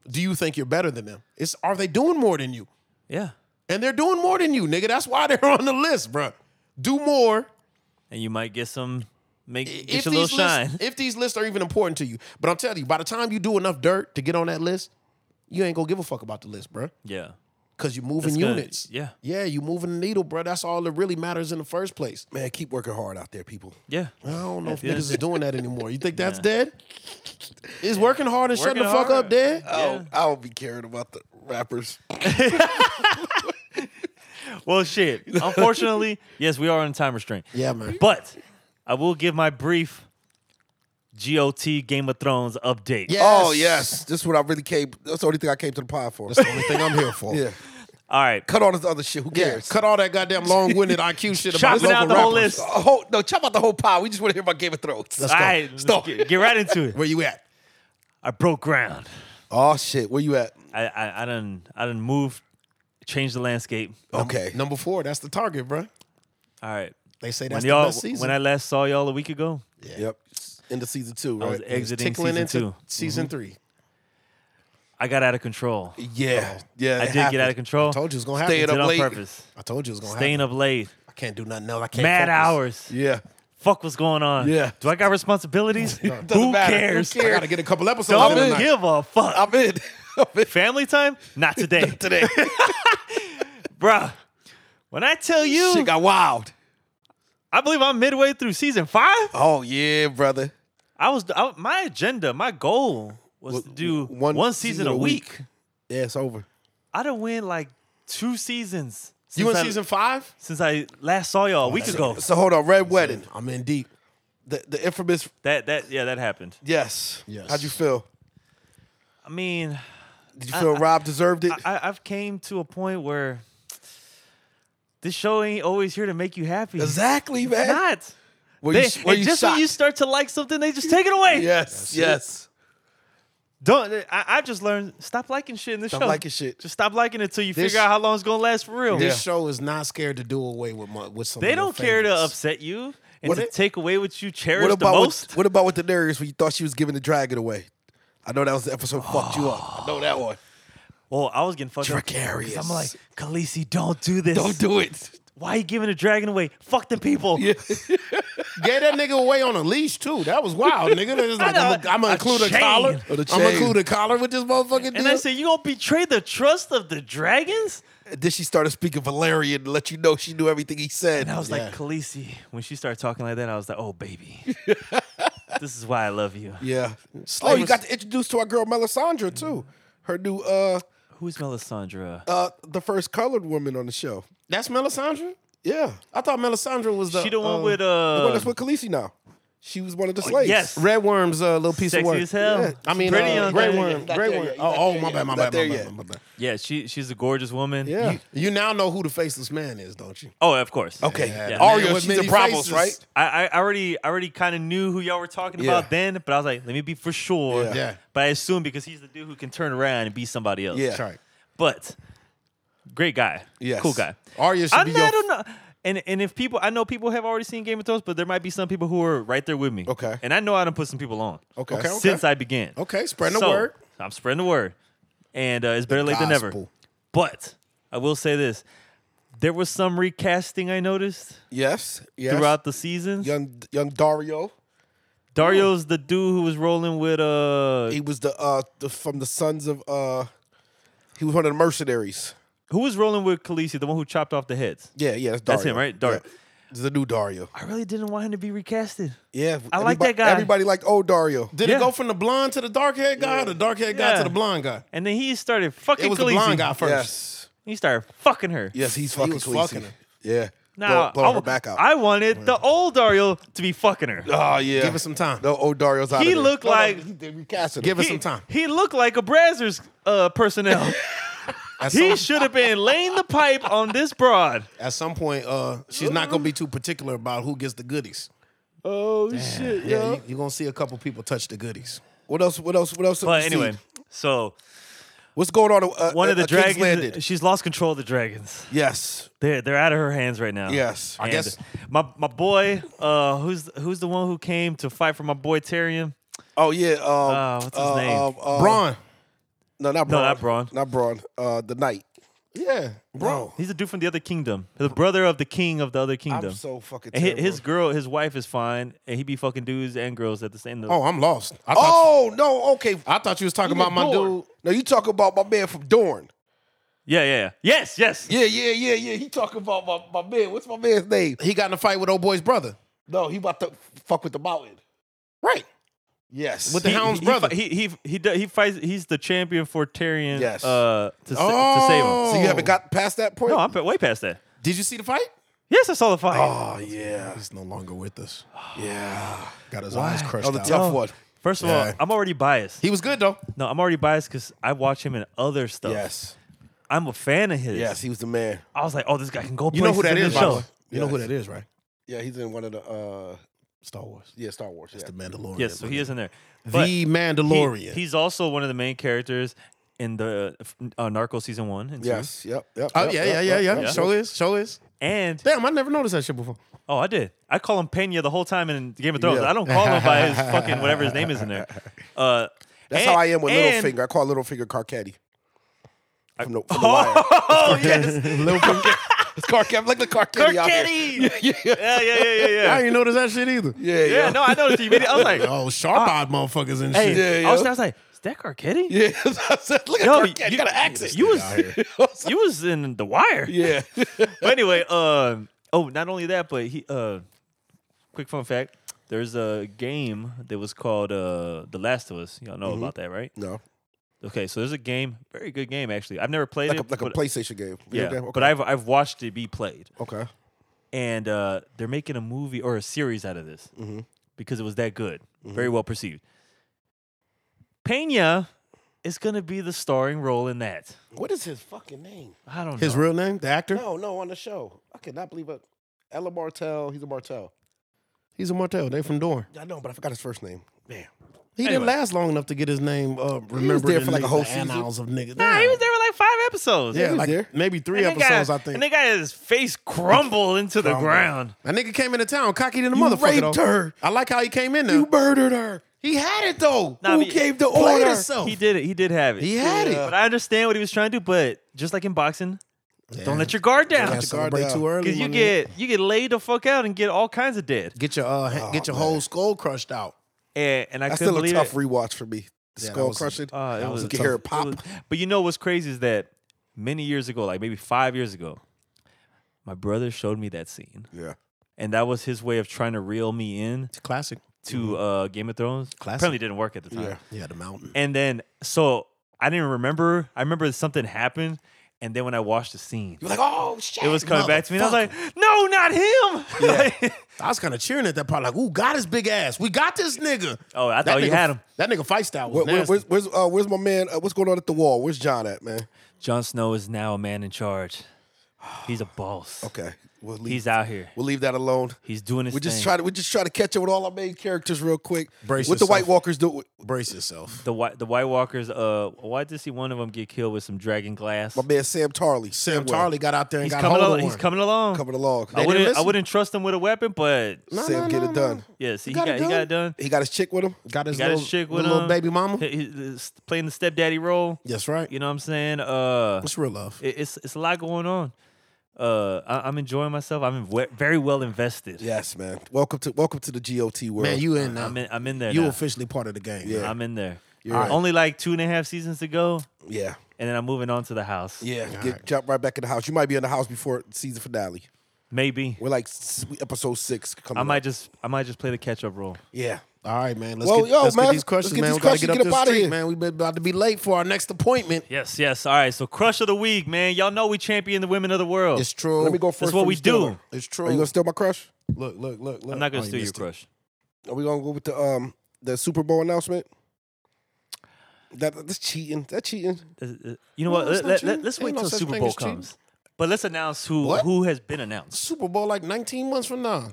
do you think you're better than them. It's are they doing more than you?
Yeah.
And they're doing more than you, nigga. That's why they're on the list, bruh. Do more
And you might get some make get
if
your little
these,
shine.
lists, if these lists are even important to you. But I'm telling you, by the time you do enough dirt to get on that list, you ain't gonna give a fuck about the list, bruh.
yeah.
Cause you're moving
That's gonna-
units.
yeah.
Yeah, you moving the needle, bruh. That's all that really matters in the first place.
Man, keep working hard out there, people.
Yeah.
I don't know if
Yeah.
niggas is doing that anymore. You think that's dead? Is working hard and shutting the
Working
fuck up
hard.
dead? Oh,
I don't, I don't be caring about the rappers.
Well, shit. Unfortunately, yes, we are on time restraint.
Yeah, man.
But I will give my brief GOT Game of Thrones update.
Yes.
Oh yes, this is what I really came. That's the only thing I came to the pod for.
That's the only thing I'm here for.
Yeah,
All right.
cut all this other shit. Who
Yeah,
cares?
Cut all that goddamn long winded IQ shit about
Chopping
local
out the whole
rappers.
list.
A whole, no, chop out the whole pod. We just want to hear about Game of Thrones.
All right. let's
Stop.
Get, get right into it.
Where you at?
I broke ground.
Oh shit, where you at?
I I, I done I done moved, changed the landscape.
Okay,
Number four, that's the target, bruh.
All right.
They say
When
that's the
y'all
best season.
when I last saw y'all a week ago,
yep. End of season two,
I
right?
was exiting
tickling
season
into
two.
season
Mm-hmm.
three.
I got out of control.
yeah, yeah.
I
it
did
happened.
get out of control.
Oh. I told you it's gonna
Staying
happen.
up
Did it on
late.
purpose.
I told you it's gonna
Staying
happen.
up late.
I can't do nothing else. I can't.
Mad
focus.
hours.
Yeah,
Fuck what's going on.
Yeah.
Do I got responsibilities? Who
matter. Who
cares?
I gotta get a couple episodes.
Don't
in tonight.
give a fuck.
I'm in. I'm in
Family time? Not today.
today.
Bruh. When I tell you,
shit got wild.
I believe I'm midway through season five.
Oh yeah, brother.
I was I, my agenda, my goal was to do one, season, a week.
Yeah, it's over.
I done win like two seasons. Since
You in
I,
season five?
since I last saw y'all a week ago.
So hold on, Red Wedding,
I'm in deep.
the the infamous.
That that yeah, that happened.
Yes.
Yes.
How'd you feel?
I mean,
Did you
Uh,
feel Rob deserved it?
I, I've came to a point where this show ain't always here to make you happy.
exactly,
It's
man.
not.
Where
They,
you, where
and
you
just
sock.
when you start to like something, they just take it away.
yes, yes.
Don't. I, I just learned stop liking shit in this
Stop
show.
liking shit.
Just stop liking it until you
This-
figure out how long it's gonna last for real.
This show is not scared to do away with my, with some.
They
of your
don't care to
favorites.
upset you and
What
to
it-
take away what you cherish
What about
the
with,
most.
what about with Daenerys when you thought she was giving the dragon away? I know that was the episode fucked you up.
Ah.
I know that one.
well, I was getting fucked up. 'cause
Dracarys.
I'm like, Khaleesi, don't do this.
Don't do it.
Why you giving a dragon away? Fuck the people.
Gave that nigga away on a leash too. That was wild, nigga. It's like,
know.
I'm gonna
A
include a
chain.
collar.
Or Oh, the
I'm gonna
chain.
include a collar with this motherfucking
And I
deal.
said, you gonna betray the trust of the dragons?
And then she started speaking Valerian to let you know she knew everything he said.
And I was like, Khaleesi, when she started talking like that, I was like, oh baby, this is why I love you.
yeah.
Slay
oh, you
was-
got to introduce to our girl Melisandre too. Her new uh
Who's Melisandre?
uh the first colored woman on the show.
That's Melisandre.
Yeah.
I thought Melisandre was the
she the one
um,
uh,
with uh,
The one oh, that's with Khaleesi now. She was one
Oh,
of the slaves.
yes.
Red Worm's uh, little piece
sexy
of work.
as hell.
I mean,
Pretty
uh,
young
Grey
thing.
Worm.
not
Grey
there
Worm.
yet. You're
Oh,
not there
oh, my
yet. You're
bad, my
not
bad, my
there
bad,
yet.
my bad.
Yeah, she she's a gorgeous woman.
Yeah.
You now know who the faceless man is, don't you?
Oh, of course.
Okay.
Yeah.
Arya,
Man with
she's
many
a Braavos,
faces.
right?
I, I already I already kind of knew who y'all were talking
Yeah.
about then, but I was like, let me be for sure.
Yeah.
Yeah.
But I assume because he's the dude who can turn around and be somebody else.
Yeah.
That's right.
But great guy.
Yes.
Cool guy.
Arya should
I,
be
I
your
don't know. And and if people I know people have already seen Game of Thrones, but there might be some people who are right there with me.
Okay.
And I know I done put some people on.
Okay.
Okay, okay.
Since I began.
Okay, spreading the
So,
word.
I'm spreading the word. And uh, it's better late than never.
gospel.
But I will say this. There was some recasting I noticed
Yes. Yes.
throughout the seasons.
young young Dario.
Dario's the dude who was rolling with uh
E-
He was the uh the, from the sons of uh he was one of the mercenaries.
who was rolling with Khaleesi, the one who chopped off the heads.
Yeah, yeah, that's Dario.
That's him, right? Dario.
Yeah. It's the new Dario.
I really didn't want him to be recasted.
Yeah,
I
everybody-
like that guy.
Everybody liked old Dario.
Did
Yeah.
it go from the blonde to the dark haired guy, or the dark haired guy
Yeah.
to the blonde guy?
And then he started fucking
It was
Khaleesi.
the blonde guy first.
Yes,
He started fucking her.
yes, he's
He
fucking
was
Khaleesi.
fucking her.
Yeah,
Now
blow, blow
I,
her back out.
I wanted the old Dario to be fucking her.
oh yeah,
Give it some time.
No, old Dario's out.
He
of there.
looked
No, no,
like-
he- they recast him.
Give it
he,
some time.
He looked like a Brazzers uh, personnel.
At
he
some,
should have been laying the pipe on this broad.
at some point, uh, she's not gonna be too particular about who gets the goodies.
Oh shit,
Yeah,
yo.
you, you're gonna see a couple people touch the goodies.
What else? What else? What else? have
But
we
anyway,
seen?
so
what's going on? Uh,
one
uh,
of the
uh, King's
dragons,
Landing?
she's lost control of the dragons.
Yes,
They're they're out of her hands right now.
Yes, I
And
guess-
my my boy, uh, who's who's the one who came to fight for my boy Tyrion?
Oh yeah. Um,
Ah, what's his
uh,
name?
Um, uh,
Braun.
No, not Braun.
No, not Braun.
Not Braun. Uh, the Knight.
Yeah, bro.
He's a dude from the other kingdom, the brother of the king of the other kingdom.
I'm so fucking.
And hi-
Terrible.
his girl, his wife is fine, and he be fucking dudes and girls at the same.
Oh, I'm lost. I thought,
Oh no. Okay.
I thought you was talking about my dude.
No, you talk about my man from Dorn.
yeah, yeah, yeah. Yes, yes.
Yeah, yeah, yeah, yeah. He talking about my, my man. What's my man's name?
He got in a fight with old boy's brother.
No, he about to f- fuck with the mountain.
Right.
Yes.
With the
He-
hound's
he,
brother.
fi- He he he do- he fights. He's the champion for Tyrion.
Yes.
Uh, to, sa- to save him.
Oh.
so you haven't got past that point?
No, I'm pa- way past that.
Did you see the fight?
Yes, I saw the fight.
oh yeah.
He's no longer with us.
Yeah.
Got his eyes crushed
Oh, the
out.
tough one.
First of all,
Yeah.
I'm already biased.
He was good though.
No, I'm already biased because I watch him in other stuff.
Yes.
I'm a fan of his.
Yes, he was the man.
I was like, oh, this guy can go.
You know who
places
that
in
is,
this
by the
show.
way. You know who that is, right?
Yeah, he's in one of the uh
Star Wars.
yeah, Star Wars. Yeah.
The Mandalorian.
Yes, so he is in there. But
the
he-
Mandalorian.
he's also one of the main characters in the uh, Narco season one and two.
Yes, yep, yep.
oh
yep,
yeah,
yep,
yeah,
yep,
yeah, yeah.
yep.
Show is, show is.
And
Damn, I never noticed that shit before.
Oh, I did. I call him Pena the whole time in Game of Thrones.
Yeah.
I don't call him by his fucking whatever his name is in there. Uh,
That's
and-
how I am with
and-
Littlefinger. I call Littlefinger Carcetti. From the, from the wire.
Oh yes,
Littlefinger. It's Carcetti. Like the Carcetti. out here.
Carcetti. yeah, yeah, yeah, yeah,
I
yeah.
didn't notice that shit either.
Yeah,
Yeah, no, I noticed you. immediately. I was like,
Oh, sharp eyed motherfuckers and shit.
hey,
Yeah,
I, was,
yeah.
I was like, is that Carcetti?
Yeah, I said, look at
Yo,
Carcetti. You got an accent.
You was you was in The Wire.
yeah.
But anyway, um, oh, not only that, but he. Uh, quick fun fact: there's a game that was called uh, The Last of Us. Y'all know
Mm-hmm.
about that, right?
no.
Okay, so there's a game, very good game actually. I've never played
Like a,
it,
like a
but-
PlayStation game.
yeah,
Video game? Okay.
but I've I've watched it be played,
Okay.
and uh, they're making a movie or a series out of this
Mm-hmm.
because it was that good, very well perceived. Pena is gonna be the starring role in that.
What is his fucking name?
I don't
His
know.
real name, the actor?
No, no, on the show. I cannot believe it. Ella Martell. He's a Martell.
He's a Martell. They from Dorn.
I know, but I forgot his first name. Man,
He didn't
Anyway.
last long enough to get his name uh, remembered
there
in
for like
the-
a whole
the
season.
annals of niggas.
Nah, he was there for like five episodes.
Yeah,
was
like
there.
maybe three
And they got-
episodes, I think.
And they got his face crumble into the ground.
That nigga came into town cocky than a motherfucker.
raped
though.
her.
I like how he came in there.
you murdered her.
he had it though.
Nah,
Who
but-
gave the
Played
order?
himself.
He did it. He did have it.
He had it.
But I understand what he was trying to do. But just like in boxing, don't let your guard down.
Can't celebrate
down.
too early.
Because
my
you
nigga.
get you get laid the fuck out and get all kinds of dead.
get your
Oh,
uh, ha- get your whole skull crushed out.
And, and I
That's
couldn't
still a
believe
tough
it.
rewatch for me. The
Yeah, that
skull
was-
crushing.
Uh, it was
you can hear it
It
pop.
was- but you know what's crazy is that many years ago, like maybe five years ago, my brother showed me that scene,
yeah.
and that was his way of trying to reel me in
It's classic.
to uh, Game of Thrones.
Classic.
Apparently, didn't work at the time.
Yeah.
Yeah, the mountain.
And then so I didn't remember. I remember something happened, and then when I watched the scene,
You're like, oh shit.
it was coming back to me, and I was like, "No, not him!" Like,
I was kind of cheering at that part, like, "Ooh, got his big ass. We got this nigga."
Oh, I
That
thought
nigga,
you had him.
That nigga fight style was
Where, where-
nasty.
where's, where's, uh, where's my man? Uh, what's going on at the wall? Where's John at, man?
Jon Snow is now a man in charge. He's a boss.
Okay, we'll leave.
He's out here.
we'll leave that alone.
He's doing his
We just
thing.
try to we just try to catch up with all our main characters real quick.
Brace
what the White
yourself.
Walkers do?
Brace yourself.
the white the White Walkers. Uh, why did I see one of them get killed with some dragon glass?
My man Sam Tarley.
Sam
Samwell
Tarley got out there and
He's
got
coming,
hold
along,
of
he's
one.
coming along.
coming along.
I
didn't
wouldn't. I
listen.
wouldn't trust him with a weapon, but
Sam get it done.
yeah, see, he
got
got,
it
he got
done.
it done.
He got his chick with him.
Got his,
He got
little,
his chick with
little
him.
baby mama.
He- he- he's playing the stepdaddy role.
That's right.
You know what I'm saying? Uh,
It's real love.
it- it's it's a lot going on. Uh, I, I'm enjoying myself. I'm we- very well invested.
Yes, man. Welcome to welcome to the GOT world.
Man, you in now.
I'm in. I'm in there.
you
now.
officially part of the game.
Yeah.
I'm in there.
You're right.
Only like two and a half seasons to go,
yeah,
and then I'm moving on to the house.
yeah. Get, Jump right back in the house. You might be in the house before season finale.
Maybe
We're like s- episode six coming.
I
up.
might just I might just play the catch up role.
Yeah.
All right, man. Let's,
Well,
get,
yo,
let's
man,
get these questions,
let's get
man.
these
we gotta
questions,
get up
get
this
up outta
street,
here.
man. We've been about to be late for our next appointment.
Yes, yes. All right. So crush of the week, man. Y'all know we champion the women of the world.
It's true.
Let me go first.
what
for
we
you, Steeler.
do.
Are
It's
you
true.
gonna steal my crush?
look, look, look, look.
I'm not gonna
Oh, you
steal your
missed it.
crush.
Are we gonna go with the um the Super Bowl announcement? That that's cheating. That cheating.
Uh, uh, You
No,
know what?
it's
Let,
not
let,
cheating.
let, us
Ain't
wait
no
till
such
Super
thing
Bowl
as cheating.
comes. But let's announce who
What?
who has been announced.
Super Bowl like 19 months from now.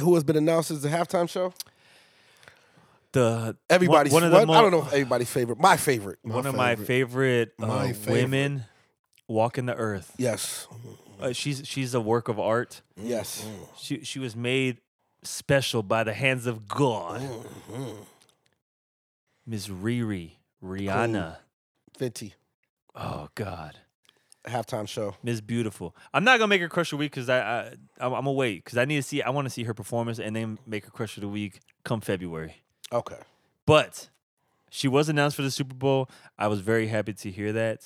Who has been announced as the halftime show?
The
Everybody's.
one, one of
what?
the more,
I don't know if everybody's favorite. My favorite.
One of my favorite, uh,
My favorite.
women walking the earth.
Yes.
Uh, she's she's a work of art.
Yes.
She she was made special by the hands of God. Miss Riri Rihanna.
Fenty
Oh God.
halftime show.
Miss Beautiful. I'm not gonna make her crush of the week because I, I I'm, I'm gonna wait because I need to see I want to see her performance and then make her crush of the week come February.
Mm-hmm. Okay.
But she was announced for the Super Bowl. I was very happy to hear that.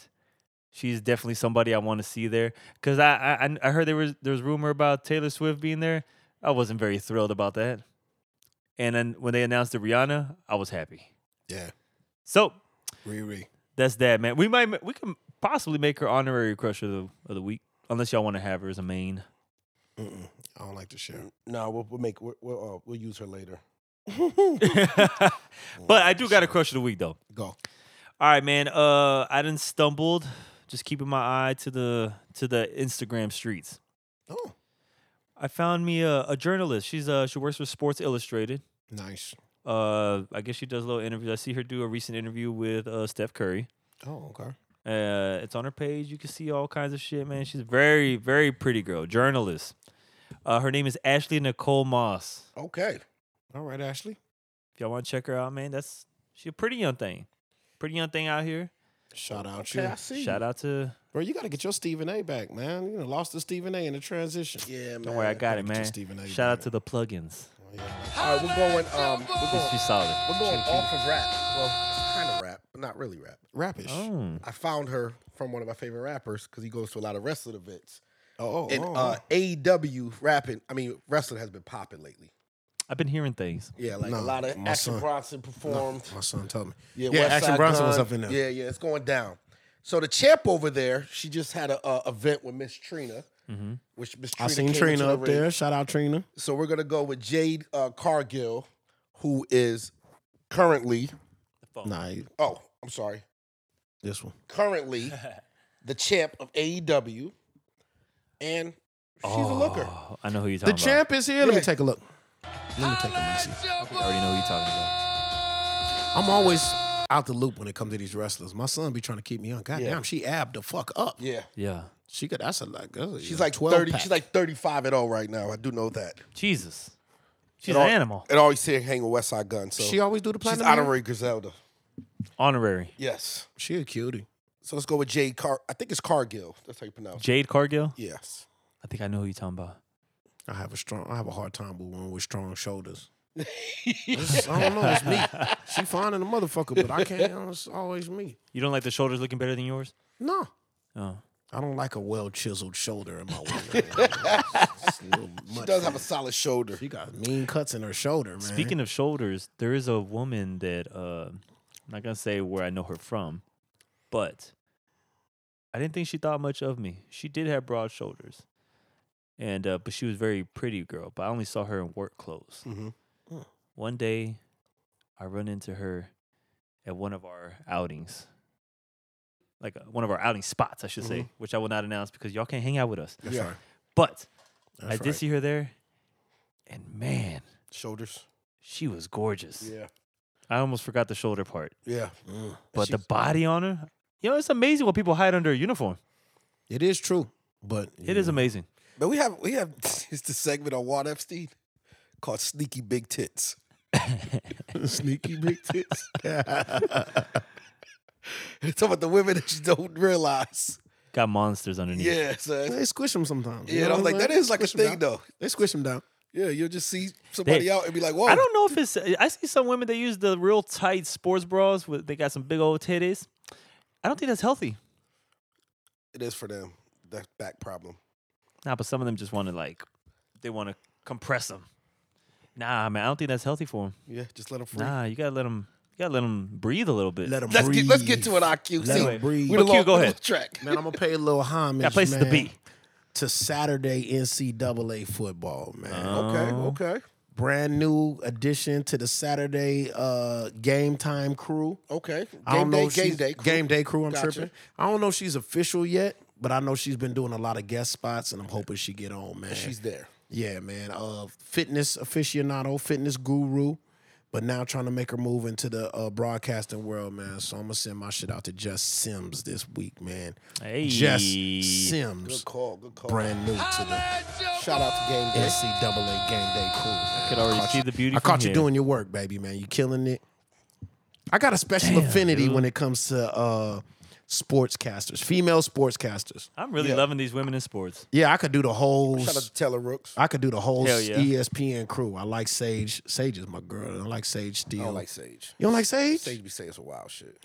She's definitely somebody I want to see there because I, I I- I heard there was there was rumor about Taylor Swift being there. I wasn't very thrilled about that. And then when they announced the Rihanna, I was happy.
Yeah.
So
Riri.
that's that, man. We might we can possibly make her honorary crush of the of the week unless y'all want to have her as a main.
I don't like to share.
No, we'll, we'll make we'll we'll, uh, we'll use her later.
but I do got a crush of the week though.
Go.
All right, man. Uh, I didn't stumbled. Just keeping my eye to the to the Instagram streets.
Oh,
I found me a, a journalist. She's uh she works for Sports Illustrated.
nice.
Uh, I guess she does little interviews. I see her do a recent interview with uh Steph Curry.
Oh, okay.
Uh, it's on her page. You can see all kinds of shit, man. She's a very very pretty girl, journalist. Uh, her name is Ashley Nicole Moss.
Okay. All right, Ashley.
If y'all want to check her out, man, that's she a pretty young thing, pretty young thing out here.
Shout out
Okay,
you.
I see.
Shout out to
Bro, you got to get your Stephen A back, man. You know, lost the Stephen A in the transition.
Yeah, man.
don't worry, I got
gotta
it,
get your
man.
Stephen A.
Shout out
back.
to the plugins.
All right, we're going. Um, we're going.
She's solid.
We're going off of rap. Well, it's kind of rap, but not really rap.
Rapish. Oh,
Mm.
I found her from one of my favorite rappers because he goes to a lot of wrestling events.
oh,
And
oh,
uh, AEW rapping, I mean, wrestling has been popping lately.
I've been hearing things.
Yeah, like
No,
a lot of
my
Action
son.
Bronson performed.
oh. my son told me.
Yeah,
yeah
West
Action
Side
Bronson was
Gun.
up in there.
Yeah, yeah, it's going down. So the champ over there, she just had a, uh event with Miss Trina, which Miss
I
Trina
seen
came
Trina
into the
up
ring.
there. Shout out Trina.
So we're gonna go with Jade uh, Cargill, who is currently.
Nah,
Oh, I'm sorry.
this one.
Currently, the champ of AEW, and she's a looker.
Oh, I know who you're
The
talking about.
champ is here. Let me
Yeah.
take a look. Let me take a look. see.
I already know who you're talking about.
I'm always out the loop when it comes to these wrestlers. My son be trying to keep me on. God damn, she abbed the fuck up.
Yeah.
Yeah.
She could. That's a like.
She's like 30. She's like 35 at all right now. I do know that.
Jesus. She's
It
an
al-
animal.
It always here hang with West Side Gun. So
She always do the
she's
platinum. man?
honorary Griselda.
Honorary.
Yes.
She a cutie.
So let's go with Jade Car. I think it's Cargill. That's how you pronounce it.
Jade Cargill?
Yes.
I think I know who you're talking about.
I have a strong. I have a hard time with women with strong shoulders. It's- I don't know. It's me. She fine in a motherfucker, but I can't. It's always me.
You don't like the shoulders looking better than yours?
No.
Oh.
I don't like a well chiseled shoulder in my woman. It's a little
She
much.
does have a solid shoulder.
She got mean cuts in her shoulder, man.
Speaking of shoulders, there is a woman that uh, I'm not gonna say where I know her from, but I didn't think she thought much of me. She did have broad shoulders, and uh, but she was a very pretty girl. But I only saw her in work clothes.
Mm-hmm.
One day, I run into her at one of our outings, like uh, one of our outing spots, I should say, which I will not announce because y'all can't hang out with us.
Mm-hmm. That's right.
But
That's
I
right.
did see her there, and man,
Shoulders.
she was gorgeous.
Yeah.
I almost forgot the shoulder part,
Yeah. Mm.
but the body on her. You know, it's amazing what people hide under a uniform.
It is true, but
It is amazing.
But we have we have it's the segment on Walt Epstein called Sneaky Big Tits.
sneaky big tits.
It's about the women that you don't realize.
Got monsters underneath.
Yeah, son.
they squish them sometimes.
Yeah, and I was like, that is like a
Squish 'em
thing
down.
though.
They squish them down.
Yeah, you'll just see somebody
They-
out and be like, whoa.
I don't know if it's. I see some women that use the real tight sports bras with. They got some big old titties. I don't think that's healthy.
It is for them. That back problem.
Nah, but some of them just want to like, they want to compress them. Nah, man, I don't think that's healthy for them.
Yeah, just let them free.
Nah, you gotta let them. You gotta let them breathe a little bit.
Let them
Let's
breathe.
get let's get to an IQ.
Let
See,
'em breathe.
we
But
done
Q,
lost-
go
we
ahead.
lost Track.
Man, I'm gonna pay a little homage.
Got places
man,
to be.
To Saturday NCAA football, man.
Okay, okay,
Brand new addition to the Saturday uh, game time crew.
okay. Game
I don't
day,
know if
game
she's-
day. crew.
Game day crew. I'm
Gotcha.
tripping. I don't know if she's official yet, but I know she's been doing a lot of guest spots, and I'm hoping she get on, man.
She's there.
Yeah, man. Uh, fitness aficionado, fitness guru, but now trying to make her move into the uh, broadcasting world, man. So I'm gonna send my shit out to Jess Sims this week, man.
Hey.
Jess Sims,
Good call. Good call.
brand new to the
Shout out to Game Day.
NCAA Game Day crew. Man. I
could already
caught
see
you-
the beauty
I
from
caught you
here.
doing your work, baby, man. You killing it. I got a special affinity when it comes to uh, sportscasters, female sportscasters.
I'm really loving these women in sports.
Yeah, I could do the whole
Shout out to Taylor Rooks.
I could do the whole E
Hell yeah.
ESPN crew. I like Sage. Sage is my girl. I like Sage Steele.
I don't like Sage.
you don't like Sage?
Sage be saying some wild shit.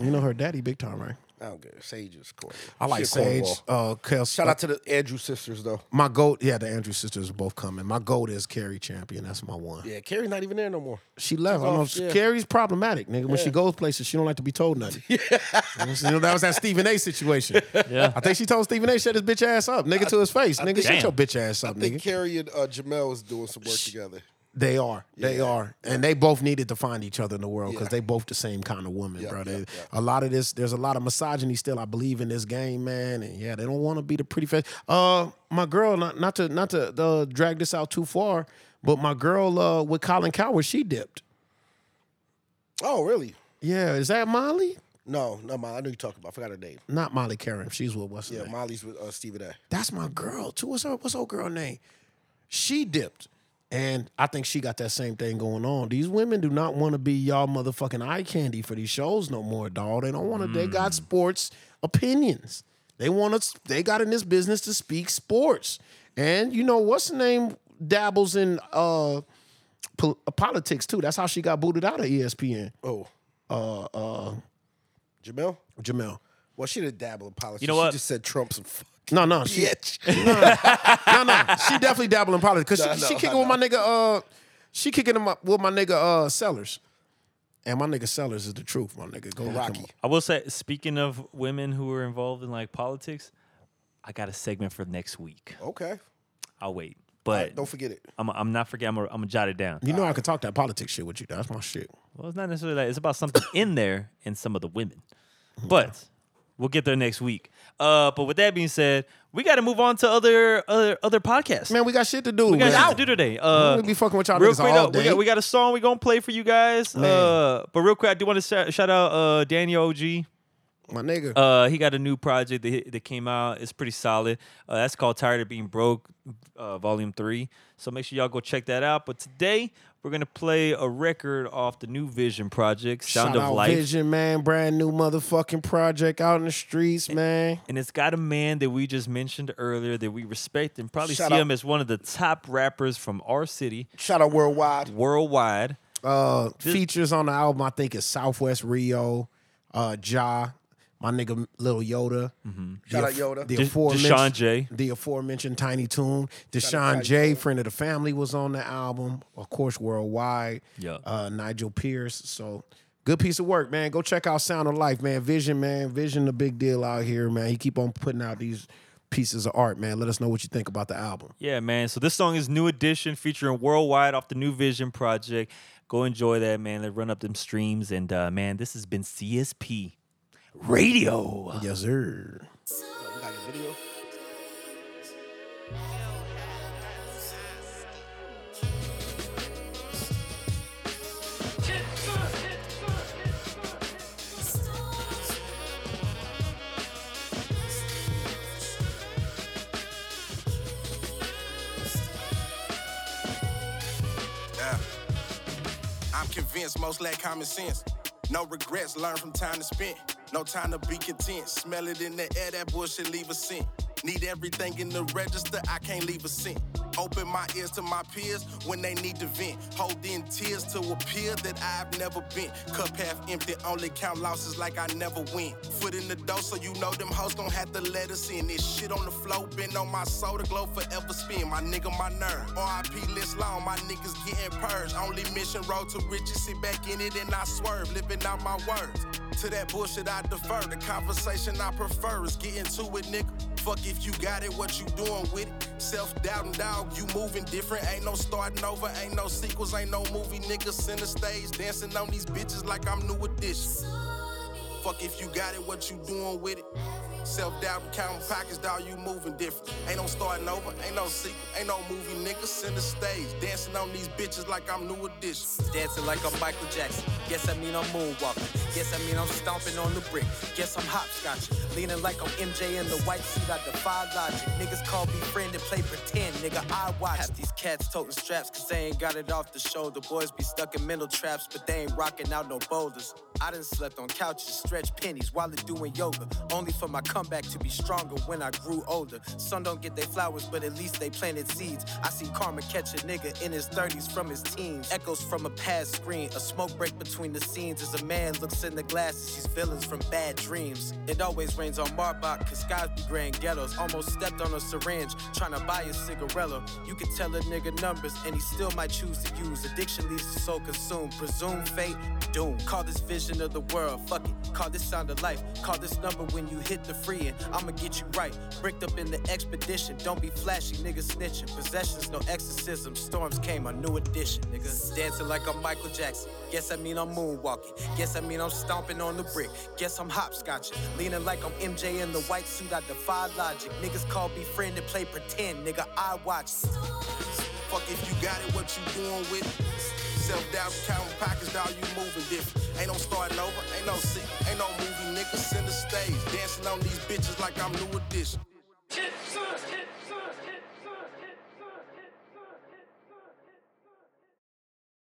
You know her daddy big time, right?
I don't get it. Sage is cool.
I like Sage. Uh, Kel,
Shout out to the Andrew sisters though.
my goat. Yeah, the Andrew sisters are both coming. My goat is Carrie Champion. That's my one.
Yeah, Carrie's not even there no more.
She left. I don't know if
yeah.
Carrie's problematic, nigga. When she goes places, she don't like to be told nothing. you know, that was that Stephen A. situation.
Yeah.
I think she told Stephen A. shut his bitch ass up, nigga, to his face, nigga.
Damn.
Shut your bitch ass up,
I think
nigga.
Carrie and uh, Jamel is doing some work together.
They are. They are. And they both needed to find each other in the world because they both the same kind of woman, bro. They, A lot of this, there's a lot of misogyny still, I believe, in this game, man. And yeah, they don't want to be the pretty face. Uh, my girl, not, not to not to uh, drag this out too far, but my girl uh, with Colin Coward, she dipped.
Oh, really?
Yeah, is that Molly?
No, no, Ma, I know you talking about. I forgot her name.
Not Molly Karen. She's with what's her
Yeah,
name?
Molly's with uh, Stephen A.
That's my girl too. What's her what's her girl name? She dipped. And I think she got that same thing going on. These women do not want to be y'all motherfucking eye candy for these shows no more, dog. They don't want to. They got sports opinions. They want to. They got in this business to speak sports. And you know what's the name dabbles in uh, pol- politics too. That's how she got booted out of E ESPN.
Oh, uh, uh, Jamel.
Jamel.
Well, she didn't dabble in politics.
You know what?
She just said Trump's a fuck.
No, no, she,
bitch.
no, no. She definitely dabbling in politics because she,
No,
she
no,
kicking with my nigga. Uh, she kicking him up with my nigga uh, Sellers, and my nigga Sellers is the truth. My nigga, go rock him.
Rocky.
up.
I will say, speaking of women who are involved in like politics, I got a segment for next week.
Okay.
I'll wait, but
Don't forget it.
I'm, I'm not forgetting. I'm gonna I'm jot it down.
You know I could talk that politics shit with you. That's my shit.
Well, it's not necessarily that. It's about something in there and some of the women. But We'll get there next week. Uh, but with that being said, we got to move on to other other other podcasts.
Man, we got shit to do.
we got
man.
shit to do today. Uh,
We be fucking with y'all
real
niggas
quick,
all
though, We
day.
got, we got a song we gonna play for you guys.
Man.
Uh, but real quick, I do want to shout out uh, Daniel OG.
My nigga.
Uh, he got a new project that, hit- that came out. It's pretty solid. Uh, that's called "Tired of Being Broke," uh, Volume Three. So make sure y'all go check that out. But today we're gonna play a record off the New Vision project, "Sound
Shout
of
out
Life,"
Vision, man. Brand new motherfucking project out in the streets,
Eh.
man.
and it's got a man that we just mentioned earlier that we respect and probably
Shout
see
out.
him as one of the top rappers from our city
Shout out worldwide.
worldwide.
Uh, features on the album, I think, is Southwest Rio, uh, Ja, my nigga Lil Yoda.
Shout out Yoda.
The
Des- Mm-hmm. Deshaun J.
The aforementioned Tiny Toon. Deshaun J, friend of the family, was on the album. Of course, worldwide.
Yeah.
Uh, Nigel Pierce. So good piece of work, man. Go check out Sound of Life, man. Vision, man. Vision, the big deal out here, man. He keep on putting out these pieces of art, man. Let us know what you think about the album.
Yeah, man. So this song is New Edition featuring Worldwide off the New Vision project. Go enjoy that, man. Let run up them streams. And uh, man, this has been CSP Radio.
Yes, sir.
Yeah. I'm convinced most lack common sense. No regrets, learn from time to spend. No time to be content. Smell it in the air, that bullshit leave a scent. Need everything in the register, I can't leave a scent. Open my ears to my peers when they need to vent. Hold in tears to appear that I've never been. Cup half empty, only count losses like I never win. Foot in the door, so you know them hoes gon' have to let us in. This shit on the flow, been on my soda glow forever spin. My nigga, my nerve. RIP list long, my niggas getting purged. Only mission road to riches, sit back in it and I swerve, living out my words. To that bullshit I defer, the conversation I prefer is getting to it, nigga. Fuck if you got it, what you doing with it? Self doubting dog, you moving different. Ain't no starting over, ain't no sequels, ain't no movie, nigga. Center stage, dancing on these bitches like I'm new edition. Fuck if you got it, what you doing with it? Self doubt, counting pockets, dog, you moving different. Ain't no starting over, ain't no sequel, ain't no movie, nigga. Center stage, dancing on these bitches like I'm new edition.
Dancing like I'm Michael Jackson. Guess I mean I'm moonwalking. Guess I mean I'm stomping on the brick. Guess I'm hopscotching. Leaning like I'm MJ in the white seat. I defy logic. Niggas call me friend and play pretend. Nigga, I watch. Half these cats toting straps cause they ain't got it off the shoulder. Boys be stuck in mental traps, but they ain't rocking out no boulders. I done slept on couches, stretch pennies while doing yoga. Only for my comeback to be stronger when I grew older. Some don't get their flowers, but at least they planted seeds. I see karma catch a nigga in his 30s from his teens. Echoes from a past screen, a smoke break between the scenes as a man looks in the glass and sees villains from bad dreams. It always rains on Marbach, cause skies be gray and ghettos. Almost stepped on a syringe, trying to buy a cigarello. You could tell a nigga numbers, and he still might choose to use. Addiction leaves the soul consumed. Presume fate, doom. Call this vision of the world, fuck it. Call this sound of life. Call this number when you hit the free end. I'ma get you right. Bricked up in the expedition. Don't be flashy, nigga snitching. Possessions, no exorcism. Storms came, a new addition, nigga. Dancing like I'm Michael Jackson. Guess I mean I'm moonwalking. Guess I mean I'm stomping on the brick. Guess I'm hopscotching. Leaning like I'm MJ in the white suit. I defy logic. Niggas call me friend and play pretend, nigga. I watch.
Fuck if you got it, what you doing with it? Self doubt, counting pockets, dog, you moving different. Ain't no starting over, ain't no sick, ain't no movie, niggas in the stage. Dancing on these bitches like I'm new edition.